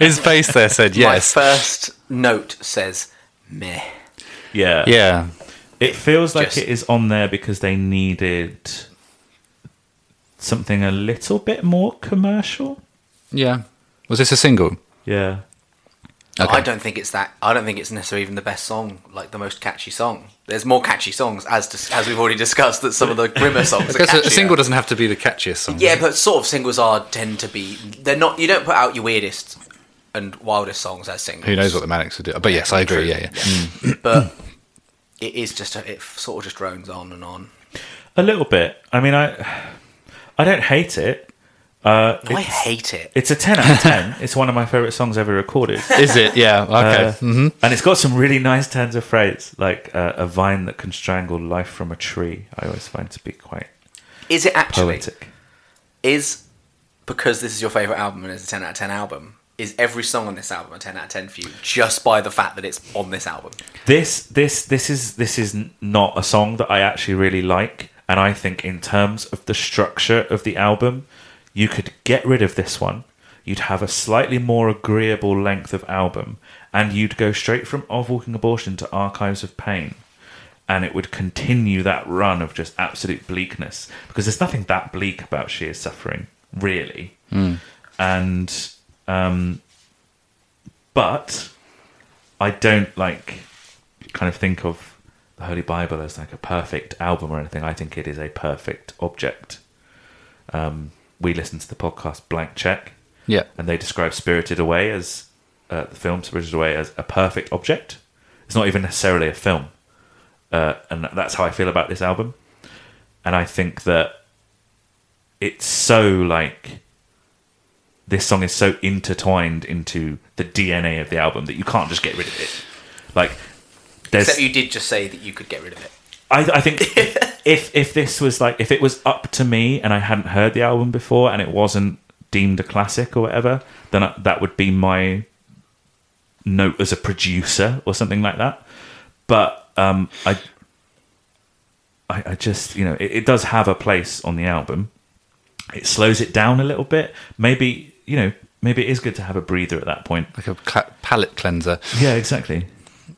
Speaker 2: His face there said Oh, yes.
Speaker 3: My first note says meh.
Speaker 4: yeah,
Speaker 2: yeah.
Speaker 4: It feels like
Speaker 3: Just-
Speaker 4: it is on there because they needed something a little bit more commercial.
Speaker 2: Yeah. Was this a single?
Speaker 4: Yeah.
Speaker 2: Okay.
Speaker 3: I don't think it's that. I don't think it's necessarily even the best song, like the most catchy song. There's more catchy songs, as dis- as we've already discussed, that some of the grimmer
Speaker 2: I
Speaker 3: songs. are
Speaker 2: guess a,
Speaker 3: catchier.
Speaker 2: single doesn't have to be the catchiest song.
Speaker 3: Yeah, but sort of singles are tend to be. They're not. You don't put out your weirdest and wildest songs as singles.
Speaker 2: Who knows what the Manics would do? But yes, I agree. Yeah, yeah.
Speaker 3: But it is just. A, it sort of just drones on and on.
Speaker 4: A little bit. I mean, I I don't hate it. Uh,
Speaker 3: I
Speaker 4: it's,
Speaker 3: hate it.
Speaker 4: it's a ten out of ten. it's one of my favorite songs ever recorded,
Speaker 2: Is it? Yeah. Okay. Mm.
Speaker 4: Uh, and it's got some really nice turns of phrase, like uh, a vine that can strangle life from a tree. I always find to be quite
Speaker 3: Is it actually?
Speaker 4: poetic.
Speaker 3: Is because this is your favorite album and it's a ten out of ten album. Is every song on this album a ten out of ten for you just by the fact that it's on this album?
Speaker 4: This this this is this is n- not a song that I actually really like, and I think in terms of the structure of the album, you could get rid of this one. You'd have a slightly more agreeable length of album, and you'd go straight from Of Walking Abortion to Archives of Pain, and it would continue that run of just absolute bleakness because there's nothing that bleak about sheer suffering, really. And um, but I don't like kind of think of the Holy Bible as like a perfect album or anything. I think it is a perfect object. Um, we listened to the podcast Blank Check,
Speaker 2: Yeah.
Speaker 4: and they describe Spirited Away as uh, the film Spirited Away as a perfect object. It's not even necessarily a film, uh, and that's how I feel about this album. And I think that it's so like this song is so intertwined into the DNA of the album that you can't just get rid of it. Like there's
Speaker 3: Except you did just say that you could get rid of it.
Speaker 4: I, I think if if this was like if it was up to me and I hadn't heard the album before and it wasn't deemed a classic or whatever, then I, that would be my note as a producer or something like that. But um, I, I, I just you know it, it does have a place on the album. It slows it down a little bit. Maybe you know maybe it is good to have a breather at that point.
Speaker 2: Like a cla palate cleanser.
Speaker 4: Yeah, exactly.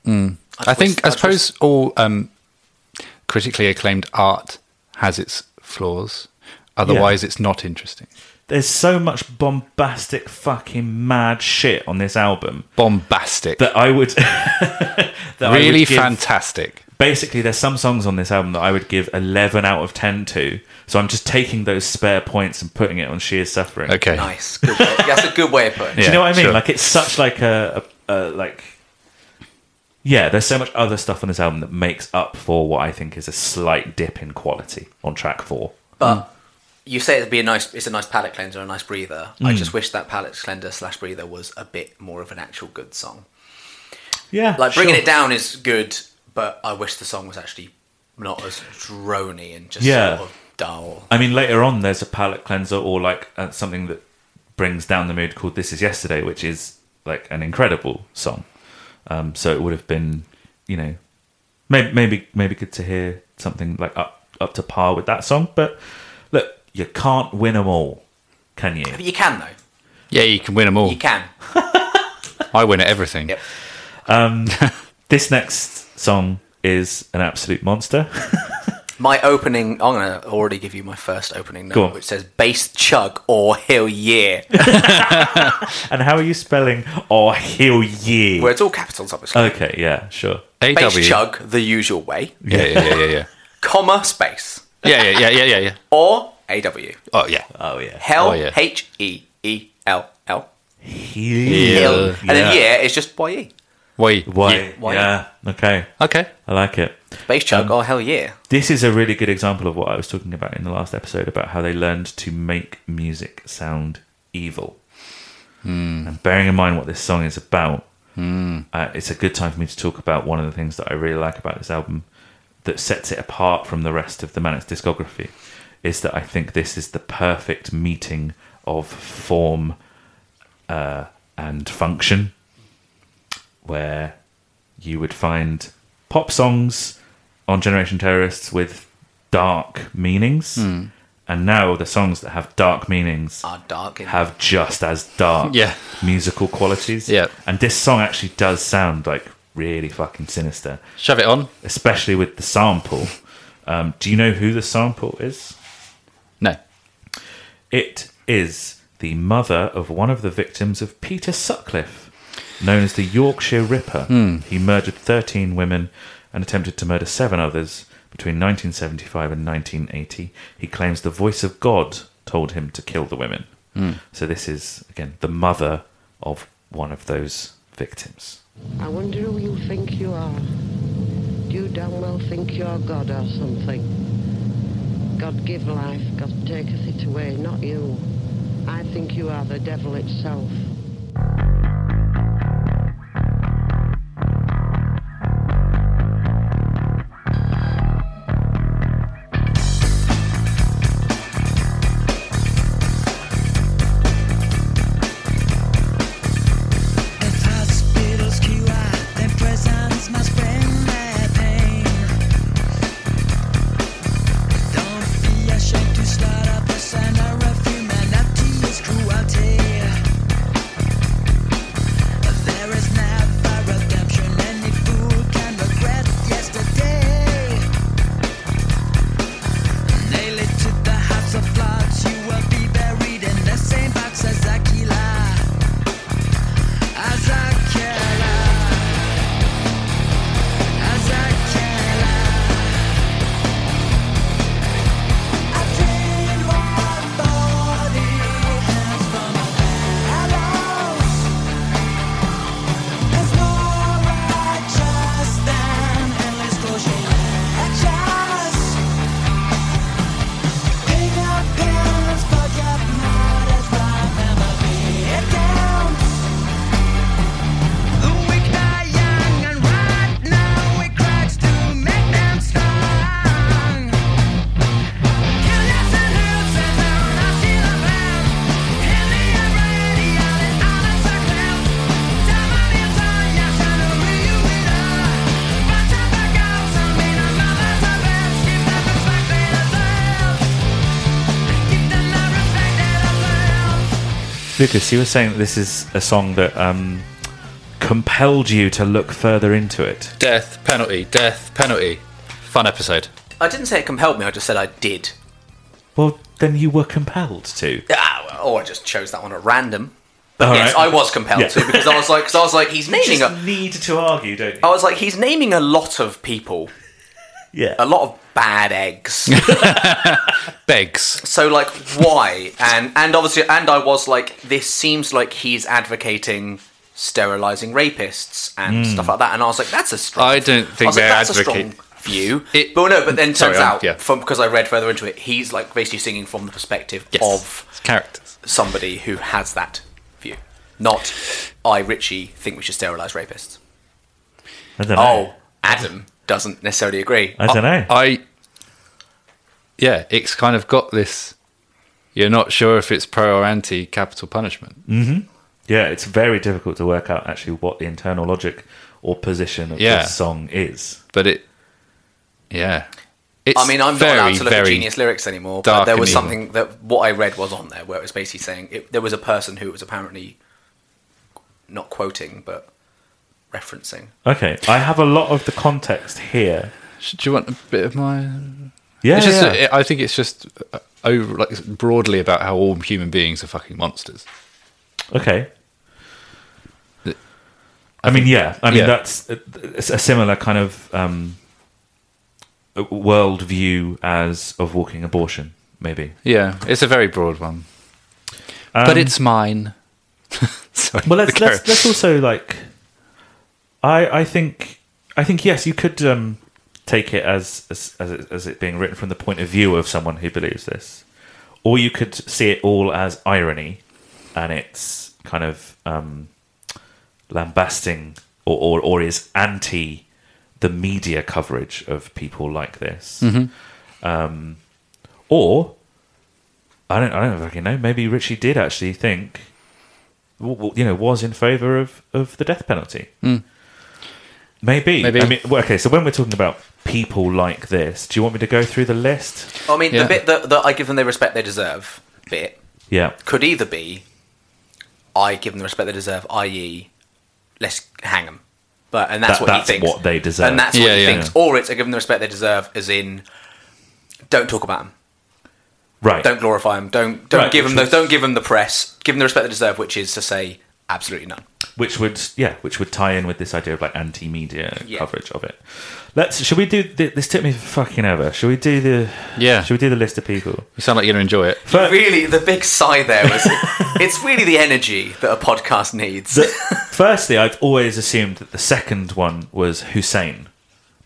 Speaker 2: I think I
Speaker 3: twist- I twist-
Speaker 2: suppose all um, critically acclaimed art has its flaws. Otherwise, it's not interesting.
Speaker 4: There's so much bombastic, fucking mad shit on this album.
Speaker 2: Bombastic.
Speaker 4: that I would that I
Speaker 2: really
Speaker 4: would give-
Speaker 2: fantastic.
Speaker 4: Basically, there's some songs on this album that I would give 11 out of 10 to. So I'm just taking those spare points and putting it on sheer suffering.
Speaker 2: Okay.
Speaker 3: Nice. Good way. That's a good way of putting it.
Speaker 4: Do you know what I mean?
Speaker 2: sure.
Speaker 4: Like it's such like a, a, a like yeah, there's so much other stuff on this album that makes up for what I think is a slight dip in quality on track four.
Speaker 3: But you say it'd be a nice, it's a nice palate cleanser, a nice breather.
Speaker 4: Mm.
Speaker 3: I just wish that palate cleanser slash breather was a bit more of an actual good song.
Speaker 4: Yeah,
Speaker 3: Like bringing
Speaker 4: sure.
Speaker 3: it down is good, but I wish the song was actually not as drony and just
Speaker 4: Yeah.
Speaker 3: sort of dull.
Speaker 4: I mean, later on, there's a palate cleanser or like uh, something that brings down the mood called "This Is Yesterday," which is like an incredible song. Um, so it would have been, you know, maybe maybe maybe good to hear something like up up to par with that song. But look, you can't win them all, can you?
Speaker 3: But you can though.
Speaker 2: Yeah, you can win them all.
Speaker 3: You can.
Speaker 2: I win at everything.
Speaker 3: Yep.
Speaker 4: This next song is an absolute monster.
Speaker 3: My opening. I'm gonna already give you my first opening
Speaker 4: Go
Speaker 3: note,
Speaker 4: on.
Speaker 3: which says bass chug or hill yeah,
Speaker 4: and how are you spelling? Oh, hell yeah.
Speaker 3: where it's all capitals obviously.
Speaker 4: Okay, yeah, sure.
Speaker 2: AW.
Speaker 3: bass chug the usual way,
Speaker 2: Yeah, yeah, yeah, yeah, yeah.
Speaker 3: comma space
Speaker 2: Yeah, yeah, yeah, yeah, yeah, yeah.
Speaker 3: or aw
Speaker 2: Oh yeah.
Speaker 4: Oh yeah.
Speaker 3: hell
Speaker 2: Oh, yeah.
Speaker 3: h e e l l
Speaker 4: Hell.
Speaker 3: hill,
Speaker 2: Yeah.
Speaker 3: and then yeah it's just E. ye
Speaker 2: Wait.
Speaker 4: Why?
Speaker 3: Why?
Speaker 4: Yeah. Okay.
Speaker 2: Yeah. Okay.
Speaker 4: I like it.
Speaker 3: bass chug or hell yeah.
Speaker 4: This is a really good example of what I was talking about in the last episode about how they learned to make music sound evil. And bearing in mind what this song is about, uh, it's a good time for me to talk about one of the things that I really like about this album that sets it apart from the rest of the Manic's discography is that I think this is the perfect meeting of form uh, and function where you would find pop songs on Generation Terrorists with dark meanings. And now the songs that have dark meanings
Speaker 3: are dark and
Speaker 4: have just as dark
Speaker 2: Yeah.
Speaker 4: musical qualities.
Speaker 2: Yeah.
Speaker 4: And this song actually does sound like really fucking sinister,
Speaker 2: Shove it on.
Speaker 4: especially with the sample. Um, do you know who the sample is?
Speaker 2: No.
Speaker 4: It is the mother of one of the victims of Peter Sutcliffe, known as the Yorkshire Ripper.
Speaker 3: Hmm.
Speaker 4: He murdered 13 women and attempted to murder seven others between 1975 and 1980. He claims the voice of God told him to kill the women.
Speaker 3: Hmm.
Speaker 4: So, this is, again, the mother of one of those victims.
Speaker 9: I wonder who you think you are. Do you damn well think you're God or something? God give life, God taketh it away, not you. I think you are the devil itself.
Speaker 6: If hospitals cure, then prisons must bring their pain. Don't be ashamed to start up a center of humanity's cruelty. There is never redemption. Any fool can regret yesterday. Nail it to the house of floods. You will be buried in the same box as Aquila. Azakela Azakela I feel my body has from a gallows It's more righteous than endless closure righteous Pick up pills, but get mad as right memory it counts the weak are young, and right now it cracks to make them strong. Kill nothing else and down, I feel a pain. In the irony of it, all is a clown. Time and again, I try to renew it all, but time forgets I mean, I'm not as bad. Give them respect they deserve. Give them the respect they deserve.
Speaker 4: Lucas, you were saying that this is a song that um, compelled you to look further into it.
Speaker 2: Death penalty. Death penalty. Fun episode.
Speaker 3: I didn't say it compelled me. I just said I did.
Speaker 4: Well, then you were compelled to.
Speaker 3: Ah, well, or I just chose that one at random.
Speaker 4: All
Speaker 3: yes,
Speaker 4: right.
Speaker 3: I was compelled
Speaker 4: Yeah.
Speaker 3: to because I was like, because I was like, he's naming a.
Speaker 4: just need to argue, don't you?
Speaker 3: I was like, he's naming a lot of people,
Speaker 4: yeah.
Speaker 2: Oh,
Speaker 3: a lot of bad eggs.
Speaker 2: Begs.
Speaker 3: so like, why? And and obviously, and I was like, this seems like he's advocating sterilizing rapists and stuff like that. And I was like, that's a strong.
Speaker 2: Hmm. I don't think
Speaker 3: I was like,
Speaker 2: they
Speaker 3: that's
Speaker 2: advocate-
Speaker 3: a strong view.
Speaker 2: It-
Speaker 3: but no, but then turns
Speaker 2: Sorry, I'm-
Speaker 3: out
Speaker 2: yeah.
Speaker 3: from because I read further into it, he's like basically singing from the perspective of
Speaker 2: It's characters.
Speaker 3: somebody who has that view, not I Richie think we should sterilize rapists.
Speaker 4: I don't know.
Speaker 3: Oh, Adam doesn't necessarily agree.
Speaker 4: I don't know.
Speaker 2: I yeah, it's kind of got this. You're not sure if it's pro or anti capital punishment.
Speaker 4: yeah, it's very difficult to work out actually what the internal logic or position of
Speaker 2: Yeah.
Speaker 4: this song is.
Speaker 2: but it, yeah. It's
Speaker 3: I mean, I'm
Speaker 2: very,
Speaker 3: not allowed to look at
Speaker 2: very-
Speaker 3: Genius lyrics anymore.
Speaker 2: dark
Speaker 3: But there
Speaker 2: and
Speaker 3: was
Speaker 2: evil.
Speaker 3: something that what I read was on there, where it was basically saying it, there was a person who was apparently not quoting but referencing.
Speaker 4: Okay, I have a lot of the context here.
Speaker 2: Do you want a bit of my?
Speaker 4: Yeah,
Speaker 2: it's just,
Speaker 4: yeah.
Speaker 2: it- I think it's just uh, over, like broadly about how all human beings are fucking monsters.
Speaker 4: okay.
Speaker 2: The-
Speaker 4: I mean, yeah. I mean,
Speaker 2: Yeah.
Speaker 4: that's a, a similar kind of um, world view as of walking abortion, maybe.
Speaker 2: Yeah, it's a very broad one, but it's mine. Sorry,
Speaker 4: Um, Well, let's
Speaker 2: go.
Speaker 4: let's, let's also like, I I think I think yes, you could um, take it as, as as it- as it being written from the point of view of someone who believes this, or you could see it all as irony, and it's kind of um, lambasting or or, or is anti the media coverage of people like this, um, or. I don't. I don't fucking know. Maybe Richie did actually think w- w- you know, was in favour of, of the death penalty. Maybe.
Speaker 2: Maybe.
Speaker 4: I mean, well, okay, so when we're talking about people like this, do you want me to go through the list?
Speaker 3: I mean,
Speaker 2: Yeah.
Speaker 3: the bit that, that I give them the respect they deserve bit
Speaker 4: Yeah.
Speaker 3: could either be I give them the respect they deserve, i.e., let's hang them. But and that's
Speaker 4: That-
Speaker 3: what
Speaker 4: that's
Speaker 3: he thinks.
Speaker 4: what they deserve.
Speaker 3: and that's
Speaker 2: Yeah,
Speaker 3: what he
Speaker 2: yeah.
Speaker 3: thinks. Or it's I give them the respect they deserve, as in don't talk about them.
Speaker 4: Right.
Speaker 3: don't glorify them. Don't don't
Speaker 4: Right,
Speaker 3: give them
Speaker 4: which
Speaker 3: the,
Speaker 4: is-
Speaker 3: don't give them the press. Give them the respect they deserve, which is to say absolutely none.
Speaker 4: Which would, yeah, which would tie in with this idea of like anti media
Speaker 3: Yeah.
Speaker 4: coverage of it. Let's, should we do, th- this took me fucking ever. Should we do the,
Speaker 2: Yeah.
Speaker 4: should we do the list of people?
Speaker 2: You sound like you're gonna enjoy it.
Speaker 4: But-
Speaker 3: really, the big sigh there was it's really the energy that a podcast needs.
Speaker 4: The- firstly, I've always assumed that the second one was Hussein,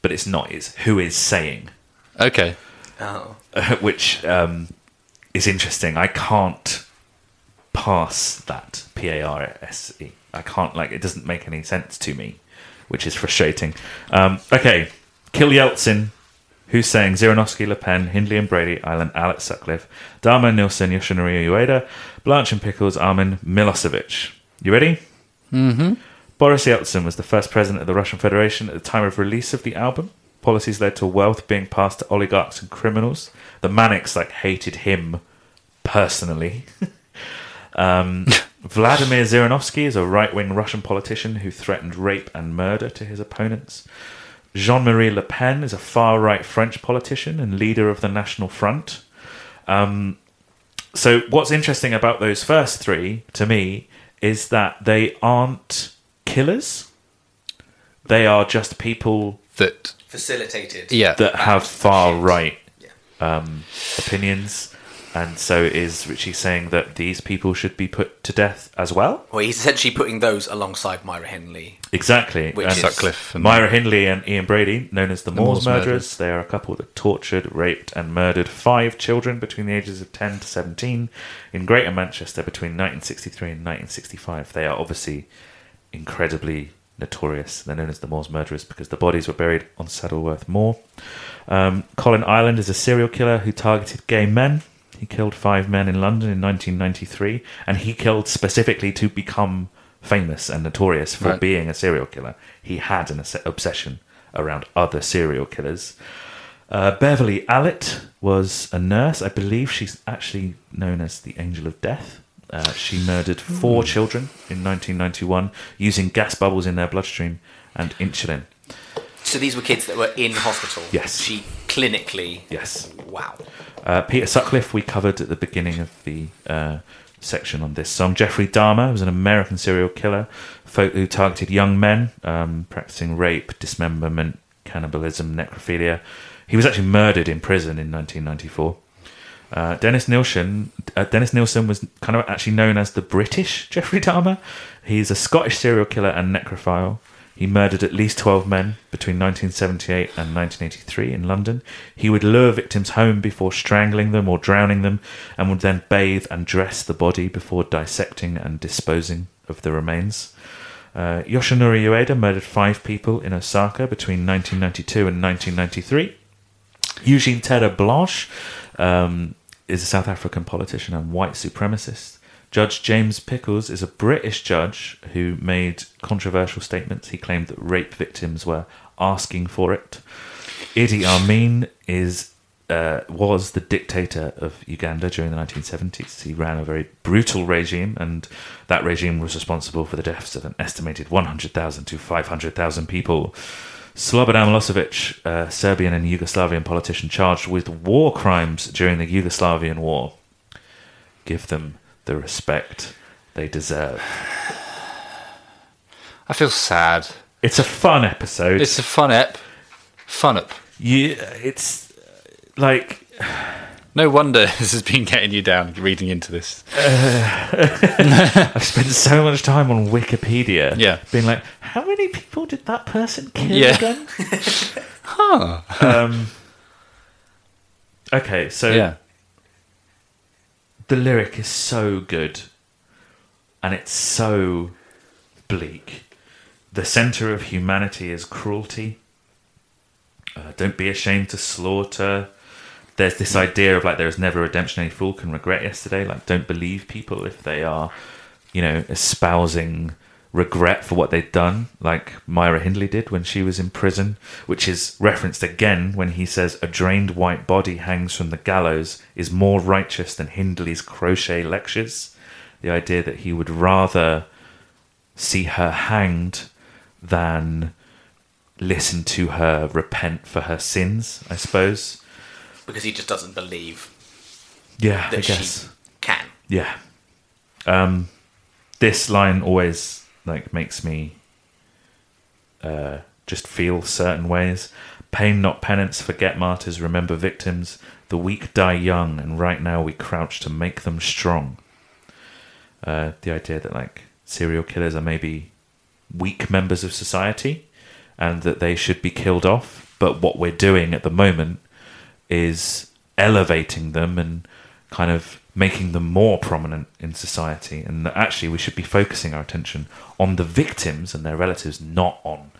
Speaker 4: but it's not. It's who is saying.
Speaker 2: Okay,
Speaker 3: oh.
Speaker 4: which um, is interesting. I can't pass that P A R S E. I can't like it doesn't make any sense to me, which is frustrating. Um, okay, kill Yeltsin, Hussein, Ziranovsky, Le Pen, Hindley and Brady, Island, Alex Sutcliffe, Dharma Nilsson, Yoshinori Ueda, Blanche and Pickles, Armin Milosevic. You ready? Boris Yeltsin was the first president of the Russian Federation at the time of release of the album. Policies led to wealth being passed to oligarchs and criminals. The Manics like hated him personally. um, Vladimir Zhirinovsky is a right-wing Russian politician who threatened rape and murder to his opponents. Jean-Marie Le Pen is a far-right French politician and leader of the National Front. So what's interesting about those first three to me is that they aren't killers. They are just people
Speaker 2: that
Speaker 3: Facilitated.
Speaker 2: yeah,
Speaker 4: that have far right
Speaker 3: Yeah.
Speaker 4: um, opinions, and so is Richie saying that these people should be put to death as well?
Speaker 3: Well, he's essentially putting those alongside Myra Henley.
Speaker 4: Exactly.
Speaker 3: Which
Speaker 4: And
Speaker 3: is-
Speaker 2: Sutcliffe and
Speaker 4: Myra Hindley and Ian Brady, known as the, Moors,
Speaker 2: Moors
Speaker 4: murderers.
Speaker 2: murderers.
Speaker 4: they are a couple that tortured, raped, and murdered five children between the ages of 10 to 17 in Greater Manchester between 1963 and 1965. They are obviously incredibly notorious. They're known as the Moors murderers because the bodies were buried on Saddleworth Moor. Um, Colin Ireland is a serial killer who targeted gay men. He killed five men in London in 1993, and he killed specifically to become famous and notorious for
Speaker 2: Right.
Speaker 4: being a serial killer. He had an obs- obsession around other serial killers. Uh, Beverly Allett was a nurse. I believe she's actually known as the Angel of Death. Uh, she murdered four children in 1991 using gas bubbles in their bloodstream and insulin.
Speaker 3: So these were kids that were in hospital.
Speaker 4: Yes.
Speaker 3: She clinically.
Speaker 4: Yes.
Speaker 3: Wow.
Speaker 4: Uh, Peter Sutcliffe, we covered at the beginning of the uh, section on this song. Jeffrey Dahmer was an American serial killer folk who targeted young men, um, practicing rape, dismemberment, cannibalism, necrophilia. He was actually murdered in prison in 1994. Uh, Dennis Nilsson, uh, Dennis Nilsson was kind of actually known as the British Jeffrey Dahmer. He's a Scottish serial killer and necrophile. He murdered at least 12 men between 1978 and 1983 in London. He would lure victims home before strangling them or drowning them and would then bathe and dress the body before dissecting and disposing of the remains. Uh, Yoshinori Ueda murdered five people in Osaka between 1992 and 1993. Eugene Terra Blanche um, is a South African politician and white supremacist. Judge James Pickles is a British judge who made controversial statements. He claimed that rape victims were asking for it. Idi Amin is uh, was the dictator of Uganda during the 1970s. He ran a very brutal regime, and that regime was responsible for the deaths of an estimated 100,000 to 500,000 people. Slobodan Milosevic, a Serbian and Yugoslavian politician charged with war crimes during the Yugoslavian war. Give them the respect they deserve.
Speaker 2: I feel sad.
Speaker 4: It's a fun episode.
Speaker 2: It's a fun ep. Fun up.
Speaker 4: you, it's uh, like
Speaker 2: No wonder this has been getting you down reading into this.
Speaker 4: I've spent so much time on Wikipedia.
Speaker 2: Yeah.
Speaker 4: Being like, how many people did that person kill
Speaker 2: Yeah.
Speaker 4: again? Um,
Speaker 2: Huh.
Speaker 4: Okay, so
Speaker 2: Yeah.
Speaker 4: the lyric is so good and it's so bleak. The center of humanity is cruelty. Uh, don't be ashamed to slaughter. There's this idea of like there is never redemption. Any fool can regret yesterday. Like don't believe people if they are, you know, espousing regret for what they've done, like Myra Hindley did when she was in prison, which is referenced again when he says a drained white body hangs from the gallows is more righteous than Hindley's crochet lectures. The idea that he would rather see her hanged than listen to her repent for her sins, I suppose.
Speaker 3: because he just doesn't believe
Speaker 4: Yeah, I
Speaker 3: that
Speaker 4: guess.
Speaker 3: she can.
Speaker 4: Yeah. Um, this line always like makes me uh, just feel certain ways. Pain, not penance. Forget martyrs. Remember victims. The weak die young, and right now we crouch to make them strong. Uh, the idea that like serial killers are maybe weak members of society, and that they should be killed off. But what we're doing at the moment is elevating them and kind of making them more prominent in society and that actually we should be focusing our attention on the victims and their relatives not on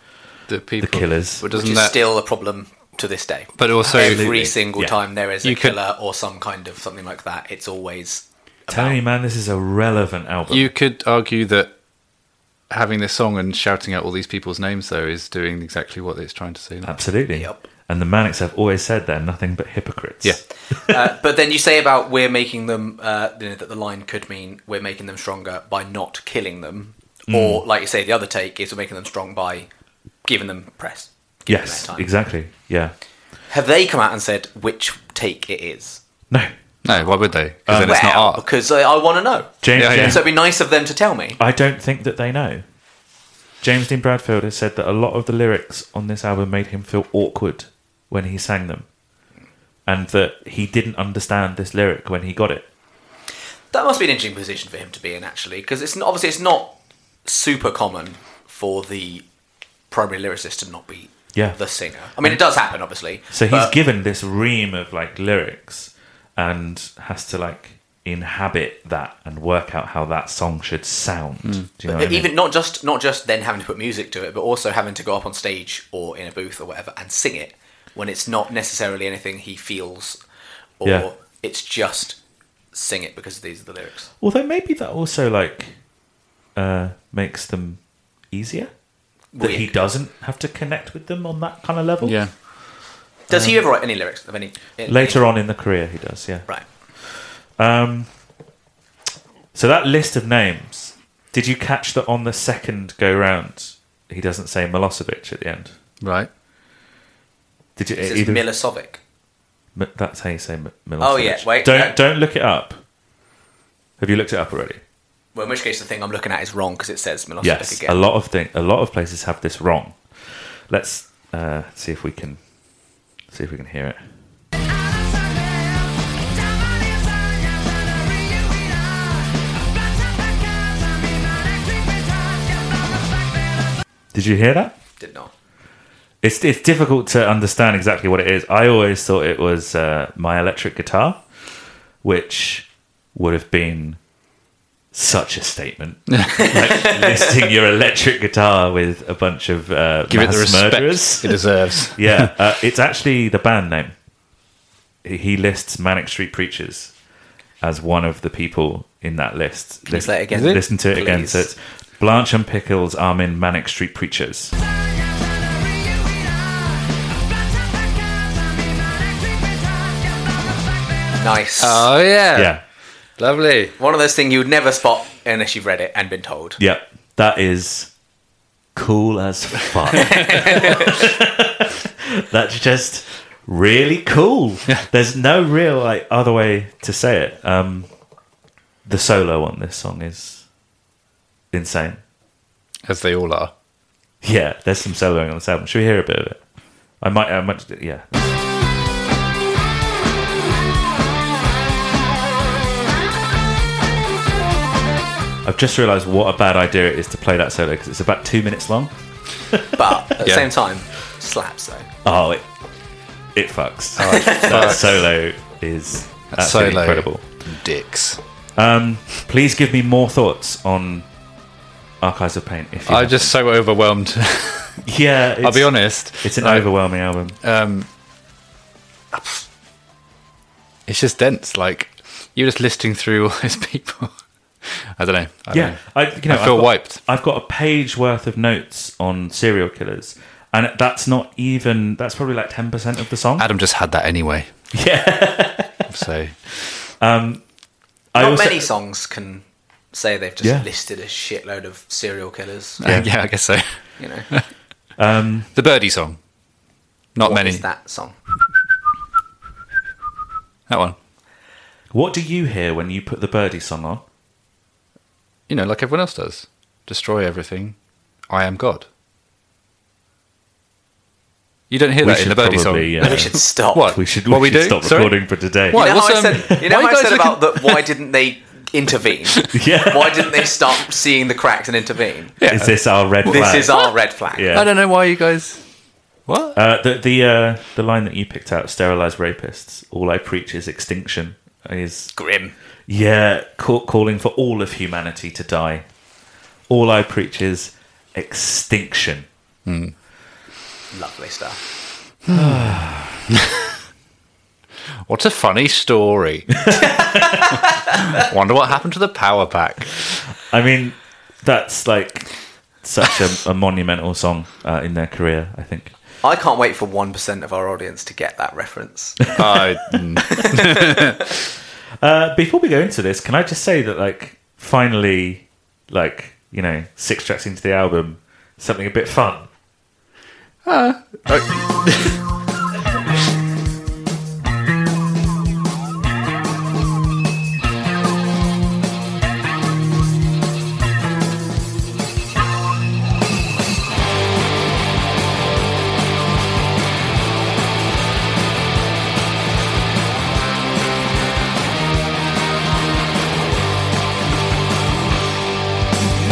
Speaker 2: The people.
Speaker 4: killers.
Speaker 2: But
Speaker 3: Which
Speaker 2: doesn't
Speaker 3: is
Speaker 2: that?
Speaker 3: still a problem to this day.
Speaker 2: but also,
Speaker 3: Every single
Speaker 4: Yeah.
Speaker 3: time there is a
Speaker 2: You could-
Speaker 3: killer or some kind of something like that, it's always
Speaker 4: tell me man this is a relevant album
Speaker 2: you could argue that having this song and shouting out all these people's names though is doing exactly what it's trying to say.
Speaker 4: absolutely
Speaker 3: Yep.
Speaker 4: and the manics have always said they're nothing but hypocrites
Speaker 2: Yeah.
Speaker 3: Uh, but then you say about we're making them uh, you know, that the line could mean we're making them stronger by not killing them,
Speaker 2: Mm.
Speaker 3: or like you say, the other take is we're making them strong by giving them press. giving them
Speaker 4: yes
Speaker 3: airtime.
Speaker 4: exactly yeah
Speaker 3: Have they come out and said which take it is?
Speaker 4: no
Speaker 2: No, why would they? Because Oh, then it's not
Speaker 3: Well,
Speaker 2: art.
Speaker 3: Because I, I want to know.
Speaker 4: james,
Speaker 2: Yeah, yeah.
Speaker 4: james
Speaker 3: So it'd be nice of them to tell me.
Speaker 4: i don't think that they know james dean bradfield has said that a lot of the lyrics on this album made him feel awkward when he sang them and that he didn't understand this lyric when he got it
Speaker 3: That must be an interesting position for him to be in, actually, because it's n- obviously it's not super common for the primary lyricist to not be
Speaker 4: Yeah.
Speaker 3: the singer. I mean, it does happen, obviously.
Speaker 4: So he's
Speaker 3: but-
Speaker 4: given this ream of like lyrics and has to like inhabit that and work out how that song should sound. Do you know what I mean?
Speaker 3: Hmm. even not just not just then having to put music to it, but also having to go up on stage or in a booth or whatever and sing it when it's not necessarily anything he feels, or
Speaker 4: Yeah.
Speaker 3: it's just sing it because these are the lyrics.
Speaker 4: Although maybe that also like uh, makes them easier that he
Speaker 3: Weird.
Speaker 4: doesn't have to connect with them on that kind of level.
Speaker 2: Yeah.
Speaker 3: Does he ever write any lyrics of any?
Speaker 4: Later on in the career, he does. Yeah.
Speaker 3: right?
Speaker 4: So that list of names. Did you catch that on the second go round? He doesn't say Milosevic at the end.
Speaker 2: Right.
Speaker 4: Did you?
Speaker 3: This is
Speaker 4: either-
Speaker 3: Milosevic.
Speaker 4: M- That's how you say M- Milosevic.
Speaker 3: Oh, yeah, wait,
Speaker 4: Don't
Speaker 3: no.
Speaker 4: don't look it up. Have you looked it up already?
Speaker 3: Well, in which case the thing I'm looking at is wrong because it says Milosevic
Speaker 4: yes.
Speaker 3: again.
Speaker 4: A lot of thing, a lot of places have this wrong. Let's uh, see if we can see if we can hear it.
Speaker 6: Out of surveil, down on the
Speaker 4: Did you hear that?
Speaker 3: Did not.
Speaker 4: It's it's difficult to understand exactly what it is. I always thought it was uh, my electric guitar, which would have been such a statement. like listing your electric guitar with a bunch of uh,
Speaker 2: Give it
Speaker 4: mass
Speaker 2: the respect
Speaker 4: murderers.
Speaker 2: it deserves.
Speaker 4: yeah, uh, it's actually the band name. He- He lists Manic Street Preachers as one of the people in that list. Listen,
Speaker 3: play it again?
Speaker 2: Is it?
Speaker 4: listen to it again.
Speaker 3: Please.
Speaker 4: So it's Blanche and Pickles are in Manic Street Preachers.
Speaker 3: Nice.
Speaker 2: Oh yeah,
Speaker 4: Yeah,
Speaker 2: lovely.
Speaker 3: One of those things you would never spot unless you've read it and been told.
Speaker 4: yeah, that is cool as fuck. That's just really cool. There's no real like other way to say it. Um, the solo on this song is insane.
Speaker 2: As they all are.
Speaker 4: Yeah, there's some soloing on this album. Should we hear a bit of it? I might, I might, yeah. I've just realised what a bad idea it is to play that solo because it's about two minutes long.
Speaker 3: But at the
Speaker 2: Yeah.
Speaker 3: same time, slaps though.
Speaker 4: Oh, it it fucks.
Speaker 2: Oh,
Speaker 4: that solo is absolutely
Speaker 2: Solo.
Speaker 4: incredible. Um,
Speaker 2: Dicks.
Speaker 4: Please give me more thoughts on Archives of Paint. If you
Speaker 2: I'm
Speaker 4: have
Speaker 2: just so overwhelmed.
Speaker 4: them. yeah,
Speaker 2: I'll
Speaker 4: it's-
Speaker 2: be honest.
Speaker 4: It's an
Speaker 2: I- Uh,
Speaker 4: overwhelming album.
Speaker 2: Um, It's just dense. Like you're just listing through all those people. I don't know. I
Speaker 4: yeah,
Speaker 2: Don't know.
Speaker 4: I,
Speaker 2: I
Speaker 4: you know,
Speaker 2: feel
Speaker 4: I've got,
Speaker 2: wiped.
Speaker 4: I've got a page worth of notes on serial killers, and that's not even. That's probably like ten percent of the song.
Speaker 2: Adam just had that anyway.
Speaker 4: yeah,
Speaker 2: So uh,
Speaker 4: I
Speaker 3: Not
Speaker 4: also-
Speaker 3: many songs can say they've just
Speaker 4: Yeah.
Speaker 3: listed a shitload of serial killers.
Speaker 2: yeah, I guess so.
Speaker 3: You know, not
Speaker 2: The Birdie song. Not many. That?
Speaker 3: that song.
Speaker 2: one.
Speaker 4: What do you hear when you put the Birdie song on?
Speaker 2: You know, like everyone else does. Destroy everything. I am God. You don't hear
Speaker 4: We
Speaker 2: that in
Speaker 4: should
Speaker 2: the Birdie
Speaker 4: probably,
Speaker 2: song.
Speaker 4: yeah.
Speaker 3: We should stop.
Speaker 2: What?
Speaker 4: We should,
Speaker 2: What
Speaker 4: we
Speaker 2: we
Speaker 4: should
Speaker 2: do?
Speaker 4: stop
Speaker 2: Sorry?
Speaker 4: recording for today.
Speaker 2: Why?
Speaker 3: You know
Speaker 2: What's,
Speaker 3: how I
Speaker 2: um,
Speaker 3: said,
Speaker 2: why
Speaker 3: you know how
Speaker 2: you
Speaker 3: I
Speaker 2: guys
Speaker 3: said about
Speaker 2: looking-
Speaker 3: that? Why didn't they intervene?
Speaker 4: Yeah.
Speaker 3: Why didn't they start seeing the cracks and intervene?
Speaker 2: Yeah.
Speaker 4: Is this our red
Speaker 3: This
Speaker 4: flag?
Speaker 3: is our red flag.
Speaker 4: Yeah.
Speaker 2: I don't know why you guys. What?
Speaker 4: Uh, the the uh, the line that you picked out, sterilized rapists. All I preach is extinction. Is
Speaker 3: Grim.
Speaker 4: yeah, ca- calling for all of humanity to die. All I preach is extinction.
Speaker 3: Lovely stuff.
Speaker 2: What a funny story. Wonder what happened to the power pack.
Speaker 4: I mean, that's like such a, a monumental song uh, in their career. I think.
Speaker 3: I can't wait for one percent of our audience to get that reference.
Speaker 2: I, mm,
Speaker 4: Uh, before we go into this, can I just say that, like, finally, like you know, six tracks into the album, something a bit fun.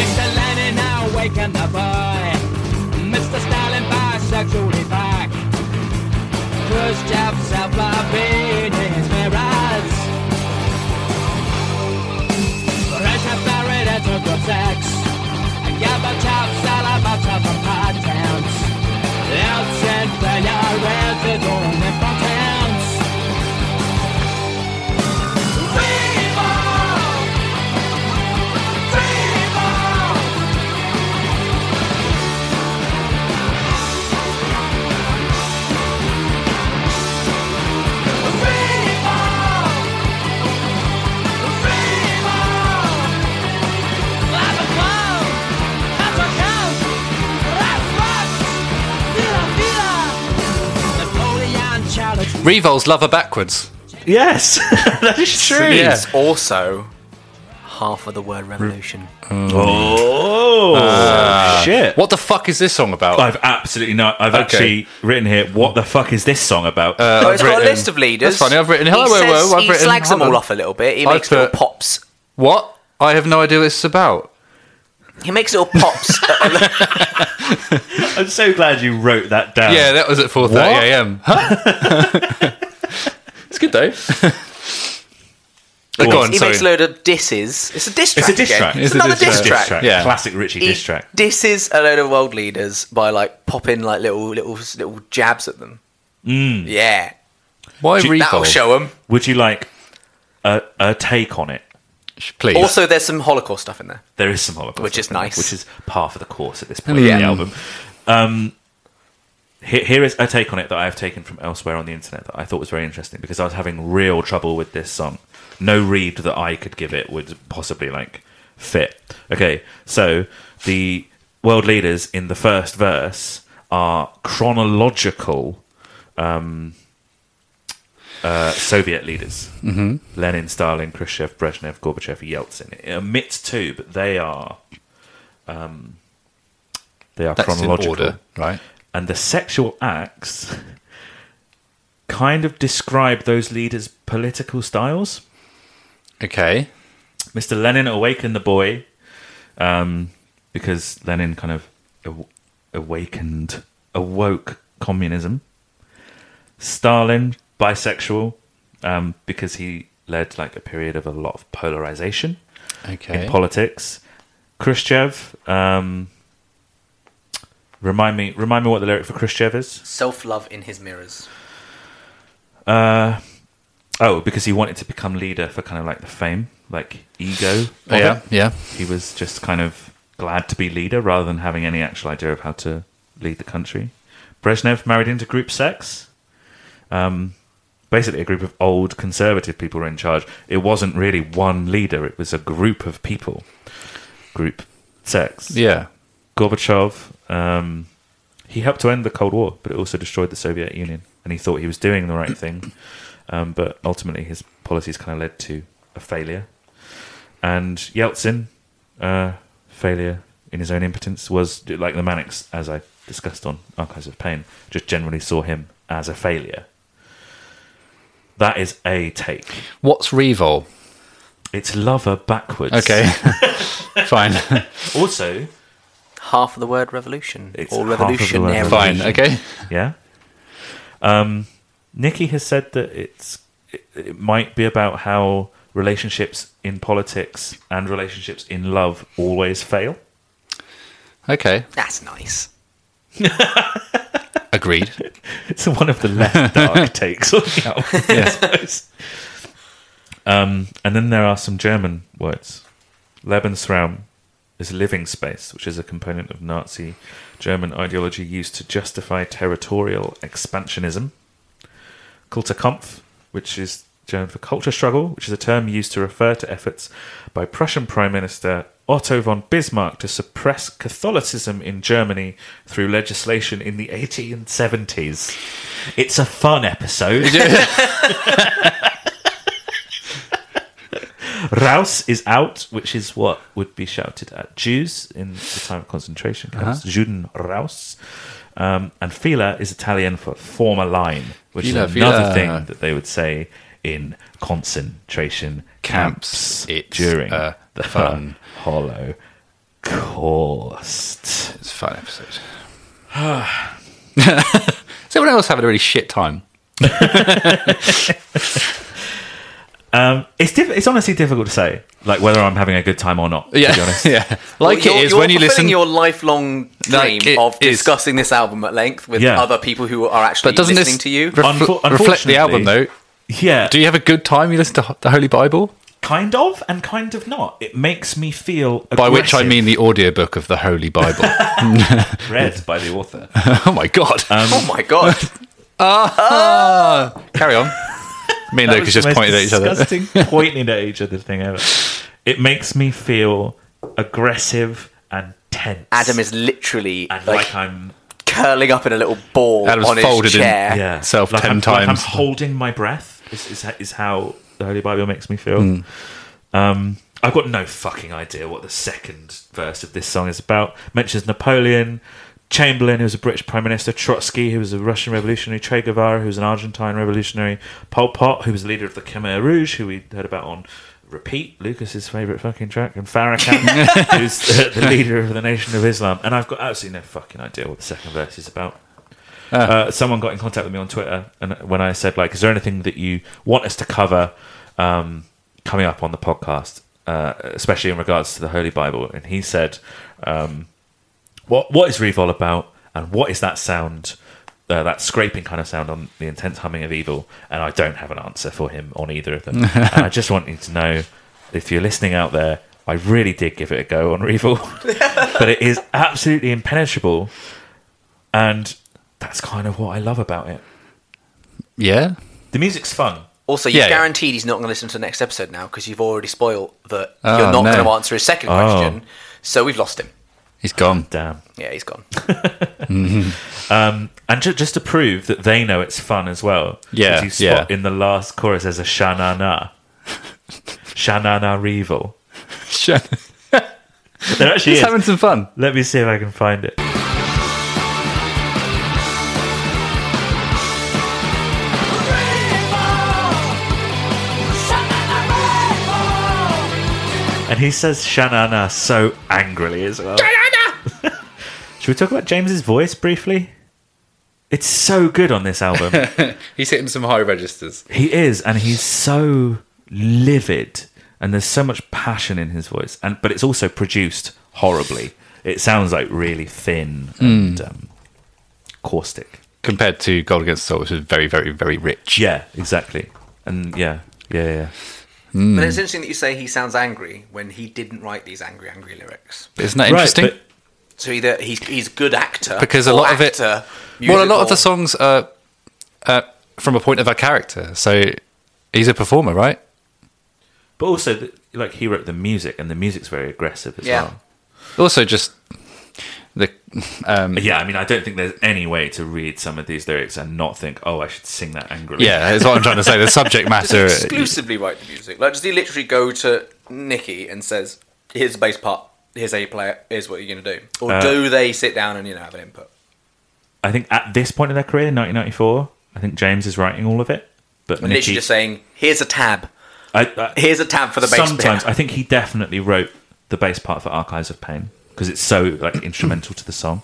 Speaker 7: Mr. Lennon now waken the boy. Mr. Stalin bisexually back. Khrushchev self-loving his mirrors. Russia buried at a good sex. And Gorbachev Salabatov and patents. Yeltsin failure with his own impotence.
Speaker 2: Revol's Lover Backwards.
Speaker 4: Yes, that is true.
Speaker 2: Yeah.
Speaker 3: It's also half of the word revolution.
Speaker 4: Oh shit!
Speaker 2: Ah. What the fuck is this song about?
Speaker 4: I've absolutely not. I've actually written here. What the fuck is this song about?
Speaker 2: Uh,
Speaker 3: Oh,
Speaker 2: I've
Speaker 3: it's got a
Speaker 2: written-
Speaker 3: list of leaders.
Speaker 2: That's funny. I've written.
Speaker 3: He
Speaker 2: Hello, whoa,
Speaker 3: says-
Speaker 2: whoa, I've
Speaker 3: he
Speaker 2: written.
Speaker 3: slags them
Speaker 2: hold
Speaker 3: all
Speaker 2: on.
Speaker 3: off a little bit. He
Speaker 2: I've
Speaker 3: makes little
Speaker 2: put-
Speaker 3: pops.
Speaker 2: What? I have no idea what it's about.
Speaker 3: He makes little pops.
Speaker 4: I'm so glad you wrote that down.
Speaker 2: Yeah, that was at 4:30 a.m. Huh? it's good though.
Speaker 4: Go
Speaker 2: Go
Speaker 4: on,
Speaker 2: on,
Speaker 3: He
Speaker 2: sorry.
Speaker 3: makes a load of disses. It's a diss track.
Speaker 4: It's a diss
Speaker 3: again.
Speaker 4: track.
Speaker 3: It's,
Speaker 2: It's a
Speaker 3: another
Speaker 2: diss
Speaker 3: diss
Speaker 2: track.
Speaker 3: track.
Speaker 2: Yeah.
Speaker 4: Classic Richie
Speaker 3: He
Speaker 4: diss track.
Speaker 3: disses a load of world leaders by like popping like little little little jabs at them. Mm. Yeah,
Speaker 2: Why
Speaker 3: that'll
Speaker 2: Revolve?
Speaker 3: show them.
Speaker 4: Would you like a, a uh, take on it?
Speaker 2: Please.
Speaker 3: Also, there's some Holocaust stuff in there.
Speaker 4: There is some Holocaust,
Speaker 3: Which is
Speaker 4: stuff in there,
Speaker 3: nice.
Speaker 4: which is par for the course at this point in
Speaker 2: Yeah.
Speaker 4: the album. Um, here, here is a take on it that I have taken from elsewhere on the internet that I thought was very interesting because I was having real trouble with this song. No read that I could give it would possibly like fit. Okay, so the world leaders in the first verse are chronological Soviet leaders
Speaker 2: Mm-hmm.
Speaker 4: Lenin, Stalin, Khrushchev, Brezhnev, Gorbachev, Yeltsin. It omits two, but they are um, they are
Speaker 2: That's in
Speaker 4: chronological.
Speaker 2: order, right?
Speaker 4: And the sexual acts kind of describe those leaders' political styles.
Speaker 2: Okay.
Speaker 4: Mr. Lenin awakened the boy um, because Lenin kind of aw- awakened, awoke communism. Stalin, bisexual, um, because he led like a period of a lot of polarization
Speaker 2: Okay.
Speaker 4: in politics. Khrushchev, um, remind me, remind me what the lyric for Khrushchev is.
Speaker 3: Self love in his mirrors.
Speaker 4: Oh, because he wanted to become leader for kind of like the fame, like ego. of it.
Speaker 2: yeah. Yeah.
Speaker 4: he was just kind of glad to be leader rather than having any actual idea of how to lead the country. Brezhnev married into group sex. Um, basically, a group of old conservative people were in charge. It wasn't really one leader, it was a group of people. Group sex.
Speaker 2: Yeah.
Speaker 4: Gorbachev, um, he helped to end the Cold War, but it also destroyed the Soviet Union. And he thought he was doing the right thing, um, but ultimately his policies kind of led to a failure. And Yeltsin, uh, failure in his own impotence, was like the Manics, as I discussed on Archives of Pain, just generally saw him as a failure. That is a take.
Speaker 2: What's Revolve?
Speaker 4: It's lover backwards.
Speaker 2: Okay. Fine.
Speaker 4: Also,
Speaker 3: Half of the word revolution.
Speaker 4: It's
Speaker 3: or
Speaker 4: half of the word
Speaker 3: revolutionary.
Speaker 4: revolution.
Speaker 2: Fine. Okay.
Speaker 4: Yeah. Um, Nikki has said that it's it, it might be about how relationships in politics and relationships in love always fail.
Speaker 2: Okay.
Speaker 3: That's nice.
Speaker 2: Agreed.
Speaker 4: It's one of the left dark takes on the album, I suppose. Um, and then there are some German words. Lebensraum is living space, which is a component of Nazi German ideology used to justify territorial expansionism. Kulturkampf, which is German for culture struggle, which is a term used to refer to efforts by Prussian Prime Minister Otto von Bismarck to suppress Catholicism in Germany through legislation in the 1870s. It's a fun episode. Raus is out, which is what would be shouted at Jews in the time of concentration camps.
Speaker 2: Uh-huh.
Speaker 4: Juden Raus. Um, and Fila is Italian for former line, which
Speaker 2: Fila,
Speaker 4: is
Speaker 2: Fila.
Speaker 4: another thing that they would say in concentration camps,
Speaker 2: Camps, it's
Speaker 4: during
Speaker 2: a
Speaker 4: the
Speaker 2: fun
Speaker 4: hollow course.
Speaker 2: It's a fun episode. Is everyone else having a really shit time?
Speaker 4: It's diff- it's honestly difficult to say, like whether I'm having a good time or not. To be honest,
Speaker 2: yeah. Like
Speaker 3: Well,
Speaker 2: it
Speaker 3: you're-
Speaker 2: is
Speaker 3: you're
Speaker 2: when you
Speaker 3: fulfilling
Speaker 2: listen.
Speaker 3: your lifelong dream
Speaker 2: Like it
Speaker 3: of
Speaker 2: is.
Speaker 3: discussing this album at length with
Speaker 4: Yeah.
Speaker 3: other people who are actually
Speaker 2: but doesn't
Speaker 3: listening
Speaker 2: this
Speaker 3: to you.
Speaker 2: refl-
Speaker 4: Unfo-
Speaker 2: reflect the album though?
Speaker 4: unfortunately- yeah.
Speaker 2: Do you have a good time? You listen to Ho- the Holy Bible,
Speaker 4: kind of and kind of not. It makes me feel
Speaker 2: by which I
Speaker 4: aggressive.
Speaker 2: mean the audiobook of the Holy Bible.
Speaker 4: read by the author.
Speaker 2: oh my god!
Speaker 4: Um,
Speaker 3: oh my god.
Speaker 2: Carry on. Me and
Speaker 4: That
Speaker 2: Lucas
Speaker 4: was the
Speaker 2: just
Speaker 4: most
Speaker 2: pointed at each other.
Speaker 4: disgusting pointing at each other thing ever. It makes me feel aggressive and tense.
Speaker 3: Adam is literally
Speaker 4: and
Speaker 3: like,
Speaker 4: like, I'm
Speaker 3: curling up in a little ball
Speaker 2: Adam's
Speaker 3: on his
Speaker 2: folded in-
Speaker 3: chair.
Speaker 4: yeah
Speaker 2: Self
Speaker 4: like
Speaker 2: 10
Speaker 4: I'm, Like I'm
Speaker 2: times.
Speaker 4: holding my breath. Is, is, is how the Holy Bible makes me feel. Um, I've got no fucking idea what the second verse of this song is about. Mentions Napoleon, Chamberlain, who was a British Prime Minister, Trotsky, who was a Russian revolutionary, Che Guevara, who was an Argentine revolutionary, Pol Pot, who was the leader of the Khmer Rouge, who we heard about on Repeat, Lucas's favourite fucking track, and Farrakhan, who's the, the leader of the Nation of Islam. And I've got absolutely no fucking idea what the second verse is about. Uh, someone got in contact with me on Twitter, and when I said, like, is there anything that you want us to cover um, coming up on the podcast, uh, especially in regards to the Holy Bible? And he said, um, what what is Reeve all about, and what is that sound, uh, that scraping kind of sound on the intense humming of evil? And I don't have an answer for him on either of them. and I just want you to know, if you're listening out there, I really did give it a go on Reeve, but it is absolutely impenetrable, and that's kind of what I love about it.
Speaker 2: Yeah.
Speaker 4: The music's fun.
Speaker 3: Also, you're
Speaker 2: Yeah, yeah.
Speaker 3: guaranteed he's not going to listen to the next episode now because you've already spoiled that
Speaker 2: Oh,
Speaker 3: you're not
Speaker 2: no. Oh.
Speaker 3: going to answer his second question. So we've lost him.
Speaker 2: He's gone.
Speaker 4: Damn.
Speaker 3: Yeah, he's gone.
Speaker 4: And ju- just to prove that they know it's fun as well. 'cause
Speaker 2: Yeah,
Speaker 4: You spot
Speaker 2: yeah.
Speaker 4: in the last chorus there's a shanana. shanana Reevil.
Speaker 2: Sure.
Speaker 4: There actually
Speaker 2: He's
Speaker 4: is.
Speaker 2: having some fun.
Speaker 4: Let me see if I can find it. And he says Shanana so angrily as well. Should we talk about James's voice briefly? It's so good on this album.
Speaker 2: He's hitting some high registers.
Speaker 4: He is, and he's so livid, and there's so much passion in his voice, and but it's also produced horribly. It sounds like really thin and um, caustic.
Speaker 2: Compared to Gold Against Soul, which is very, very, very rich.
Speaker 4: Yeah, exactly, and yeah, yeah, yeah.
Speaker 2: Hmm.
Speaker 3: But it's interesting that you say he sounds angry when he didn't write these angry, angry lyrics.
Speaker 2: Isn't that interesting?
Speaker 4: Right,
Speaker 3: So either he's he's a good actor
Speaker 2: Because a
Speaker 3: or
Speaker 2: lot of it-
Speaker 3: actor,
Speaker 2: well, a lot of the
Speaker 3: musical-
Speaker 2: songs are uh, from a point of a character. So he's a performer, right?
Speaker 4: but, but also, th- like he wrote the music, and the music's very aggressive as
Speaker 3: Yeah.
Speaker 4: well.
Speaker 2: Also, just the um,
Speaker 4: Yeah, I mean, I don't think there's any way to read some of these lyrics and not think, oh, I should sing that angrily.
Speaker 2: yeah, is what I'm trying to say. The subject matter.
Speaker 3: Does he exclusively write the music? Like, does he literally go to Nicky and says, "Here's the bass part. Here's how you play it. Here's what you're going to do," or
Speaker 4: Uh,
Speaker 3: do they sit down and you know have an input?
Speaker 4: I think at this point in their career, 1994, I think James is writing all of it. But
Speaker 3: And literally
Speaker 4: Nicky,
Speaker 3: just saying, "Here's a tab.
Speaker 4: I, I,
Speaker 3: Here's a tab for the bass."
Speaker 4: sometimes
Speaker 3: player."
Speaker 4: I think he definitely wrote the bass part for Archives of Pain because it's so like instrumental to the song.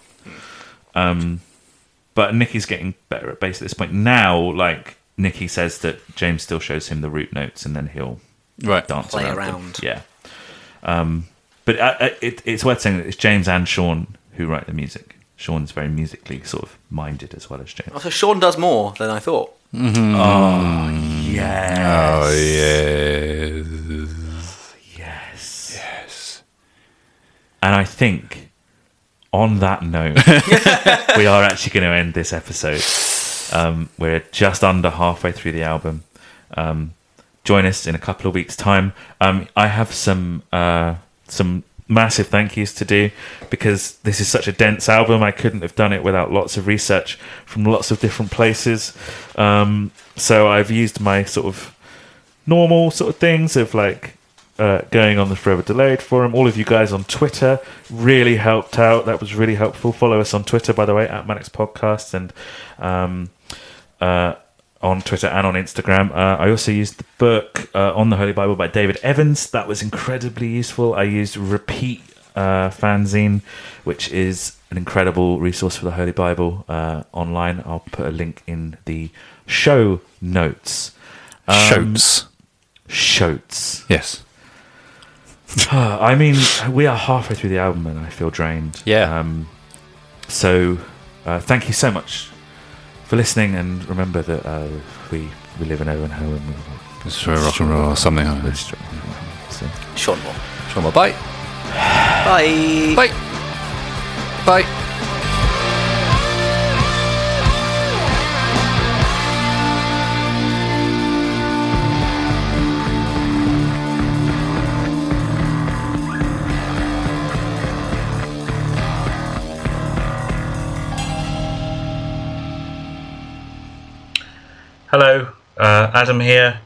Speaker 4: Um, but Nicky's getting better at bass at this point. Now, like Nicky says that James still shows him the root notes, and then he'll
Speaker 2: Right.
Speaker 4: dance
Speaker 3: Play
Speaker 4: around. them.
Speaker 3: around.
Speaker 4: Yeah. Um, but uh, uh, it, it's worth saying that it's James and Sean who write the music. Sean's very musically sort of minded as well as James.
Speaker 3: So Sean does more than I thought.
Speaker 4: Yeah.
Speaker 2: Oh yeah.
Speaker 4: Yes. Yes. And I think on that note, we are actually going to end this episode. Um, we're just under halfway through the album. Um, join us in a couple of weeks' time. Um, I have some uh, some massive thank yous to do because this is such a dense album. I couldn't have done it without lots of research from lots of different places. Um, so I've used my sort of normal sort of things of like uh, going on the Forever Delayed forum. All of you guys on Twitter really helped out. That was really helpful. Follow us on Twitter, by the way, at Manix Podcast and um, uh, on Twitter and on Instagram. Uh, I also used the book uh, on the Holy Bible by David Evans. That was incredibly useful. I used Repeat uh, Fanzine, which is an incredible resource for the Holy Bible uh, online. I'll put a link in the show notes.
Speaker 2: Shoats.
Speaker 4: Shotes.
Speaker 2: Um, Yes.
Speaker 4: Uh, I mean, we are halfway through the album and I feel drained.
Speaker 2: Yeah.
Speaker 4: Um, so, uh, thank you so much for listening and remember that uh, we, we live in Owen Ho and we
Speaker 2: It's for rock and roll or something. Like that.
Speaker 4: so.
Speaker 3: Sean more.
Speaker 2: Trauma. Bye.
Speaker 3: Bye.
Speaker 2: Bye. Bye.
Speaker 4: Hello, uh, Adam here.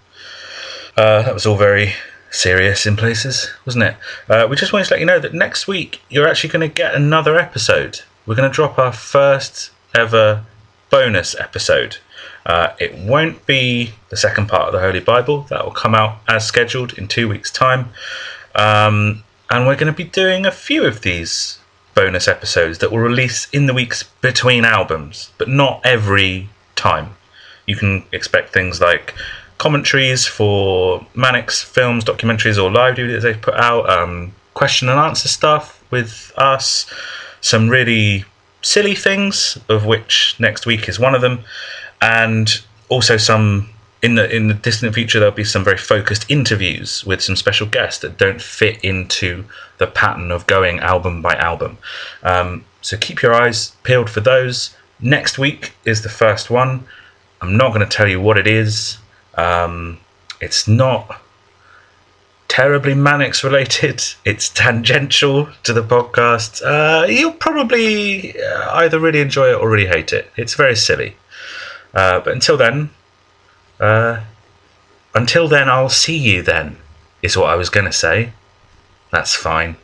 Speaker 4: Uh, that was all very serious in places, wasn't it? Uh, we just wanted to let you know that next week you're actually going to get another episode. We're going to drop our first ever bonus episode.
Speaker 1: Uh, it won't be the second part of the Holy Bible. That will come out as scheduled in two weeks' time. Um, and we're going to be doing a few of these bonus episodes that will release in the weeks between albums, but not every time. You can expect things like commentaries for Mannix films, documentaries, or live DVDs they've put out, um, question and answer stuff with us, some really silly things, of which next week is one of them, and also some in the in the distant future there'll be some very focused interviews with some special guests that don't fit into the pattern of going album by album. Um, so keep your eyes peeled for those. Next week is the first one. I'm not going to tell you what it is. Um, it's not terribly Mannix related. It's tangential to the podcast. Uh, you'll probably uh, either really enjoy it or really hate it. It's very silly. Uh, but until then, uh, until then, I'll see you then, is what I was going to say. That's fine.